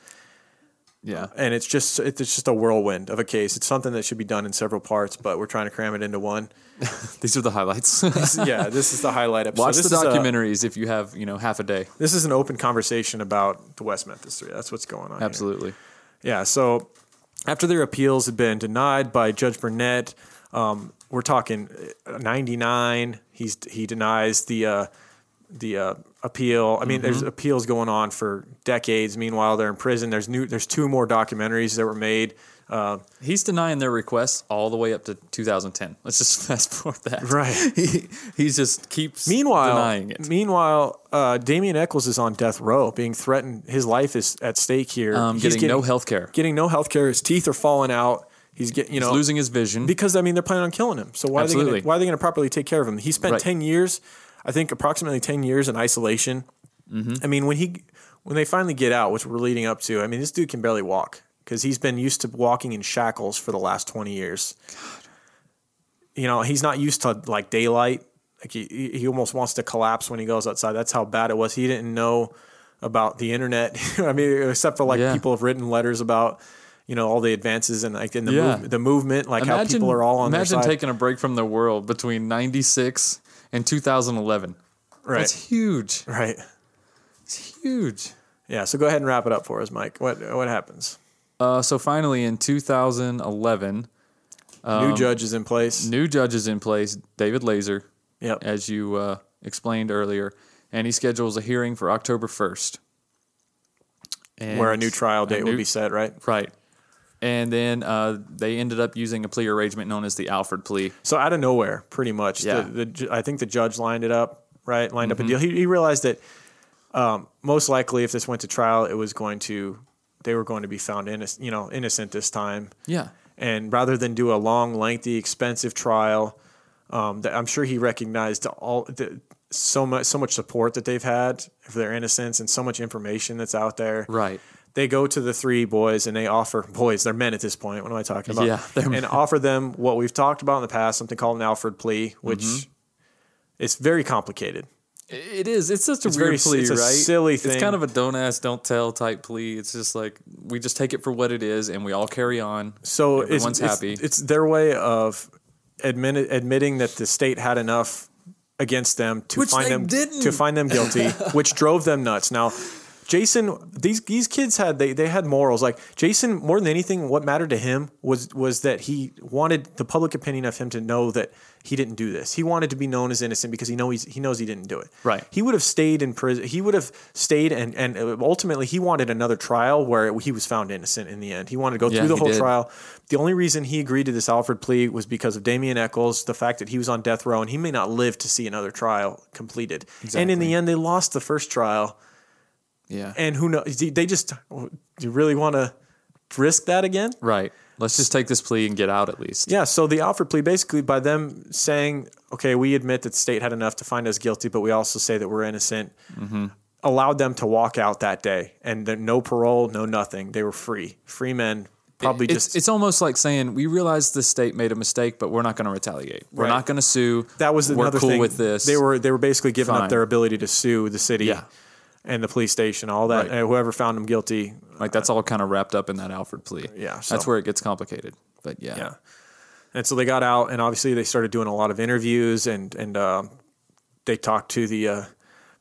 Yeah.
and it's just it's just a whirlwind of a case. It's something that should be done in several parts, but we're trying to cram it into one.
These are the highlights.
yeah, this is the highlight episode.
Watch
This
the
is uh, a-
documentaries if you have you know half a day.
this is an open conversation about the West Memphis Three. That's what's going on. here.
Absolutely.
Yeah. So after their appeals had been denied by Judge Burnett, um, we're talking uh, 99. He's he denies the uh, the uh, appeal. I mean, there's
Mhm.
appeals going on for decades. Meanwhile, they're in prison. There's new. There's two more documentaries that were made. Uh,
He's denying their requests all the way up to 2010. Let's just fast forward that.
Right.
He, he's just keeps
Meanwhile,
denying it.
meanwhile, uh, Damian Eccles is on death row, being threatened. His life is at stake here.
Um,
He's
getting, no health care.
Getting no health care. His teeth are falling out. He's getting you
He's
know
losing his vision.
because I mean they're planning on killing him. So why are they
Absolutely.
gonna, why are they going to properly take care of him? He spent
Right.
ten years, I think, approximately ten years in isolation.
Mm-hmm.
I mean, when he when they finally get out, which we're leading up to, I mean, this dude can barely walk because he's been used to walking in shackles for the last twenty years. You know, he's not used to like daylight. Like he- he, he almost wants to collapse when he goes outside. That's how bad it was. He didn't know about the internet. I mean, except for like
Yeah.
people have written letters about, you know, all the advances and like in the
Yeah.
move, the movement, like how people are all on their
Imagine
side.
taking a break from the world between 96 and 2011.
Right.
That's huge.
Right.
It's huge.
Yeah. So go ahead and wrap it up for us, Mike. What what happens?
Uh, so finally, in 2011,
New judge is in place.
New judge is in place. David Laser.
Yep.
As you uh, explained earlier, and he schedules a hearing for October 1st.
Where a new trial date will be set, right?
Right. And then uh, they ended up using a plea arrangement known as the Alfred plea.
So out of nowhere, pretty much.
Yeah.
The, the, ju- I think the judge lined it up, right? Lined up
Mhm.
a deal. He, he realized that um, most likely, if this went to trial, it was going to they were going to be found innocent, you know, innocent this time.
Yeah.
And rather than do a long, lengthy, expensive trial, um, that I'm sure he recognized all the, so much so much support that they've had for their innocence and so much information that's out there.
Right.
They go to the three boys and they offer boys. They're men at this point. What am I talking about?
Yeah, they're
and
men.
offer them what we've talked about in the past, something called an Alfred plea, which
Mhm.
is very complicated.
It is. It's such a
It's
weird
very-
plea,
it's a
right?
silly thing.
It's kind of a don't ask, don't tell type plea. It's just like we just take it for what it is, and we all carry on.
So it's,
everyone's
it's-
happy.
It's, their way of admit, admitting that the state had enough against them to
Which
find
they
them
didn't.
to find them guilty, which drove them nuts. Now, Jason, these these kids had they they had morals. Like Jason, more than anything, what mattered to him was was that he wanted the public opinion of him to know that he didn't do this. He wanted to be known as innocent because he know he's, he knows he didn't do it.
Right.
He would have stayed in prison. He would have stayed and and ultimately he wanted another trial where he was found innocent in the end. He wanted to go
Yeah,
through the
he
whole
did.
trial. The only reason he agreed to this Alfred plea was because of Damian Eccles, the fact that he was on death row and he may not live to see another trial completed. And in the end, they lost the first trial.
Yeah.
And who knows? They just, do you really want to risk that again?
right. Let's just take this plea and get out at least.
Yeah. So the Alfred plea, basically, by them saying, okay, we admit that the state had enough to find us guilty, but we also say that we're innocent,
Mm-hmm.
allowed them to walk out that day. And there- no parole, no nothing. They were free, free men. Probably
it's,
just
it's almost like saying we realize the state made a mistake, but we're not going to retaliate. We're
Right.
not going to sue.
That was
we're
another
cool
thing
with this.
They were they were basically giving
Fine.
up their ability to sue the city and the police station, all that.
Right.
and whoever found them guilty.
like that's all kind of wrapped up in that Alfred plea.
Yeah,
that's
so-
where it gets complicated. But yeah,
Yeah. Uh, And so they got out, and obviously they started doing a lot of interviews, and and um, they talked to the uh,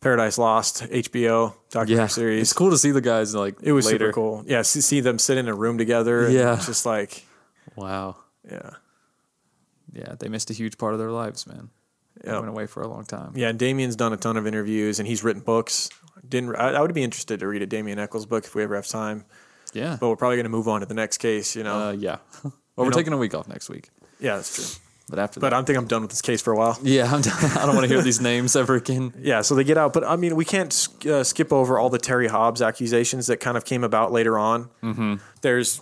Paradise Lost HBO documentary
Yeah.
series.
It's cool to see the guys like
It was
later.
super cool. Yeah, see, see them sit in a room together. and
Yeah.
it's just like
Wow.
Yeah.
Yeah, they missed a huge part of their lives, man. They
Yeah.
went away for a long time.
Yeah, and Damien's done a ton of interviews, and he's written books. Didn't I, I would be interested to read a Damien Eccles book if we ever have time.
Yeah.
but we're probably going to move on to the next case. You know,
Uh, yeah. Well, we're taking a week off next week.
Yeah, that's true.
But after
But I think I'm done with this case for a while.
Yeah, I'm done. I don't want to hear these names ever again.
Yeah, so they get out, but I mean, we can't sk- uh, skip over all the Terry Hobbs accusations that kind of came about later on.
Mm-hmm.
There's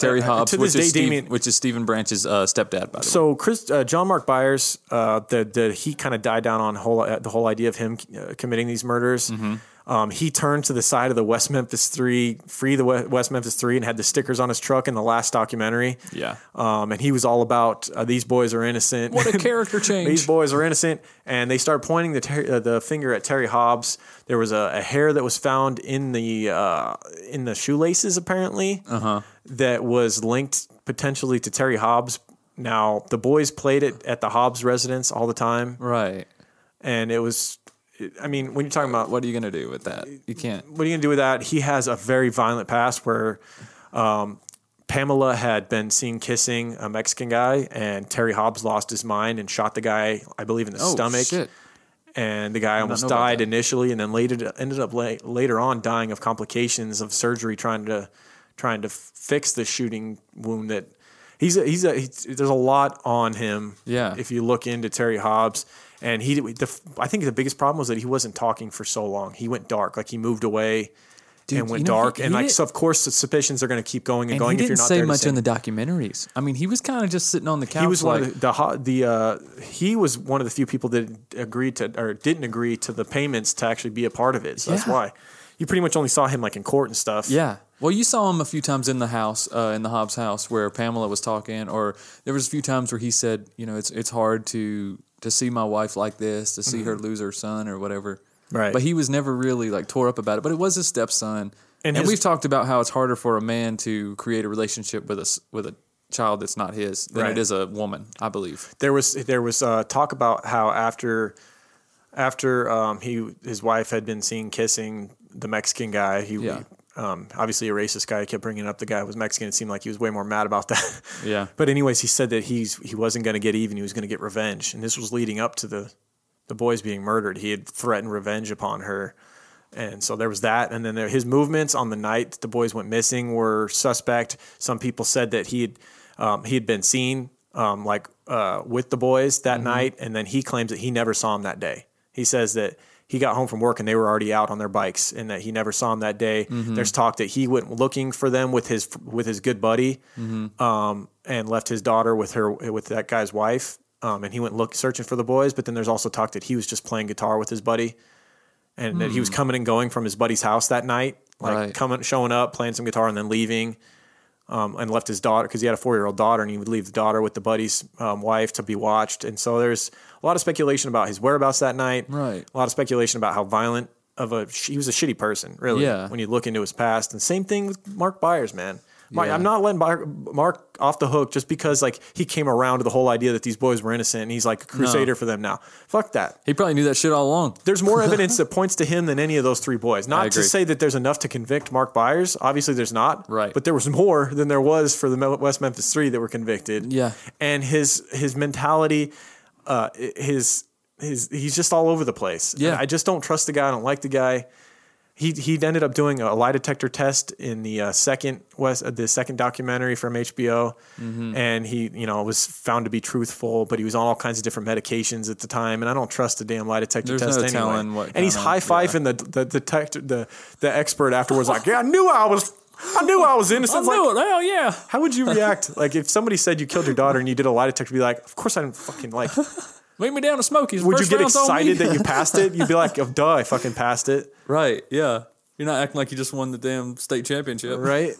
Terry
uh,
Hobbs,
to this
which, is
day,
Steve,
Damien-
which is Stephen Branch's uh, stepdad, by the way.
so Chris uh, John Mark Byers, uh, the the he kind of died down on whole uh, the whole idea of him uh, committing these murders.
Mm-hmm.
Um, he turned to the side of the West Memphis Three, free the We- West Memphis Three, and had the stickers on his truck in the last documentary.
Yeah.
Um, and he was all about uh, these boys are innocent.
What a character change.
These boys are innocent, and they start pointing the ter- uh, the finger at Terry Hobbs. There was a, a hair that was found in the uh, in the shoelaces, apparently,
Uh-huh.
that was linked potentially to Terry Hobbs. Now the boys played it at the Hobbs residence all the time,
right?
And it was, I mean, when you're talking about
what are you gonna do with
uh,
that? You can't.
What are you gonna do with that? He has a very violent past where. Um, Pamela had been seen kissing a Mexican guy, and Terry Hobbs lost his mind and shot the guy, I believe, in the
Oh,
stomach
shit.
and the guy almost
know about
died initially, and then later ended up la- later on dying of complications of surgery trying to trying to f- fix the shooting wound that he's a, he's a he's, there's a lot on him.
Yeah.
if you look into Terry Hobbs, and he the, I think the biggest problem was that he wasn't talking for so long. He went dark, like he moved away.
Dude,
and went
you know, he-
dark, and
he
like
didn't-
so, of course, the suspicions are going to keep going and,
And
going.
he
if you're
didn't
not
say
there to
much
save
in the documentaries. I mean, he was kind of just sitting on the couch.
he was one
like,
of the, the, ho- the uh, he was one of the few people that agreed to or didn't agree to the payments to actually be a part of it. So that's
Yeah.
why you pretty much only saw him like in court and stuff.
Yeah. Well, you saw him a few times in the house, uh, in the Hobbs house, where Pamela was talking, or there was a few times where he said, you know, it's it's hard to to see my wife like this, to see her
Mhm.
lose her son or whatever.
Right.
But he was never really like tore up about it. But it was his stepson,
And
and,
his-
we've talked about how it's harder for a man to create a relationship with a s- with a child that's not his than
Right.
it is a woman, I believe.
There was there was uh, talk about how after after um, he his wife had been seen kissing the Mexican guy. He
Yeah.
um, obviously a racist guy. I kept bringing up the guy who was Mexican. It seemed like he was way more mad about that.
Yeah.
But anyways, he said that he's he wasn't going to get even. He was going to get revenge, and this was leading up to the the boys being murdered. He had threatened revenge upon her, and so there was that. And then there, his movements on the night that the boys went missing were suspect. Some people said that he had um, he had been seen um, like uh, with the boys that night, and then he claims that he never saw him that day. He says that he got home from work and they were already out on their bikes, and that he never saw him that day.
Mhm.
There's talk that he went looking for them with his with his good buddy,
Mm-hmm.
um, and left his daughter with her with that guy's wife. Um, and he went look searching for the boys, but then there's also talk that he was just playing guitar with his buddy, and that he was
Hmm.
coming and going from his buddy's house that night, like
Right.
coming, showing up, playing some guitar, and then leaving. Um, and left his daughter because he had a four year old daughter, and he would leave the daughter with the buddy's um, wife to be watched. And so there's a lot of speculation about his whereabouts that night.
Right.
A lot of speculation about how violent of a he was a shitty person, really.
Yeah.
When you look into his past, and same thing with Mark Byers, man. Mark,
Yeah.
I'm not letting Mark, Mark off the hook just because like he came around to the whole idea that these boys were innocent, and he's like a crusader for them now. Fuck that.
He probably knew that shit all along.
There's more evidence that points to him than any of those three boys. Not to
agree.
say that there's enough to convict Mark Byers. Obviously, there's not.
Right.
But there was more than there was for the Mel- West Memphis Three that were convicted.
Yeah.
And his his mentality, uh, his his he's just all over the place.
Yeah.
And I just don't trust the guy. I don't like the guy. He he ended up doing a lie detector test in the uh, second West uh, the second documentary from HBO
Mhm.
and he you know was found to be truthful but he was on all kinds of different medications at the time and i don't trust the damn lie detector
There's
test
no
anyway
telling what
and he's
kind
high-fiving the, the detector the the expert afterwards like yeah i knew i was I knew I was innocent. I knew
it. Hell yeah.
How would you react? like if somebody said you killed your daughter and you did a lie detector, be like, of course I didn't fucking like.
Lead me down to Smokies.
would you
First
get
round's on me.
excited that you passed it? You'd be like, oh, duh, I fucking passed it.
Right. Yeah. You're not acting like you just won the damn state championship.
Right.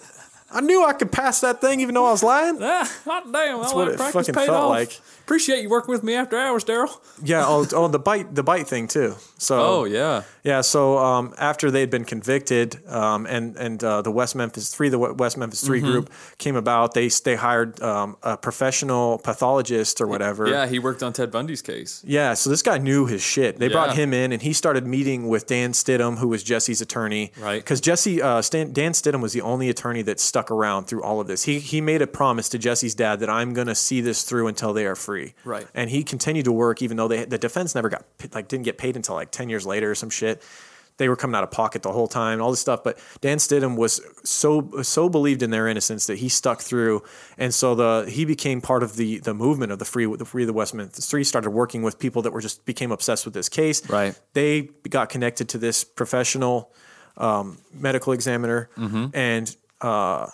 I knew I could pass that thing even though I was lying.
Ah, hot damn.
That's
all
what
that
it
practice
fucking
paid
felt
off.
like.
Appreciate you working with me after hours, Daryl.
Yeah. Oh, oh, the bite, the bite thing too. So.
Oh, yeah.
Yeah. So um, after they'd been convicted, um, and and uh, the West Memphis Three, the W- West Memphis 3
Mhm.
group came about. They they hired um, a professional pathologist or whatever.
Yeah, he worked on Ted Bundy's case.
Yeah, so this guy knew his shit. They brought
Yeah.
him in, and he started meeting with Dan Stidham, who was Jesse's attorney. Right. Because Jesse, uh, Stan, Dan Stidham was the only attorney that stuck around through all of this. He he made a promise to Jesse's dad that I'm going to see this through until they are free.
Right.
And he continued to work, even though they the defense never got like didn't get paid until like ten years later or some shit. They were coming out of pocket the whole time, all this stuff. But Dan Stidham was so so believed in their innocence that he stuck through, and so the he became part of the the movement of the free the free the Westminster Three. Started working with people that were just became obsessed with this case.
Right.
They got connected to this professional um, medical examiner,
Mhm.
and uh,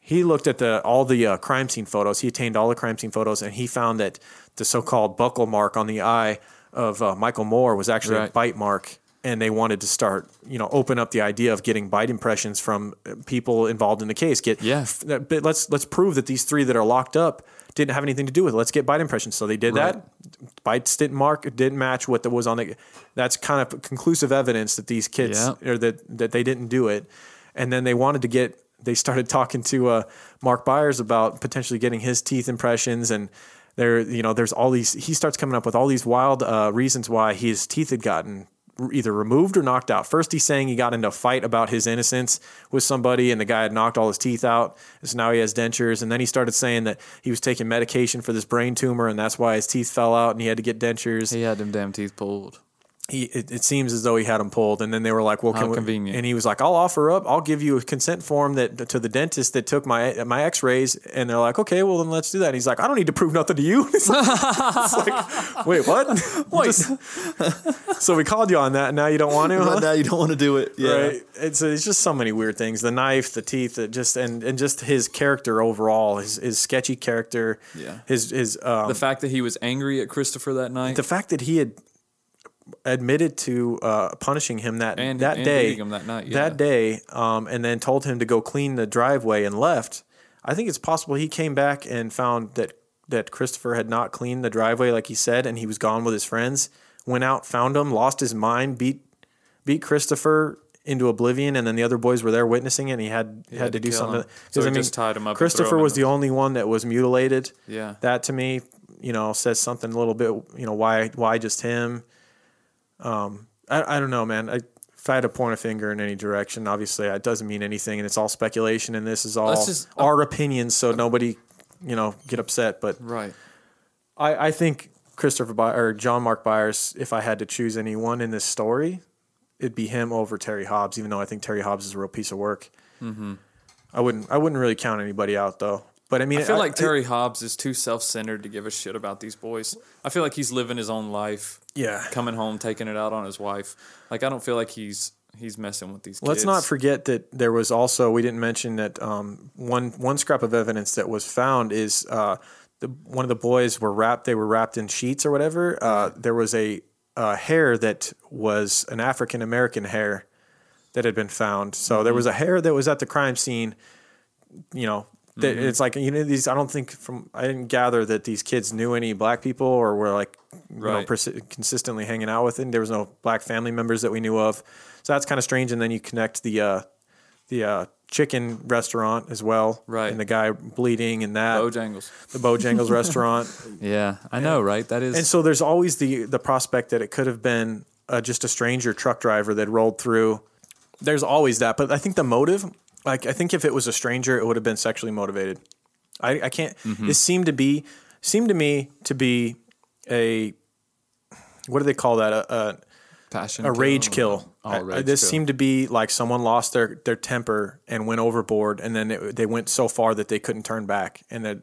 he looked at the all the uh, crime scene photos. He obtained all the crime scene photos, and he found that the so-called buckle mark on the eye of uh, Michael Moore was actually a
Right.
bite mark. And they wanted to start, you know, open up the idea of getting bite impressions from uh, people involved in the case. Get yeah, but let's let's prove that these three that are locked up didn't have anything to do with it. Let's get bite impressions. So they did
Right.
that. Bites didn't mark. It didn't match what that was on the. That's kind of conclusive evidence that these kids
Yeah.
or that that they didn't do it. And then they wanted to get they started talking to uh, Mark Byers about potentially getting his teeth impressions and there you know there's all these he starts coming up with all these wild uh, reasons why his teeth had gotten r- either removed or knocked out. First he's saying he got into a fight about his innocence with somebody and the guy had knocked all his teeth out. and So now he has dentures and then he started saying that he was taking medication for this brain tumor and that's why his teeth fell out and he had to get dentures.
He had them damn teeth pulled.
He it, it seems as though he had them pulled and then they were like, "Well,
How
can we-
convenient.
and he was like, "I'll offer up. I'll give you a consent form that to the dentist that took my my X rays." And they're like, "Okay, well then let's do that." And he's like, "I don't need to prove nothing to you." It's like, it's like, wait, what? Wait. so we called you on that. And now you don't want to. Huh?
Now you don't want to do it. Yeah.
Right. It's it's just so many weird things. The knife, the teeth, it just and and just his character overall, his his sketchy character.
Yeah.
His his um,
the fact that he was angry at Christopher that night.
the fact that he had admitted to uh, punishing him that
And-
that
and
day
beating him that night, yeah.
that day um, and then told him to go clean the driveway and left i think it's possible he came back and found that that christopher had not cleaned the driveway like he said and he was gone with his friends went out found him lost his mind beat beat christopher into oblivion and then the other boys were there witnessing it and he had
He
had,
had
to,
to
do
kill
something
him. So
'Cause,
he just tied him up and threw
christopher
him in
was the only one that was mutilated
Yeah.
that to me, you know, says something a little bit, you know, why why just him? Um, I, I don't know, man. I if I had to point a finger in any direction, obviously it doesn't mean anything, and it's all speculation, and this is all
Let's just- uh,
our opinions, so nobody, you know, get upset. But
right,
I, I think Christopher By- or John Mark Byers, if I had to choose anyone in this story, it'd be him over Terry Hobbs, even though I think Terry Hobbs is a real piece of work.
Mm-hmm.
I wouldn't I wouldn't really count anybody out though. But I mean,
I feel
I-
like
I-
Terry Hobbs is too self-centered to give a shit about these boys. I feel like he's living his own life.
Yeah.
coming home, taking it out on his wife. Like I don't feel like he's he's messing with these.
Let's
kids.
not forget that there was also we didn't mention that um, one one scrap of evidence that was found is uh, the, one of the boys were wrapped. They were wrapped in sheets or whatever. Uh, there was a, uh hair that was an African American hair that had been found. So there was a hair that was at the crime scene. You know, that
Mhm.
it's like you know these. I don't think from I didn't gather that these kids knew any black people or were like you know,
Right.
persi- consistently hanging out with. And there was no black family members that we knew of. So that's kind of strange. And then you connect the uh, the uh, chicken restaurant as well, right? And the guy bleeding and that
Bojangles,
the Bojangles restaurant.
Yeah, I know, right? That is.
And so there's always the the prospect that it could have been uh, just a stranger truck driver that rolled through. There's always that, but I think the motive, like I think if it was a stranger, it would have been sexually motivated. I, I can't.
Mhm.
It seemed to be seemed to me to be a what do they call that? A, a
passion,
a rage
kill.
kill.
Oh,
I- I-
rage
this
kill.
seemed to be like someone lost their their temper and went overboard, and then it, they went so far that they couldn't turn back, and that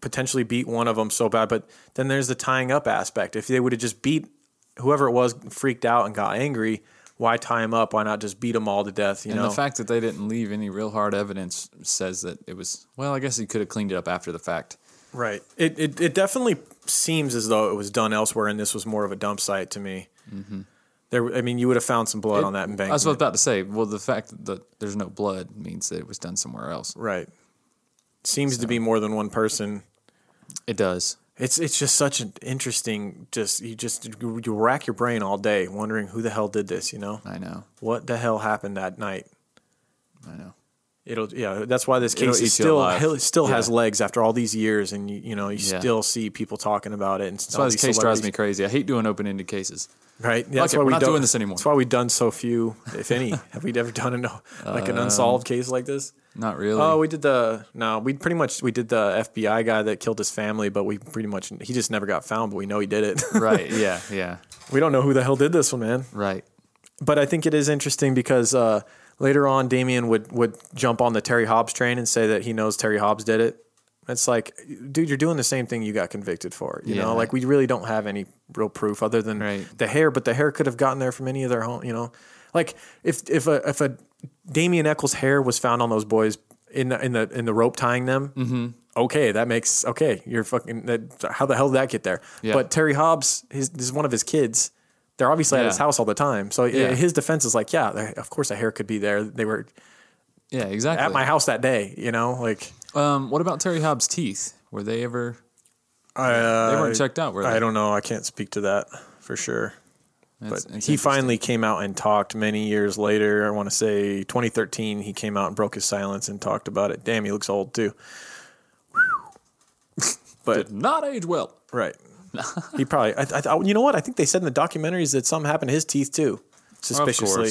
potentially beat one of them so bad. But then there's the tying up aspect. If they would have just beat whoever it was, freaked out and got angry, why tie him up? Why not just beat them all to death? You
and
know,
the fact that they didn't leave any real hard evidence says that it was well. I guess he could have cleaned it up after the fact.
right? It, it it definitely seems as though it was done elsewhere, and this was more of a dump site to me.
Mm-hmm.
There, I mean, you would have found some blood
It-
on that
I was
embankment.
about to say, well, the fact that there's no blood means that it was done somewhere else.
Right. Seems to be more than one person.
It does.
It's it's just such an interesting. Just you just you rack your brain all day wondering who the hell did this. You know.
I know.
What the hell happened that night?
I know.
It'll yeah. That's why this
It'll
case
eat
is
you
still
alive.
it still has
Yeah.
legs after all these years, and you you know you
Yeah.
still see people talking about it. And
That's why this case drives me crazy. I hate doing open-ended cases.
Right.
Yeah,
that's why
we're
we
not
don't-
doing this anymore.
That's why we've done so few, if any. Have we ever done an, like an
Um,
unsolved case like this?
Not really.
Oh, we did the no. We pretty much we did the FBI guy that killed his family, but we pretty much he just never got found. But we know he did it.
right. Yeah. Yeah.
We don't know who the hell did this one, man.
Right.
But I think it is interesting because uh, later on, Damien would would jump on the Terry Hobbs train and say that he knows Terry Hobbs did it. It's like, dude, you're doing the same thing you got convicted for. You
Yeah.
know, like we really don't have any real proof other than the hair, but the hair could have gotten there from any of their home. You know, like if if a if a Damien Eccles hair was found on those boys in the in the in the rope tying them,
Mm-hmm.
okay, that makes okay. You're fucking. That, how the hell did that get there?
Yeah.
But Terry Hobbs, his this is one of his kids. They're obviously at his
Yeah.
house all the time. So i-
Yeah.
his defense is like, yeah, there- of course a hair could be there. They were
Yeah. Exactly.
at my house that day. You know, like
Um, what about Terry Hobbs' teeth? Were they ever?
uh,
they weren't checked out, were they?
I don't know. I can't speak to that for sure.
That's-
but
that's
he finally came out and talked many years later. I want to say 2013. He came out and broke his silence and talked about it. Damn, he looks old too. but
Did not age well.
Right. he probably. I, I, I- you know what? I think they said in the documentaries that something happened to his teeth too, suspiciously.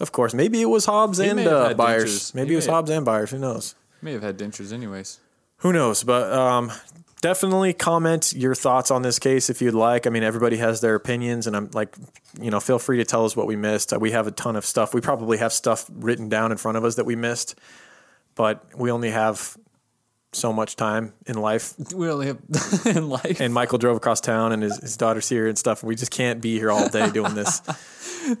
Of
course.
course. Maybe it was Hobbs
He
and
may have
uh,
had
Byers.
dentures.
Maybe
He
it was
may-
Hobbs and Byers. Who knows?
May have had dentures, anyways.
Who knows? But um, definitely comment your thoughts on this case if you'd like. I mean, everybody has their opinions, and I'm like, you know, feel free to tell us what we missed. We have a ton of stuff. We probably have stuff written down in front of us that we missed, but we only have so much time in life
We only have in life.
and Michael drove across town, and his, his daughter's here and stuff. And we just can't be here all day doing this.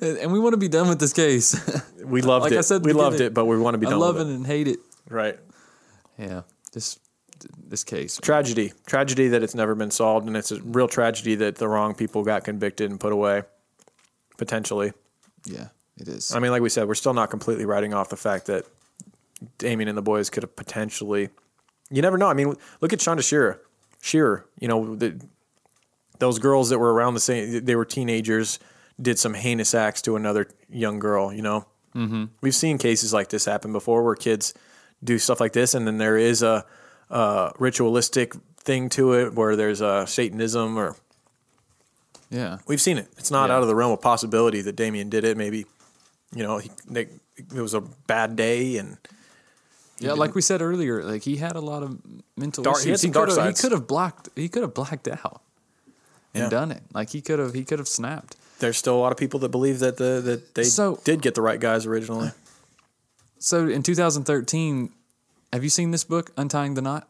and we want to be done with this case.
We loved
like
it.
I said, at the
we loved
beginning,
it, but we want to be
I
done
love
with
it and hate
it.
it.
Right.
Yeah, this this case.
Tragedy. Tragedy that it's never been solved, and it's a real tragedy that the wrong people got convicted and put away, potentially.
Yeah, it is.
I mean, like we said, we're still not completely writing off the fact that Damien and the boys could have potentially. You never know. I mean, look at Shonda Shearer. Shearer, you know, the, those girls that were around the same, they were teenagers, did some heinous acts to another young girl, you know?
Mm-hmm.
We've seen cases like this happen before where kids do stuff like this, and then there is a, a ritualistic thing to it where there's a Satanism or
Yeah.
we've seen it. It's not
Yeah.
out of the realm of possibility that Damien did it. Maybe
you know, he, they, it was a bad day and he
Yeah, like
didn't-
we said earlier, like he had a lot of mental
Dark- he had
issues. He,
some dark
could have, he
sides.
could have blocked. He could have blacked out and
Yeah.
done it. Like he could have. He could have snapped.
there's still a lot of people that believe that the that they
So-
did get the right guys originally.
So in 2013, have you seen this book, Untying the Knot?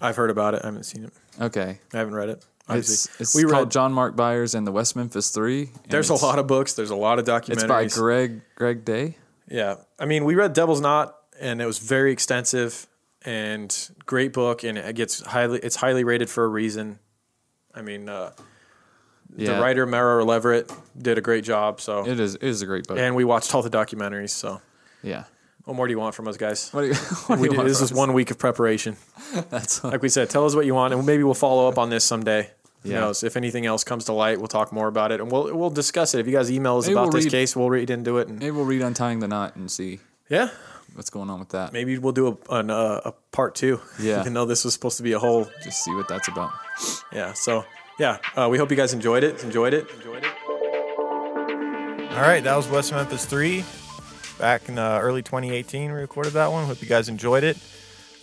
I've heard about it. I haven't seen it.
Okay,
I haven't read it.
it's,
Obviously,
it's
we
called
read.
John Mark Byers and the West Memphis Three. and
There's a
it's-
lot of books. There's a lot of documentaries.
It's by Greg Greg Day.
Yeah. I mean, we read Devil's Knot and it was very extensive and great book and it gets highly it's highly rated for a reason. I mean, uh,
Yeah.
the writer Mara Leverett did a great job, so
It is it is a great book.
and we watched all the documentaries, so
yeah.
what more do you want from us guys?
What do you, what do
we
you
did-
want
this
from
is
us?
one week of preparation.
That's
like we said, tell us what you want and maybe we'll follow up on this someday. Who
Yeah.
knows? If anything else comes to light, we'll talk more about it and we'll we'll discuss it. If you guys email us
Maybe
about
we'll
this
read-
case, we'll read into it and
Maybe we'll read Untying the Knot and see
yeah.
what's going on with that.
Maybe we'll do a an, uh, a part two.
Yeah.
Even though this was supposed to be a whole.
Just see what that's about.
Yeah. So yeah, uh, we hope you guys enjoyed it. Enjoyed it.
All right, that was West Memphis 3. Back in uh, early 2018, we recorded that one. Hope you guys enjoyed it.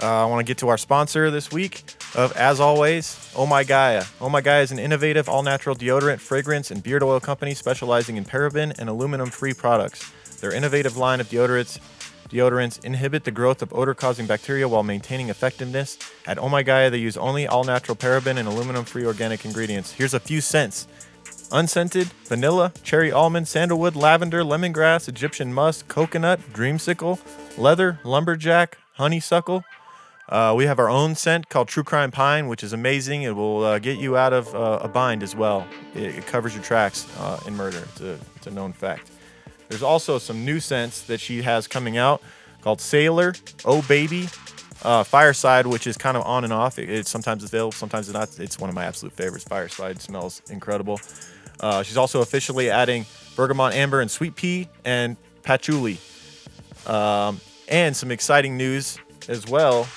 Uh, I want to get to our sponsor this week of, as always, Oh My Gaia. Oh My Gaia is an innovative, all natural deodorant, fragrance, and beard oil company specializing in paraben and aluminum free products. Their innovative line of deodorants deodorants inhibit the growth of odor causing bacteria while maintaining effectiveness. At Oh My Gaia, they use only all natural paraben and aluminum free organic ingredients. Here's a few scents unscented, vanilla, cherry almond, sandalwood, lavender, lemongrass, Egyptian musk, coconut, dreamsicle, leather, lumberjack, honeysuckle. Uh, we have our own scent called True Crime Pine, which is amazing. It will uh, get you out of uh, a bind as well. It, it covers your tracks uh, in murder. It's a, it's a known fact. There's also some new scents that she has coming out called Sailor, Oh Baby, uh, Fireside, which is kind of on and off. It, it's sometimes it's available, sometimes it's not. It's one of my absolute favorites. Fireside smells incredible. Uh, she's also officially adding bergamot amber and sweet pea and patchouli. Um, and some exciting news as well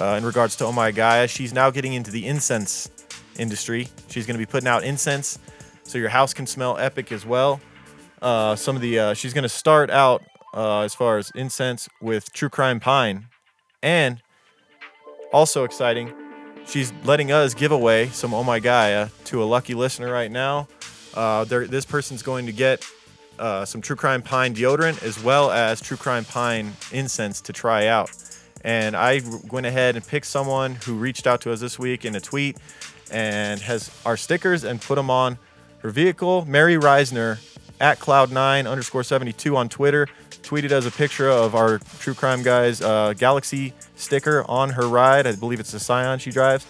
uh, in regards to Oh My Gaia. She's now getting into the incense industry. She's going to be putting out incense so your house can smell epic as well. Uh, some of the uh, she's going to start out uh, as far as incense with True Crime Pine, and also exciting, she's letting us give away some Oh My Gaia to a lucky listener right now. Uh, there, this person's going to get uh, some True Crime Pine deodorant as well as True Crime Pine incense to try out. And I w- went ahead and picked someone who reached out to us this week in a tweet and has our stickers and put them on her vehicle. Mary Reisner at Cloud9 underscore 72 on Twitter tweeted us a picture of our True Crime Guys uh, Galaxy sticker on her ride. I believe it's the Scion she drives.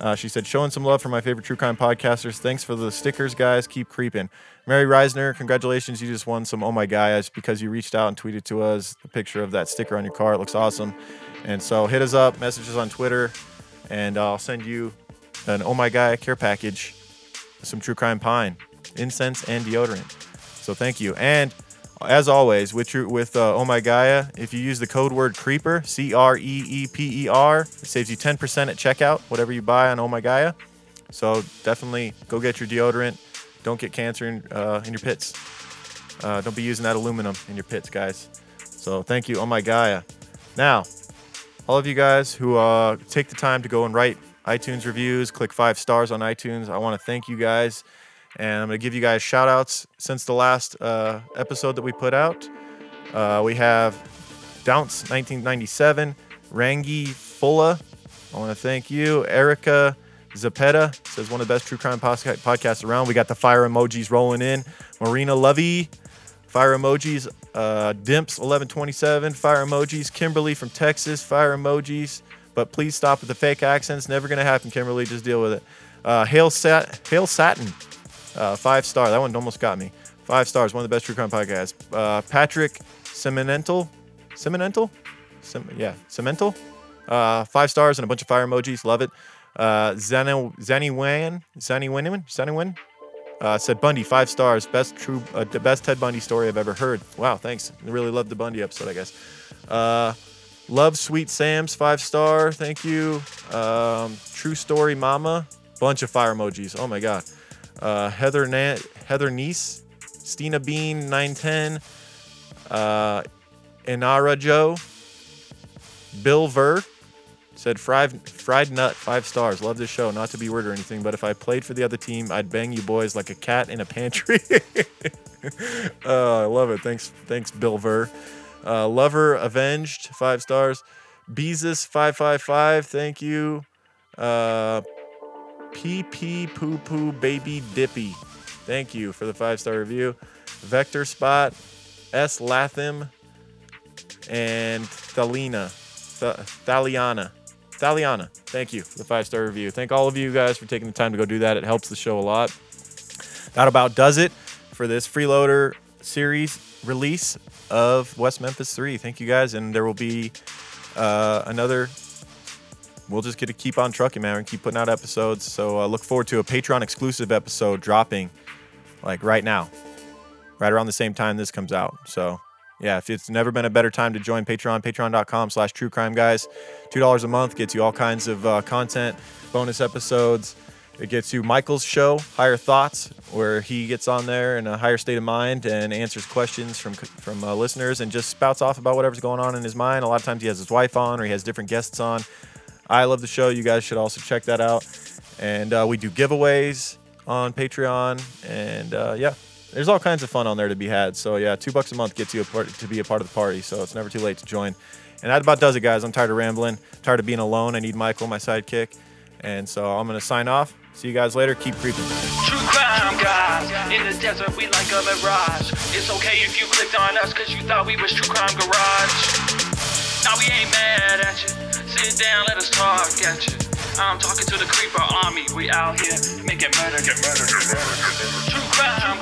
Uh, she said, showing some love for my favorite true crime podcasters. Thanks for the stickers, guys. Keep creeping. Mary Reisner, congratulations. You just won some Oh My Guys because you reached out and tweeted to us the picture of that sticker on your car. It looks awesome. And so hit us up, message us on Twitter, and I'll send you an Oh My Guy care package, some true crime pine, incense, and deodorant. So thank you. And as always, with your, with uh, Oh My Gaia, if you use the code word Creeper, C R E E P E R, it saves you 10% at checkout, whatever you buy on Oh My Gaia. So definitely go get your deodorant. Don't get cancer in, uh, in your pits. Uh, don't be using that aluminum in your pits, guys. So thank you, Oh My Gaia. Now, all of you guys who uh, take the time to go and write iTunes reviews, click five stars on iTunes. I want to thank you guys. And I'm going to give you guys shout outs since the last uh, episode that we put out. Uh, we have Dounce 1997, Rangi Fulla. I want to thank you. Erica Zapeta says one of the best true crime posca- podcasts around. We got the fire emojis rolling in. Marina Lovey, Fire emojis, uh, Dimps eleven twenty seven. Fire emojis, Kimberly from Texas. Fire emojis, but please stop with the fake accents. Never gonna happen, Kimberly. Just deal with it. Uh, Hail Sat, Hail Satin, uh, five star. That one almost got me. Five stars. One of the best true crime podcasts. Uh, Patrick Seminental, Seminental, Sem- yeah, Semental. Uh, five stars and a bunch of fire emojis. Love it. Uh, Zani Zani Wan, Zani Winman, Zani Win uh, said Bundy five stars, best true, uh, the best Ted Bundy story I've ever heard. Wow, thanks. I really loved the Bundy episode, I guess. Uh, love Sweet Sam's five star, thank you. Um, true story, Mama, bunch of fire emojis. Oh my god. Uh, Heather Na- Heather Niece, Stina Bean nine ten, Uh, Inara Joe, Bill Ver said fried fried nut five stars. Love this show. Not to be weird or anything, but if I played for the other team, I'd bang you boys like a cat in a pantry. oh, I love it. Thanks, thanks, Bill Ver. Uh, Lover avenged five stars. Beezus five five five. Thank you. Uh, Pee Pee Poo Poo Baby Dippy. Thank you for the five star review. Vector Spot, S Latham, and Thalina. Th- Thaliana. Thaliana. Thank you for the five star review. Thank all of you guys for taking the time to go do that. It helps the show a lot. That about does it for this freeloader series release of West Memphis 3. Thank you guys. And there will be uh, another we'll just get to keep on trucking, man. We keep putting out episodes. So uh, look forward to a Patreon exclusive episode dropping like right now, right around the same time this comes out. So yeah, if it's never been a better time to join Patreon, patreon.com slash true crime guys. $2 a month gets you all kinds of uh, content, bonus episodes. It gets you Michael's show, Higher Thoughts, where he gets on there in a higher state of mind and answers questions from from uh, listeners and just spouts off about whatever's going on in his mind. A lot of times he has his wife on or he has different guests on. I love the show. You guys should also check that out. And uh, we do giveaways on Patreon, and uh, yeah, there's all kinds of fun on there to be had. So yeah, two bucks a month gets you a part, to be a part of the party. So it's never too late to join. And that about does it, guys. I'm tired of rambling, tired of being alone. I need Michael, my sidekick. And so I'm gonna sign off. See you guys later. Keep creeping.
True crime, guys. In the desert, we like a mirage. It's okay if you clicked on us because you thought we was True Crime Garage. Now we ain't mad at you. Sit down, let us talk at you. I'm talking to the creeper army. We out here making murder, get murder, get murder, get murder. True crime,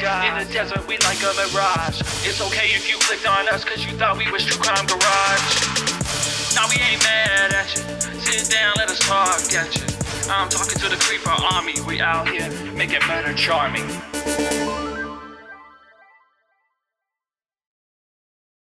guys. In the desert, we like a mirage. It's okay if you clicked on us because you thought we was True Crime Garage. Now we ain't mad at you. Sit down, let us talk at you. I'm talking to the creeper army. We out here making murder charming.